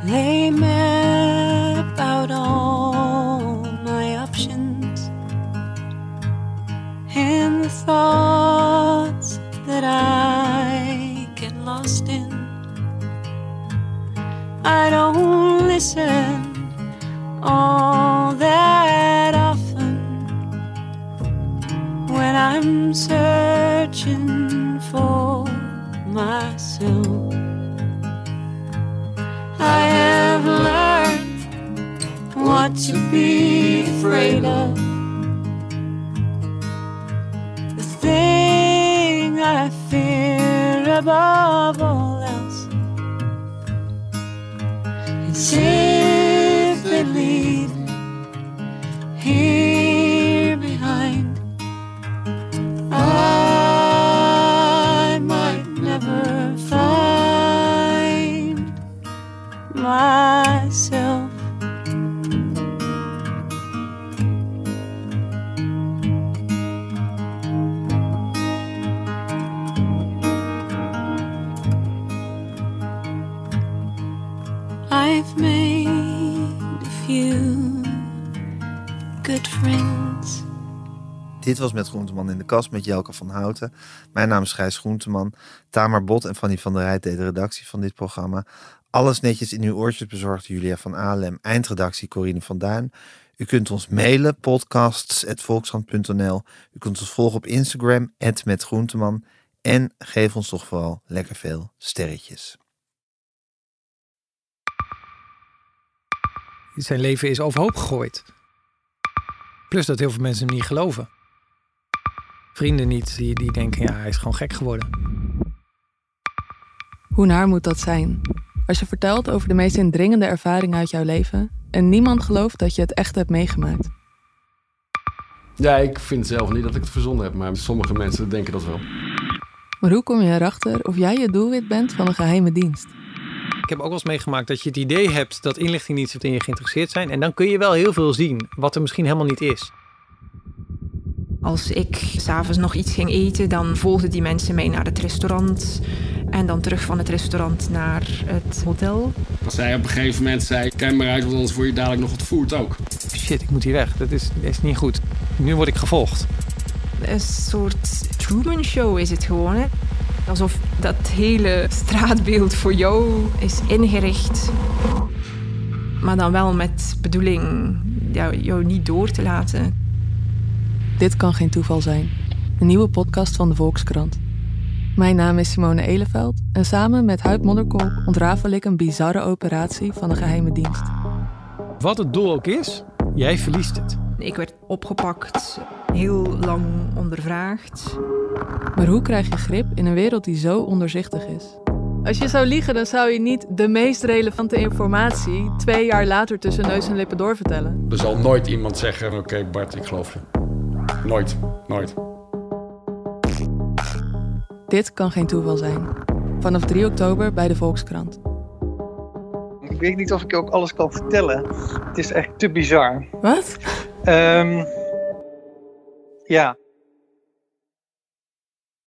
S3: They map out all my options and the thoughts that I get lost in. I don't listen all that often when I'm searching for myself. I have learned what to be afraid of. The thing I fear above all else. It's if they lead here behind, I might never find myself. I've made a few good friends.
S1: Dit was met Groenteman in de kast met Jelke van Houten. Mijn naam is Gijs Groenteman. Tamar Bot en Fanny van der Rijt deden de redactie van dit programma. Alles netjes in uw oortjes bezorgd Julia van Alem. Eindredactie Corine van Duin. U kunt ons mailen podcasts@volkshand.nl. U kunt ons volgen op Instagram @metgroenteman en geef ons toch vooral lekker veel sterretjes.
S4: Zijn leven is overhoop gegooid. Plus dat heel veel mensen hem niet geloven. Vrienden niet, die, die denken, ja, hij is gewoon gek geworden.
S5: Hoe naar moet dat zijn? Als je vertelt over de meest indringende ervaring uit jouw leven en niemand gelooft dat je het echt hebt meegemaakt.
S6: Ja, ik vind zelf niet dat ik het verzonnen heb, maar sommige mensen denken dat wel.
S5: Maar hoe kom je erachter of jij het doelwit bent van een geheime dienst?
S4: Ik heb ook wel eens meegemaakt dat je het idee hebt dat inlichtingdiensten in je geïnteresseerd zijn. En dan kun je wel heel veel zien, wat er misschien helemaal niet is.
S7: Als ik s'avonds nog iets ging eten, dan volgden die mensen mee naar het restaurant. En dan terug van het restaurant naar het hotel.
S8: Als zij op een gegeven moment zei, ken maar uit, want anders word je dadelijk nog ontvoerd ook.
S4: Shit, ik moet hier weg. Dat is, is niet goed. Nu word ik gevolgd.
S7: Een soort Truman Show is het gewoon. Hè? Alsof dat hele straatbeeld voor jou is ingericht. Maar dan wel met bedoeling jou, jou niet door te laten.
S5: Dit kan geen toeval zijn. Een nieuwe podcast van de Volkskrant. Mijn naam is Simone Eleveld en samen met Huid Modderkolk ontrafel ik een bizarre operatie van een geheime dienst.
S4: Wat het doel ook is, jij verliest het.
S7: Ik werd opgepakt, heel lang ondervraagd.
S5: Maar hoe krijg je grip in een wereld die zo onderzichtig is? Als je zou liegen, dan zou je niet de meest relevante informatie twee jaar later tussen neus en lippen doorvertellen.
S6: Er zal nooit iemand zeggen, oké Bart, ik geloof je. Nooit, nooit.
S5: Dit kan geen toeval zijn. Vanaf 3 oktober bij de Volkskrant.
S9: Ik weet niet of ik je ook alles kan vertellen. Het is echt te bizar.
S5: Wat?
S9: Ehm, ja,